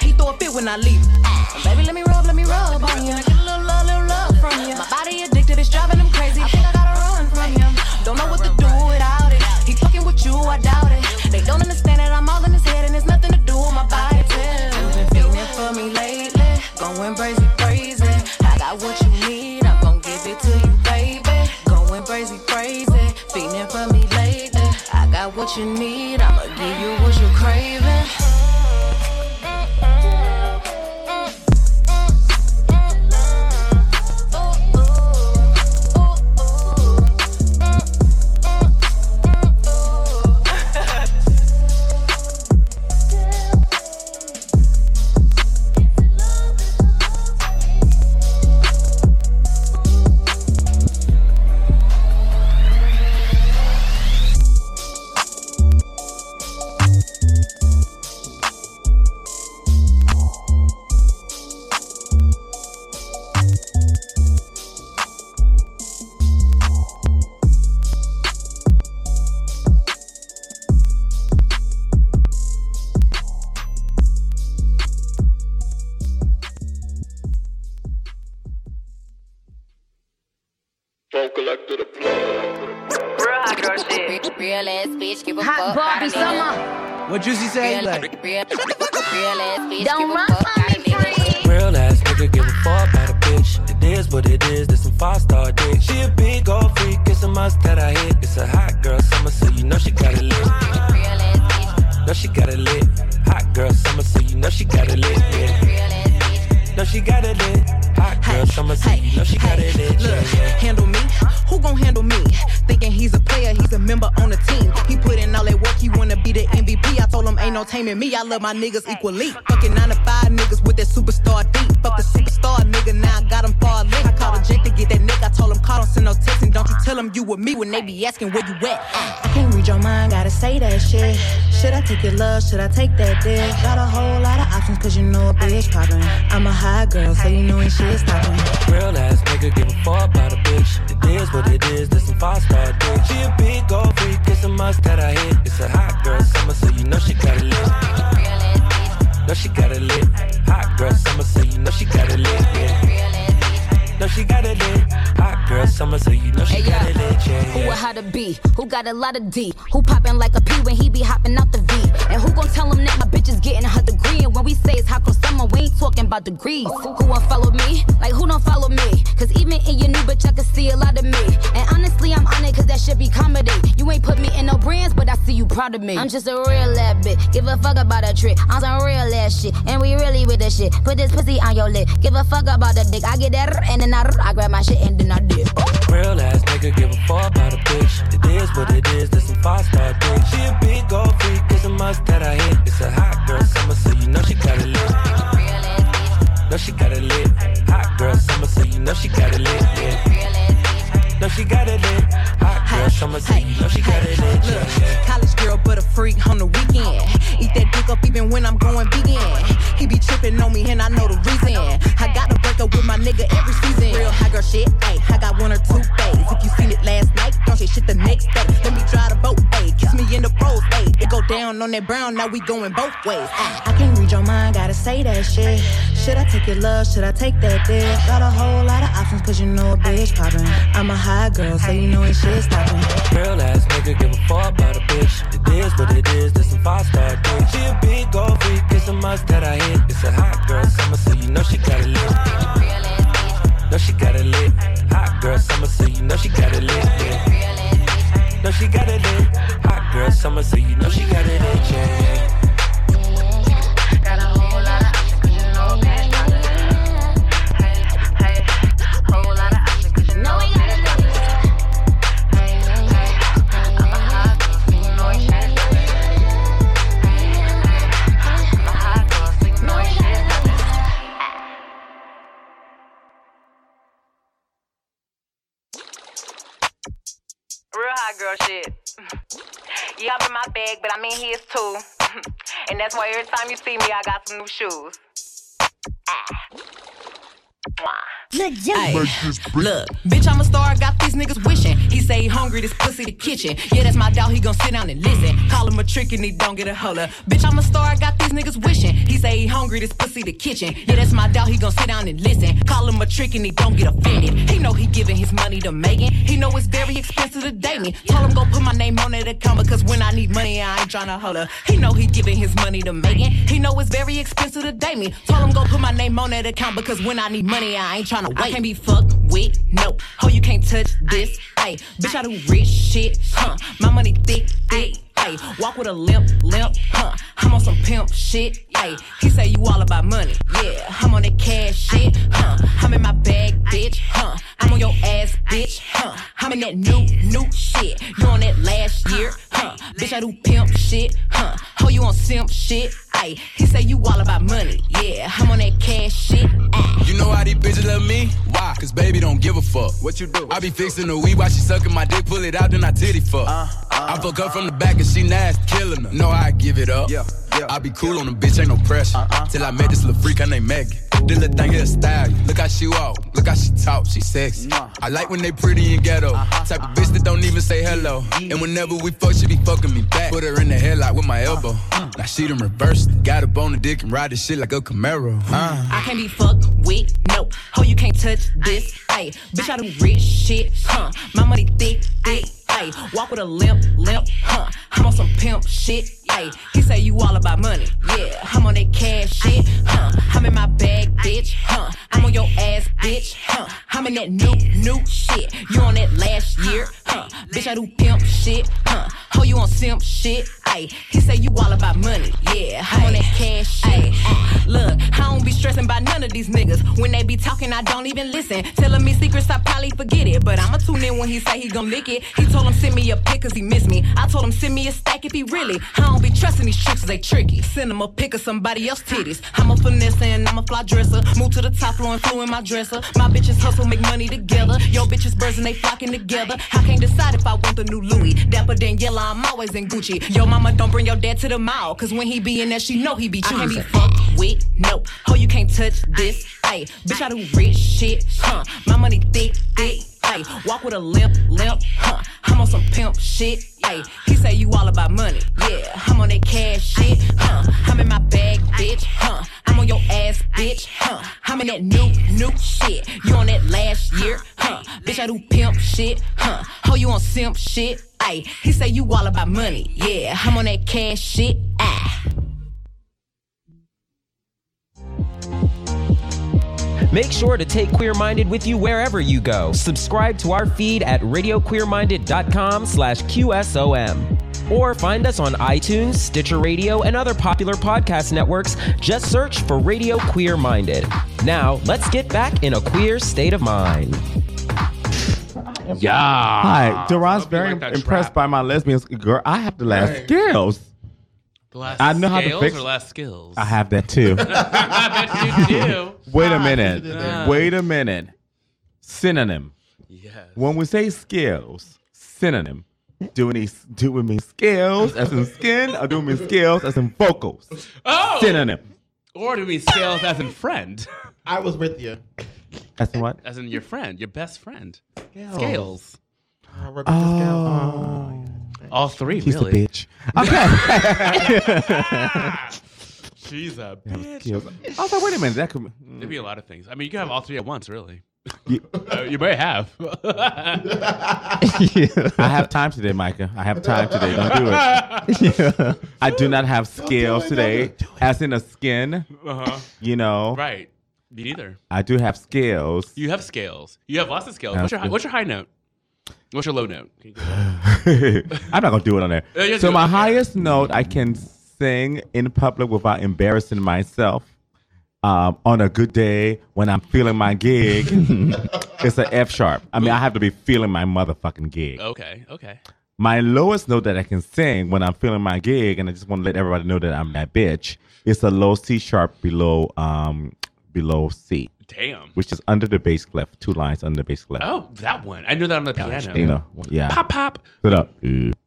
S13: He throw a fit when I leave. him. Baby, let me rub, let me rub on you. Like a little love, little love from you. My body addicted, it's driving him crazy. I think I gotta run from him. Don't know what to do without it. He fucking with you, I doubt it. They don't understand that I'm all in his head and it's nothing to do with my body. Too. You've been feeling for me lately, going crazy, crazy. I got what you need, I'm gonna give it to you, baby. Going crazy, crazy, feeling for me lately. I got what you need, I'ma give you what you're craving.
S14: Real ass bitch, give a
S15: Hot
S14: fuck.
S15: Barbie
S14: kinda
S15: summer.
S14: nigga.
S16: What Juicy say?
S14: Real,
S16: Like-
S14: real, real ass bitch,
S15: Don't
S14: give a
S15: run
S14: fuck. kinda nigga.
S16: Real ass nigga give a fuck about a bitch. It is what it is, this some five star dick. She a big old freak, it's a must that I hit. It's a hot girl summer, so you know she got it lit.
S14: Real ass bitch,
S16: No, she got it lit. Hot girl summer, so you know she got it lit. Yeah.
S14: real ass bitch.
S16: No, she got it lit. Hot girl summer, so you know she got it lit. Yeah,
S13: Look,
S16: yeah.
S13: handle me. Who gon' handle me? Thinking he's a player, he's a member on the team. He put in all that work, he wanna be the MVP. I told him ain't no taming me. I love my niggas equally. Fucking nine to five niggas with that superstar beat. Fuck the superstar nigga, now I got him far lit. I called a jet to get that nick. I told him call, don't send no text, and don't you tell him you with me when they be asking where you at. I can't read your mind, gotta say that shit. Should I take your love? Should I take that dick? Got a whole lot of options, cause you know a bitch poppin'. I'm a high girl, so you know ain't shit stoppin'.
S16: Real ass nigga give a fuck about a bitch. It is what it is, this some five star dick. She a big old freak, it's a must that I hit. It's a hot girl summer, so you know she got it lit.
S14: Real ass bitch,
S16: No, she got it lit. Hot girl summer, so you know she got it lit. Yeah.
S14: real ass bitch.
S16: No, she got it lit. Hot girl summer, so you know she
S14: Hey,
S16: got it lit. Yeah,
S14: Who a
S16: yeah.
S14: how to be? Who got a lot of D? Who poppin' like a P when he be hopping out the V? And who gon' tell him that my bitch is getting her degree? And when we say it's hot girl summer, we ain't talking about degrees. Who won't follow me? Like who don't follow me? Cause even in your new bitch, I can see a lot of me. And honestly, I'm on it cause that should be comedy. You ain't put me in no brands, but I see you proud of me. I'm just a real ass bitch. Give a fuck about a trick. I'm some real ass shit. And we really with the that shit. Put this pussy on your lip. Give a fuck about the dick. I get that and then I, I grab my shit and then I dip.
S16: Real ass nigga give a fuck about a bitch. It is what it is, this some five star bitch. She a big gold freak, it's a must that I hit. It's a hot girl summer, so you know she got it lit. No, she got it lit. Hot girl summer, so you know she got it lit. Yeah. No, she got it lit. Hot girl summer, so you know she got it lit. Yeah, yeah.
S15: College girl, but a freak on the weekend. Eat that dick up even when I'm going vegan. He be tripping on me, and I know the reason. I gotta break up with my nigga every season. Real high girl shit, ayy. I got one or two days. If you seen it last night, don't say shit the next day. Let me drive the boat, ayy. Kiss me in the pros, ayy. It go down on that brown, now we going both ways. ayy. I can't read your mind, gotta say that shit. Should I take your love? Should I take that dick? Got a whole lot of options, cause you know a bitch poppin'. I'm a high girl, so you know ain't shit stoppin'.
S16: Real ass nigga give a fuck about a bitch. It is what it is, this some five star dick. She a big gold freak, it's a must that I hit. It's a hot girl summer, so you know she got it lit. No, she got it lit. Hot girl summer, so you know she got it lit. Yeah. No, she got it lit. Hot girl summer, so you know she got it lit. Yeah, yeah.
S13: Real hot girl shit. Yeah, I'm in my bag, but I'm in his too. and that's why every time you see me, I got some new shoes. Ah.
S7: Ay.
S13: Look, bitch, I'm a star. Got these niggas wishing. He say he hungry. This pussy the kitchen. Yeah, that's my doubt. He gon' sit down and listen. Call him a trick and he don't get a holler. Bitch, I'm a star. Got these niggas wishing. He say he hungry. This pussy the kitchen. Yeah, that's my doubt. He gon' sit down and listen. Call him a trick and he don't get offended. He know he giving his money to Megan. He know it's very expensive to date me. Told him go put my name on it account because when I need money, I ain't tryna holler. He know he giving his money to Megan. He know it's very expensive to date me. Told him go put my name on that account because when I need money, I ain't tryna wait. I can't be fucked with, no. Oh, you can't touch this. Hey, bitch, I do rich shit, huh? My money thick, hey. Ay, walk with a limp, limp, huh? I'm on some pimp shit, ay. He say you all about money, yeah. I'm on that cash shit, huh? I'm in my bag, bitch, huh? I'm on your ass, bitch, huh? I'm in that new, new shit. You on that last year, huh? Bitch, I do pimp shit, huh? Oh, you on simp shit, ay. He say you all about money, yeah. I'm on that cash shit,
S17: You know how these bitches love me? Why? Cause baby don't give a fuck. What you do? I be fixing the weed while she sucking my dick, pull it out, then I titty fuck. I fuck her from the back and she nasty, killing her. No, I give it up. uh. Yeah, yeah, Uh, I be cool on the bitch, ain't no pressure. Till I met this little freak, I named Megan. This little thing here style. Look how she walk, look how she talk, she sexy. I like when they pretty and ghetto. Type of bitch that don't even say hello. And whenever we fuck, she be fucking me back. Put her in the headlock with my elbow. Now she done reversed. it. Got a bone and dick and ride this shit like a Camaro. Uh.
S13: I can't be fucked with, no. Oh, you can't touch this, ayy. Bitch, I do rich shit, huh? My money thick, ayy, ayy. Walk with a limp, limp, huh? I'm on some pimp shit, ayy. He say you all about money, yeah. I'm on that cash shit, huh? I'm in my bag, bitch, huh? I'm on your ass, bitch, huh? I'm in that new, new shit. You on that last year, huh? Bitch, I do pimp shit, huh? Oh, you on simp shit, ayy. He say you all about money, yeah. I'm on that cash shit. uh. Look, I don't be stressing by none of these niggas. When they be talking, I don't even listen. Telling me secrets, I probably forget it. But I'ma tune in when he say he gon' lick it. He told him send me a pic cause he miss me. I told him send me a stack if he really. I don't be trusting these tricks, they tricky. Send him a pic of somebody else titties. I'm a finesse and I'm a fly dresser. Move to the top floor and flew in my dresser. My bitches hustle, make money together. Yo bitches birds and they flocking together. I can't decide if I want the new Louis. Dapper Daniela, I'm always in Gucci. Yo mama, don't bring your dad to the mall. Cause when he be in there, she know he be choosing. I can't be fucked with, no. Oh, you can't touch this. Ayy, bitch, I do rich shit, huh? My money thick, thick, ayy. Walk with a limp, limp, huh? I'm on some pimp shit, ayy. He say you all about money, yeah. I'm on that cash shit, huh? I'm in my bag, bitch, huh? I'm on your ass, bitch, huh? I'm in that new, new shit. You on that last year, huh? Bitch, I do pimp shit, huh? Oh, you on simp shit, ayy. He say you all about money, yeah. I'm on that cash shit,
S14: Ah.
S13: ayy.
S10: Make sure to take Queer Minded with you wherever you go. Subscribe to our feed at radioqueerminded.com slash QSOM. or find us on iTunes, Stitcher Radio, and other popular podcast networks. Just search for Radio Queer Minded. Now, let's get back in a queer state of mind.
S1: Yeah.
S4: Ah, Hi, Duran's very
S1: like that
S4: impressed by my lesbian sk- girl. I have the last
S1: Right.
S4: skills.
S1: Last
S4: I know how to
S1: scales
S4: fix-
S1: or last skills.
S4: I have that too.
S1: I bet you do.
S4: Wait a
S1: Ah,
S4: minute.
S1: you did that.
S4: Wait a minute. Synonym.
S1: Yes.
S4: When we say skills, synonym. Do we, do we mean skills as in skin or do we mean skills as in vocals?
S1: Oh!
S4: Synonym.
S1: Or do we scales as in friend?
S5: I was with you.
S4: As in what?
S1: As in your friend, your best friend. Scales. Oh.
S4: Oh.
S1: All three,
S4: He's
S1: really.
S4: a bitch. Okay.
S1: She's a
S4: Yeah,
S1: bitch.
S4: skills. I was like, wait a minute, that could-
S1: There'd be a lot of things. I mean, you could have all three at once, really.
S4: Ye-
S1: Uh, you may have.
S4: I have time today, Micah. I have time today. Don't do it. I do not have scales today, as in a skin.
S1: Uh-huh.
S4: You know,
S1: Right. Me neither.
S4: I do have scales.
S1: You have scales. You have lots of scales.
S4: That's
S1: What's your, high,
S4: good.
S1: what's your high note? What's your low note? Can you do that?
S4: I'm not gonna do it on there.
S1: Yeah, yeah,
S4: so
S1: do
S4: my
S1: it.
S4: highest note I can sing in public without embarrassing myself. Um, on a good day when I'm feeling my gig, it's an F sharp. I mean, I have to be feeling my motherfucking gig.
S1: Okay. Okay.
S4: My lowest note that I can sing when I'm feeling my gig, and I just want to let everybody know that I'm that bitch. It's a low C sharp below um below C.
S1: Damn.
S4: Which is under the bass clef, two lines under the bass clef.
S1: Oh, that one. I knew that on the piano.
S4: You know, yeah.
S1: Pop, pop.
S4: Sit up.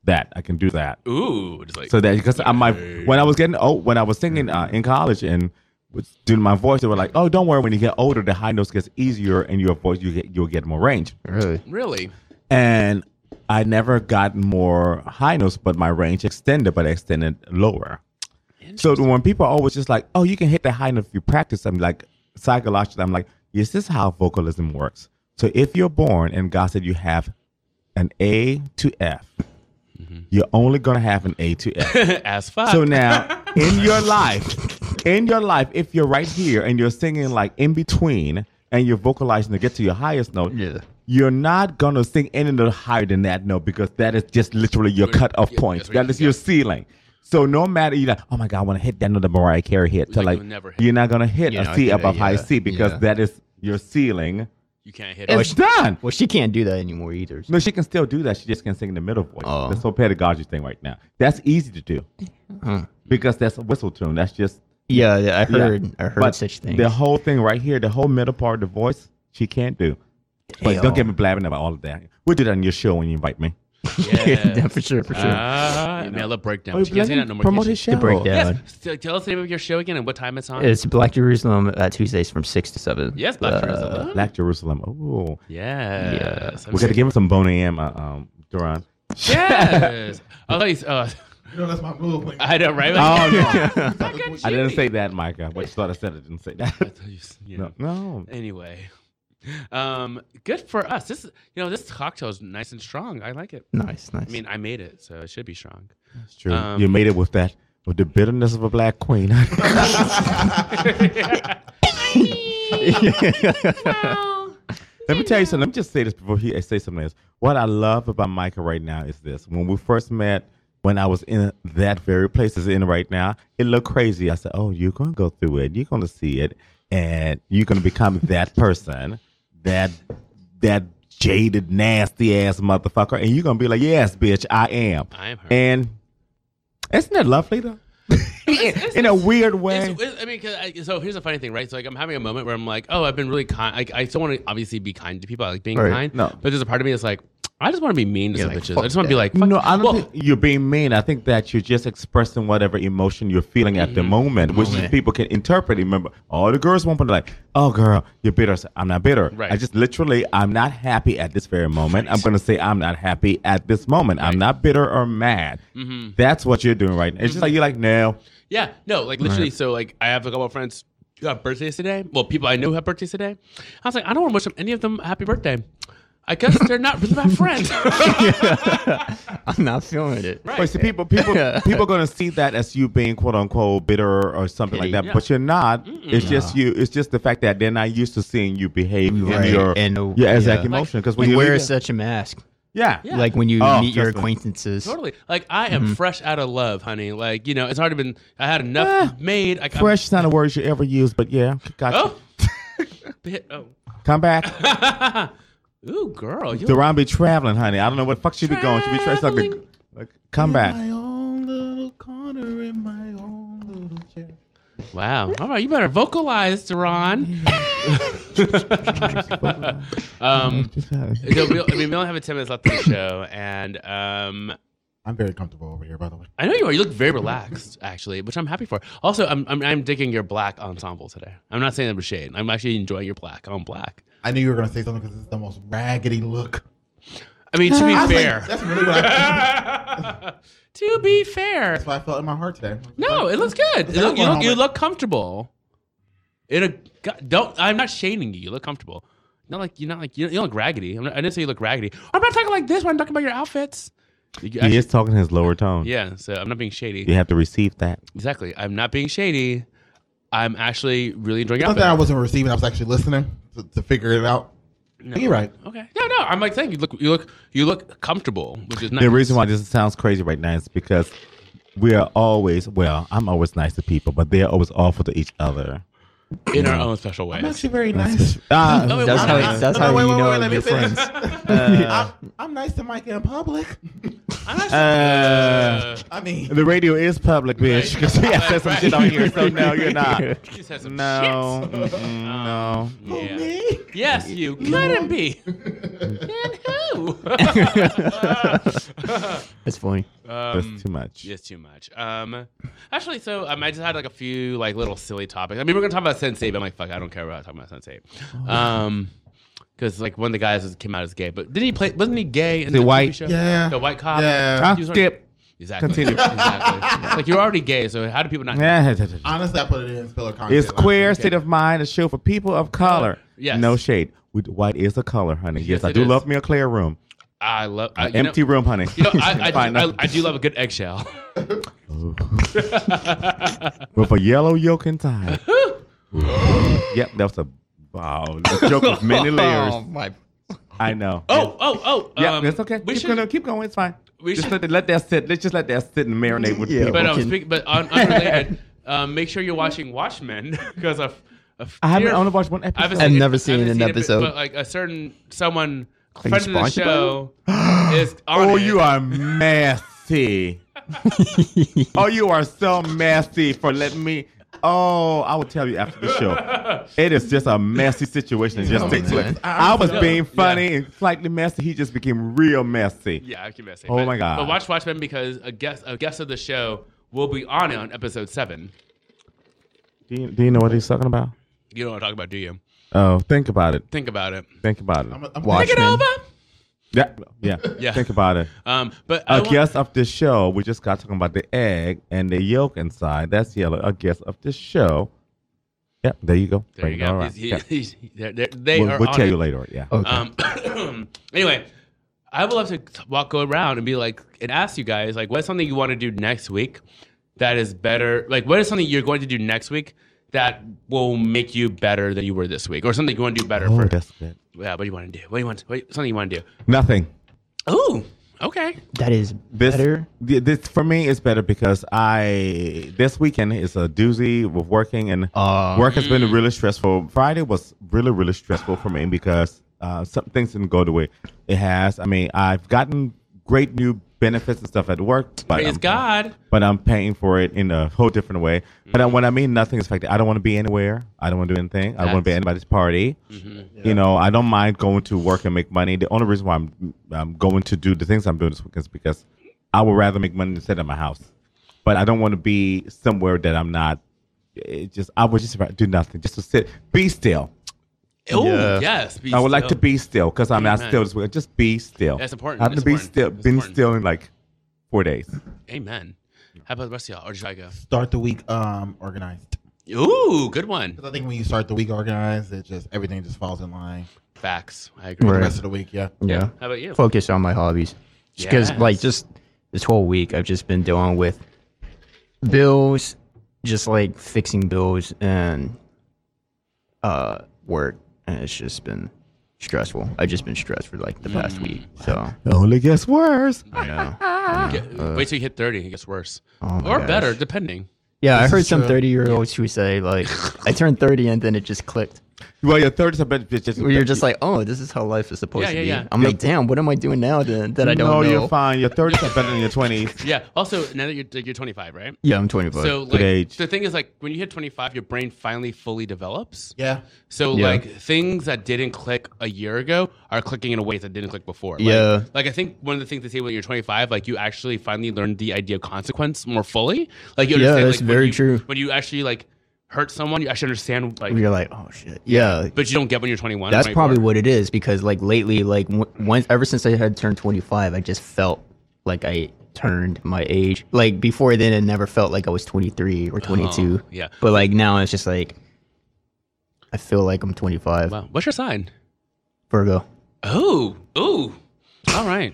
S4: That I can do that.
S1: Ooh. Just like,
S4: so that because I my when I was getting old, when I was singing uh, in college and was doing my voice, they were like, "Oh, don't worry. When you get older, the high notes gets easier, and your voice you get you'll get more range." Really
S1: really?
S4: and I never got more high notes, but my range extended, but I extended lower. So when people are always just like, "Oh, you can hit the high note if you practice," I'm like, psychologically, I'm like, "Is this how vocalism works?" So if you're born and God said you have an A to F, you're only gonna have an A to F.
S1: As fuck.
S4: So now, in your life, in your life, if you're right here and you're singing like in between and you're vocalizing to get to your highest note, you're not gonna sing any note higher than that note because that is just literally your cutoff point. That is your ceiling. So no matter you like, oh my god, I want to hit that note that Mariah Carey hit. So like, you're not gonna hit
S6: Yeah, I
S4: a C
S6: get it,
S4: above high
S6: yeah,
S4: C because
S6: yeah.
S4: that is your ceiling.
S1: You can't hit
S6: Well,
S4: It's
S6: she-
S4: done.
S6: Well, she can't do that anymore either. Oh.
S4: No, she can still do that. She just can sing in the middle voice. This whole pedagogy thing right now. That's easy to do because that's a whistle tune. That's just
S6: Yeah, yeah, I heard- I heard such things.
S4: The whole thing right here, the whole middle part of the voice, she can't do. But
S6: Damn.
S4: don't get me blabbing about all of that. We'll do that on your show when you invite me.
S6: Yeah, for sure, for sure.
S1: Ah,
S6: You
S1: man, I
S6: know.
S1: love breakdown.
S6: Oh,
S1: you guys
S6: let
S1: say
S6: him
S1: that no more.
S6: promote
S1: Can
S6: his
S1: she-
S6: show. The Breakdown.
S1: Yes. So Tell us the name of your show again and what time it's on.
S6: It's Black Jerusalem at Tuesdays from six to seven.
S1: Yes, Black
S4: Uh, Black Jerusalem. Oh.
S1: Yes. I'm
S4: We're going
S1: sorry.
S4: to give him some Boney M, uh, um, Duran.
S1: Yes. I thought you. Uh,
S5: You know that's my move. When
S1: I know, right?
S4: Oh,
S1: Yeah.
S4: no. I didn't say that, Micah. What you thought I said, I didn't say that. No. no.
S1: Anyway, um, good for us. This, you know, this cocktail is nice and strong. I like it.
S6: Nice, nice.
S1: I mean, I made it, so it should be strong. Um, That's
S4: True. you made it with that, with the bitterness of a black queen. Let me tell you something. Let me just say this before he I say something else. What I love about Micah right now is this. When we first met, when I was in that very place it's in right now, it looked crazy. I said, Oh, you're gonna go through it, you're gonna see it, and you're gonna become that person, that that jaded, nasty ass motherfucker, and you're gonna be like, Yes, bitch, I am.
S1: I am her.
S4: And isn't that lovely though? in a weird way.
S1: It's- it's- I mean, 'cause I, so here's the funny thing, right? So like, I'm having a moment where I'm like, oh, I've been really kind. Like, I still want to obviously be kind to people. I like being
S4: Right.
S1: kind.
S4: No.
S1: but there's a part of me that's like, I just want to be mean to
S4: You're
S1: some
S4: like,
S1: bitches. I
S4: fuck
S1: just want to be
S4: that.
S1: like,
S4: no, I don't think you're being mean. I think that you're just expressing whatever emotion you're feeling at the Mm-hmm. moment, which is
S1: Moment.
S4: people can interpret. Remember, all the girls won't be like, "Oh, girl, you're bitter." I said, I'm not bitter.
S1: Right.
S4: I just literally, I'm not happy at this very moment. I'm gonna say I'm not happy at this moment. I'm not bitter or mad.
S1: Mhm.
S4: That's what you're doing right now. It's just like you're like, no,
S1: Yeah, no, like literally.
S4: Right.
S1: So like, I have a couple of friends who have birthdays today. Well, people I know who have birthdays today. I was like, I don't want to wish them any of them a happy birthday. I guess they're not really my friend.
S6: I'm not feeling it.
S1: Right.
S4: But see, people, people, people are gonna see that as you being quote unquote bitter or something like that.
S6: Pity.
S4: But you're not.
S6: Mm-mm.
S4: It's just you. It's just the fact that they're not used to seeing you behave in
S6: Right.
S4: your
S6: And, uh,
S4: your exact
S6: yeah.
S4: emotion. Because
S6: You
S4: when you
S6: wear
S4: leave-
S6: such a mask.
S4: Yeah.
S6: Like when you
S4: Oh, Mm-hmm.
S6: meet your
S4: just like-
S6: acquaintances.
S1: Totally. Like I am
S6: Mhm.
S1: fresh out of love, honey. Like you know, it's already been. I had enough made. I, I'm-
S4: Ah. Fresh is not a word you ever use, but yeah, gotcha.
S1: Oh. Bit- oh.
S4: Come back.
S1: Ooh, girl. You
S4: Deron be traveling, honey. I don't know what fuck she be going. She be traveling. Like, like, come back.
S1: Wow. All right, you better vocalize, Deron. um, so we, I mean, we only have 10 minutes left of the show, and um,
S5: I'm very comfortable over here, by the way.
S1: I know you are. You look very relaxed, actually, which I'm happy for. Also, I'm I'm, I'm digging your black ensemble today. I'm not saying that with shade. I'm actually enjoying your black on black.
S5: I knew you were gonna say something because it's the most raggedy look.
S1: I mean, to be
S5: I was like,
S1: fair,
S5: that's really what
S1: I. to be fair, that's
S5: what I felt in my heart today.
S1: no, it looks good.
S5: It's
S1: You look, you
S5: like
S1: look, you
S5: helmet.
S1: look comfortable. In a God, don't. I'm not shaming you. You look comfortable. Not like you're not like you don't, you don't look raggedy. I'm not, I didn't say you look raggedy. I'm not talking like this when I'm talking about your outfits. You- you
S4: He
S1: actually-
S4: is talking his lower tone.
S1: Yeah, so I'm not being shady.
S4: You have to receive that.
S1: Exactly. I'm not being shady. I'm actually really enjoying
S5: Not
S1: it.
S5: that I wasn't receiving, I was actually listening to, to figure it out.
S1: No.
S5: You're right.
S1: Okay. No, no. I'm like saying you look, you look, you look comfortable, which is nice.
S4: The reason why this sounds crazy right now is because we are always, well, I'm always nice to people, but they're always awful to each other. Mm.
S1: in our own special ways.
S5: I'm actually very nice.
S4: Ah,
S5: Oh, wait,
S4: that's
S5: wait,
S4: how-
S5: wait,
S4: that's
S5: wait,
S4: how
S5: wait,
S4: you
S5: wait,
S4: know
S5: wait, let
S4: you're
S5: me finish. Uh,
S4: friends.
S5: I'm, I'm nice to Mike in public.
S4: Uh,
S5: I mean-
S4: the radio is public, bitch. Because we have some shit on here, so no, you're not.
S1: You said some
S4: no,
S1: shit. Oh,
S4: mm-mm, no.
S1: Yeah. Yes, you couldn't be. and who?
S6: That's funny. That's too much.
S1: Um, It's too much. Um, actually, so um, I just had like a few like little silly topics. I mean, we're gonna talk about Sensei, but I'm like, fuck, I don't care about talking about Sensei.
S4: Oh.
S1: Um, because like one of the guys was- came out as gay, but did he play? Wasn't he gay in
S4: The
S1: the,
S4: white-
S1: TV show?
S4: Yeah.
S1: the white cop.
S4: Yeah. Huh?
S1: He was
S4: Skip.
S1: Exactly.
S4: Continue.
S1: exactly. Like you're already gay, so how do people not?
S4: Yeah.
S5: Honestly, I put it in spiller content.
S4: It's queer state of mind, a show for people of color.
S1: Yes.
S4: No shade. We, white is a color, honey. Yes,
S1: Yes,
S4: I
S1: it
S4: do
S1: is.
S4: love me a clear room.
S1: I love
S4: An
S1: I- you know-
S4: empty room, honey.
S1: You know, I, I,
S4: Fine,
S1: do, I,
S4: nothing.
S1: I do love a good eggshell.
S4: With a yellow yolk and tie. yep, that was a wow. A joke with many layers.
S1: Oh, my.
S4: I know.
S1: Oh, oh, oh.
S4: Yeah,
S1: um,
S4: that's okay.
S1: We
S4: keep,
S1: should,
S4: going, keep going. It's fine.
S1: we
S4: just
S1: should-
S4: let, it, let that sit. Let's just let that sit and marinate with people.
S1: but um, speak, but un- unrelated. um, make sure you're watching Watchmen because of. of
S4: I haven't-
S1: fear-
S4: I only watched one episode.
S1: haven't
S4: I've
S1: seen it-
S4: never
S1: I
S4: seen an
S1: haven't it, but-
S4: episode.
S1: but like a certain someone,
S4: you
S1: friend of the
S4: sponsored by
S1: show, is on
S4: oh,
S1: it.
S4: you are messy. oh, you are so messy for letting me. Oh, I will tell you after the show. It is just a messy situation. It just
S1: Oh,
S4: takes place.
S1: man.
S4: I was
S1: Yeah.
S4: being funny and slightly messy. He just became real messy.
S1: Yeah, I keep messing.
S4: Oh
S1: But-
S4: my god.
S1: But watch Watchmen because a guest a guest of the show will be on it on episode seven.
S4: do, you, do you know what he's talking about?
S1: You don't want to talk about, do you?
S4: Oh, think about it.
S1: Think about it.
S4: Think about it.
S1: I'm- I'm- Watchmen. Think it over.
S4: Yeah, yeah,
S1: Yeah.
S4: Think about it.
S1: Um, but I
S4: a
S1: want-
S4: guest of the show. We just got talking about the egg and the yolk inside. That's yellow. A guest of the show. Yep, there you go.
S1: There you go.
S4: All right.
S1: He's- he-
S4: Yeah.
S1: he's- they're- they're- they
S4: We'll-
S1: are
S4: we'll
S1: on
S4: tell
S1: it.
S4: you later, yeah. Oh, Okay.
S1: Um, anyway, I would love to t- walk go around and be like and ask you guys like, what's something you want to do next week that is better? Like, what is something you're going to do next week that will make you better than you were this week, or something you want to do better
S4: Oh,
S1: for?
S4: that's good.
S1: Yeah, what do you want to do? What do you want? What, something you want to do?
S4: Nothing.
S1: Oh, okay.
S4: That is better. This, for me is better because I this weekend is a doozy with working and work has
S1: Mm.
S4: been really stressful. Friday was really really stressful for me because uh, some things didn't go the way it has. I mean, I've gotten great new benefits and stuff at work, but
S1: Praise
S4: I'm-
S1: God. Mm-hmm.
S4: but I'm paying for it in a whole different way. But I, when I mean nothing, it's like I don't want to be anywhere. I don't want to do anything. I don't want to be at anybody's party.
S1: Mm-hmm.
S4: You know, I don't mind going to work and make money. The only reason why I'm, I'm going to do the things I'm doing this week is because I would rather make money than sit at my house. But I don't want to be somewhere that I'm not. It just I would just rather do nothing, just to sit, be still.
S1: Oh, Yeah. yes, be
S4: I would like to
S1: still.
S4: be still because I'm not
S1: Amen.
S4: still this week. Just be still.
S1: That's important.
S4: I haven't
S1: That's
S4: been
S1: important.
S4: still,
S1: That's
S4: been
S1: important.
S4: still in like four days.
S1: Amen. How about the rest of y'all? Or should I go?
S5: Start the week um organized.
S1: Ooh, good one.
S5: 'Cause I think when you start the week organized, it just everything just falls in line.
S1: Facts. I agree.
S5: For
S6: Right.
S5: The rest of the week, yeah.
S6: Yeah.
S1: How about you?
S6: Focus on my hobbies. Because, like,
S1: Yes.
S6: just this whole week, I've just been dealing with bills, just like fixing bills and uh work. And it's just been stressful. I've just been stressed for like the
S1: Mm.
S6: past week. So
S4: It only gets worse.
S6: I know. I
S1: Get-
S4: Ah.
S6: know. Uh,
S1: wait till you hit 30, it gets worse.
S6: Oh my
S1: or
S6: gosh.
S1: better, depending.
S6: yeah, I
S4: This
S6: heard
S4: is
S6: some
S4: true.
S6: 30 year olds who say like, I turned 30 and then it just clicked.
S4: Well, your thirties are better. Just,
S6: Where you're just like, oh, this is how life is supposed
S1: Yeah,
S6: to
S1: yeah,
S6: be.
S1: yeah.
S6: I'm
S4: Yeah.
S6: like, damn, what am I doing now then that I don't
S4: no,
S6: know?
S4: you're fine. Your thirties are better than your twenties.
S1: Yeah. Also, now that you're like, you're 25, right?
S6: Yeah, I'm 25.
S1: So
S6: Good
S1: like,
S6: age.
S1: the thing is, like, when you hit 25, your brain finally fully develops.
S5: Yeah.
S1: So
S6: Yeah.
S1: like, things that didn't click a year ago are clicking in a way that didn't click before. Like-
S6: Yeah.
S1: Like I think one of the things they say when you're 25, like you actually finally learn the idea of consequence more fully. Like you
S6: Yeah,
S1: understand,
S6: that's
S1: like,
S6: very
S1: when you,
S6: true.
S1: When you actually like hurt someone, you actually understand. Like
S6: You're like, oh shit, yeah.
S1: But you don't get when you're 21.
S6: That's
S1: 24.
S6: probably what it is because like lately, like w- once ever since I had turned 25, I just felt like I turned my age. Like before then, it never felt like I was 23 or 22.
S1: Oh, yeah.
S6: But like now, it's just like I feel like I'm 25.
S1: Wow. What's your sign?
S6: Virgo.
S1: Oh. Oh. All right.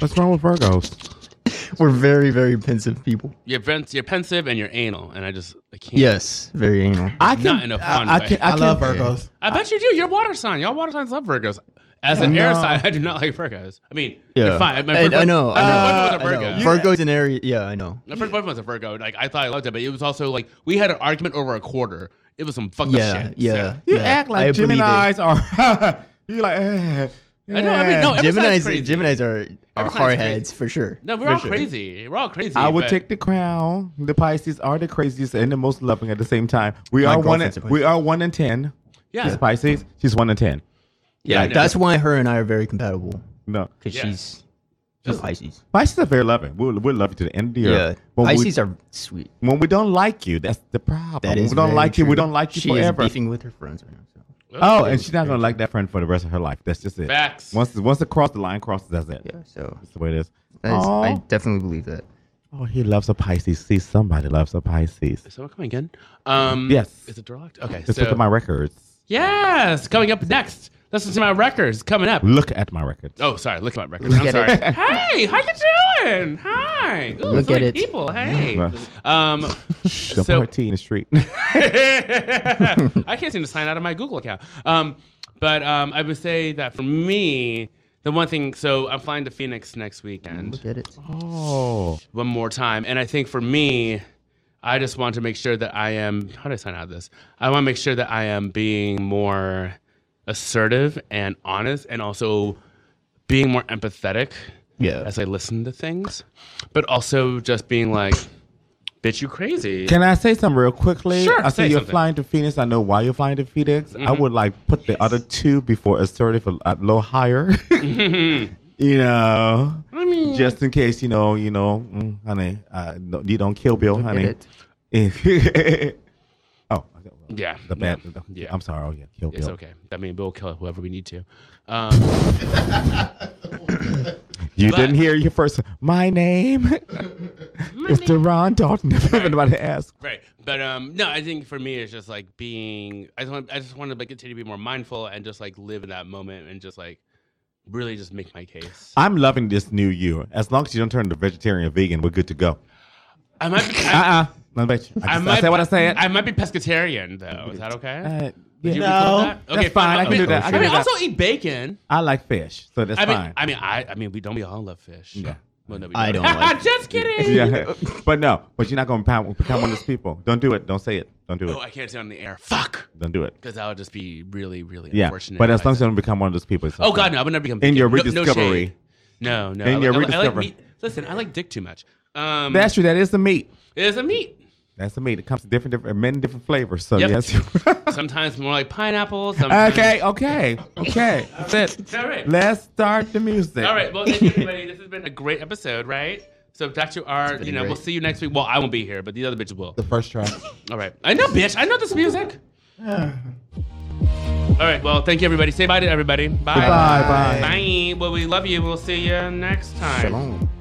S4: What's wrong with Virgos?
S6: We're very very pensive people.
S1: You're, pen- you're pensive and you're anal, and I just I can't.
S6: Yes, very anal.
S1: I can- Not in a fun I- I way. can- I I love can- Virgos. I bet you do. You're a water sign. Y'all water signs love Virgos. As an air
S6: No.
S1: sign, I do not like Virgos. I mean,
S6: Yeah,
S1: you're fine. My
S6: I,
S1: Virgo-
S6: I know.
S1: my first
S6: I know.
S1: boyfriend was a
S6: I know.
S1: Virgo.
S6: Virgo's an area. Yeah, I know.
S1: My first boyfriend was a Virgo. Like I thought I loved it, but it was also like we had an argument over a quarter. It was some fucked
S6: Yeah,
S1: up shit.
S6: yeah.
S1: So-
S4: You
S6: yeah.
S4: act like
S6: I believe it.
S4: Gemini's are. you're like. Eh,
S1: I know, I mean, no, every side's
S6: Gemini's,
S1: crazy.
S6: Gemini's are, are
S1: Every side's
S6: hard
S1: crazy.
S6: heads for sure.
S1: No, we're
S6: For
S1: all
S6: sure.
S1: crazy. We're all crazy.
S4: I would
S1: but-
S4: take the crown. The Pisces are the craziest and the most loving at the same time. We
S6: My
S4: are one. In,
S6: girlfriend's a
S4: we are one in ten.
S1: Yeah.
S4: She's Pisces. She's one in ten.
S6: Yeah,
S4: Like,
S6: that's why her and I are very compatible.
S4: No,
S6: because
S4: Yeah.
S6: she's she's Pisces.
S4: Pisces are very loving. We'll, we'll love you to the end of the
S6: Yeah,
S4: earth. When we-
S6: Pisces are sweet.
S4: When we don't like you, that's the problem.
S6: That
S4: when
S6: is
S4: we don't
S6: very
S4: like you, we
S6: true.
S4: don't like you
S6: she
S4: forever.
S6: Is beefing with her friends right now. So.
S4: Oh, and she's not gonna like that friend for the rest of her life. That's just it.
S1: Facts.
S4: Once once it crosses the line, crosses that's it. Yeah,
S6: so
S4: that's the way it is.
S6: That is- I
S4: Aw.
S6: definitely believe that.
S4: Oh, he loves a Pisces. See, somebody loves a Pisces.
S1: So we're coming again. Um,
S4: yes.
S1: Is it Durlocked? Okay.
S4: Let's
S1: so,
S4: look at my records.
S1: Yes. Coming up next. Listen to my records coming up.
S4: Look at my records.
S1: Oh, sorry. Look at my records.
S4: Look
S1: I'm
S4: at
S1: sorry.
S4: it.
S1: hey, how you doing? Hi. Ooh,
S4: Look
S1: so
S4: at
S1: many
S4: it.
S1: People. Hey.
S4: Yeah.
S1: Um.
S4: The
S1: so
S4: party in the street.
S1: I can't seem to sign out of my Google account. Um, but um, I would say that for me, the one thing. So I'm flying to Phoenix next weekend.
S6: Look at it.
S4: Oh.
S1: One more time, and I think for me, I just want to make sure that I am. How do I sign out of this? I want to make sure that I am being more assertive and honest, and also being more empathetic.
S6: Yeah.
S1: As I listen to things, but also just being like, "Bitch, you crazy."
S4: Can I say something real quickly?
S1: Sure,
S4: I
S1: say
S4: say you're
S1: something. Mm-hmm.
S4: flying to Phoenix. I know why you're flying to Phoenix. I would like put the other two before assertive a, a little higher. you know,
S1: I mean-
S4: just in case you know, you know, mm, honey, uh, no, you don't kill Bill,
S1: Look at
S4: honey.
S1: it.
S4: If- oh, okay, well,
S1: Yeah.
S4: the bad.
S1: No.
S4: Yeah, I'm sorry. Oh yeah, kill
S1: It's
S4: Bill.
S1: okay. That means we'll kill whoever we need to. Um,
S4: You
S1: But-
S4: didn't hear your first. My name. it's Deron Dalton. Everybody asked.
S1: Right, but um, no, I think for me it's just like being. I just want. I just want to like continue to be more mindful and just like live in that moment and just like really just make my case.
S4: I'm loving this new year. As long as you don't turn to vegetarian or vegan, we're good to go.
S1: I might. Be,
S4: Uh uh I bet you. I, just, I,
S1: might
S4: said what I said.
S1: I might be pescatarian though. Is that okay?
S4: Uh,
S1: Would
S4: yeah.
S1: you
S4: No,
S1: be cool with that?
S4: that's fine. I can do that. I
S1: I,
S4: can
S1: mean,
S4: do that.
S1: also eat bacon.
S4: I like fish, so that's
S1: I mean,
S4: fine.
S1: I mean, I. I mean, we don't. We all love fish. Yeah. Well, no, we
S4: I don't like-
S1: just kidding.
S4: yeah, but no, but you're not gonna pound, become one of those people. Don't do it. Don't say it. Don't do it.
S1: Oh, I can't say on the air. Fuck.
S4: Don't do it.
S1: Because that would just be really, really
S4: yeah,
S1: unfortunate.
S4: but
S1: if
S4: as
S1: I
S4: long as you don't become one of those people. it's
S1: Oh
S4: okay.
S1: God, no! I would never become
S4: in
S1: dick.
S4: your
S1: No- no shade.
S4: rediscovery.
S1: No, no.
S4: In
S1: I
S4: your
S1: li- I li- I like
S4: rediscovery.
S1: meat. Listen, I like dick too much. Um,
S4: That's true. That is the meat.
S1: It's a meat.
S4: That's the meat. It comes in different, different, many different flavors. So
S1: Yep.
S4: yes.
S1: Sometimes more like pineapple. Sometimes.
S4: okay. Okay. Okay. That's it.
S1: All right.
S4: Let's start the music.
S1: All right. Well, thank you, everybody. This has been a great episode, right? So back to our, you know, we'll see you next week. Well, I won't be here, but these other bitches will.
S5: The first try.
S1: All right. I know, bitch. I know this music. All right. Well, thank you, everybody. Say bye to everybody. Bye.
S4: Goodbye, bye.
S1: Bye. Well, we love you. We'll see you next time.
S4: Shalom.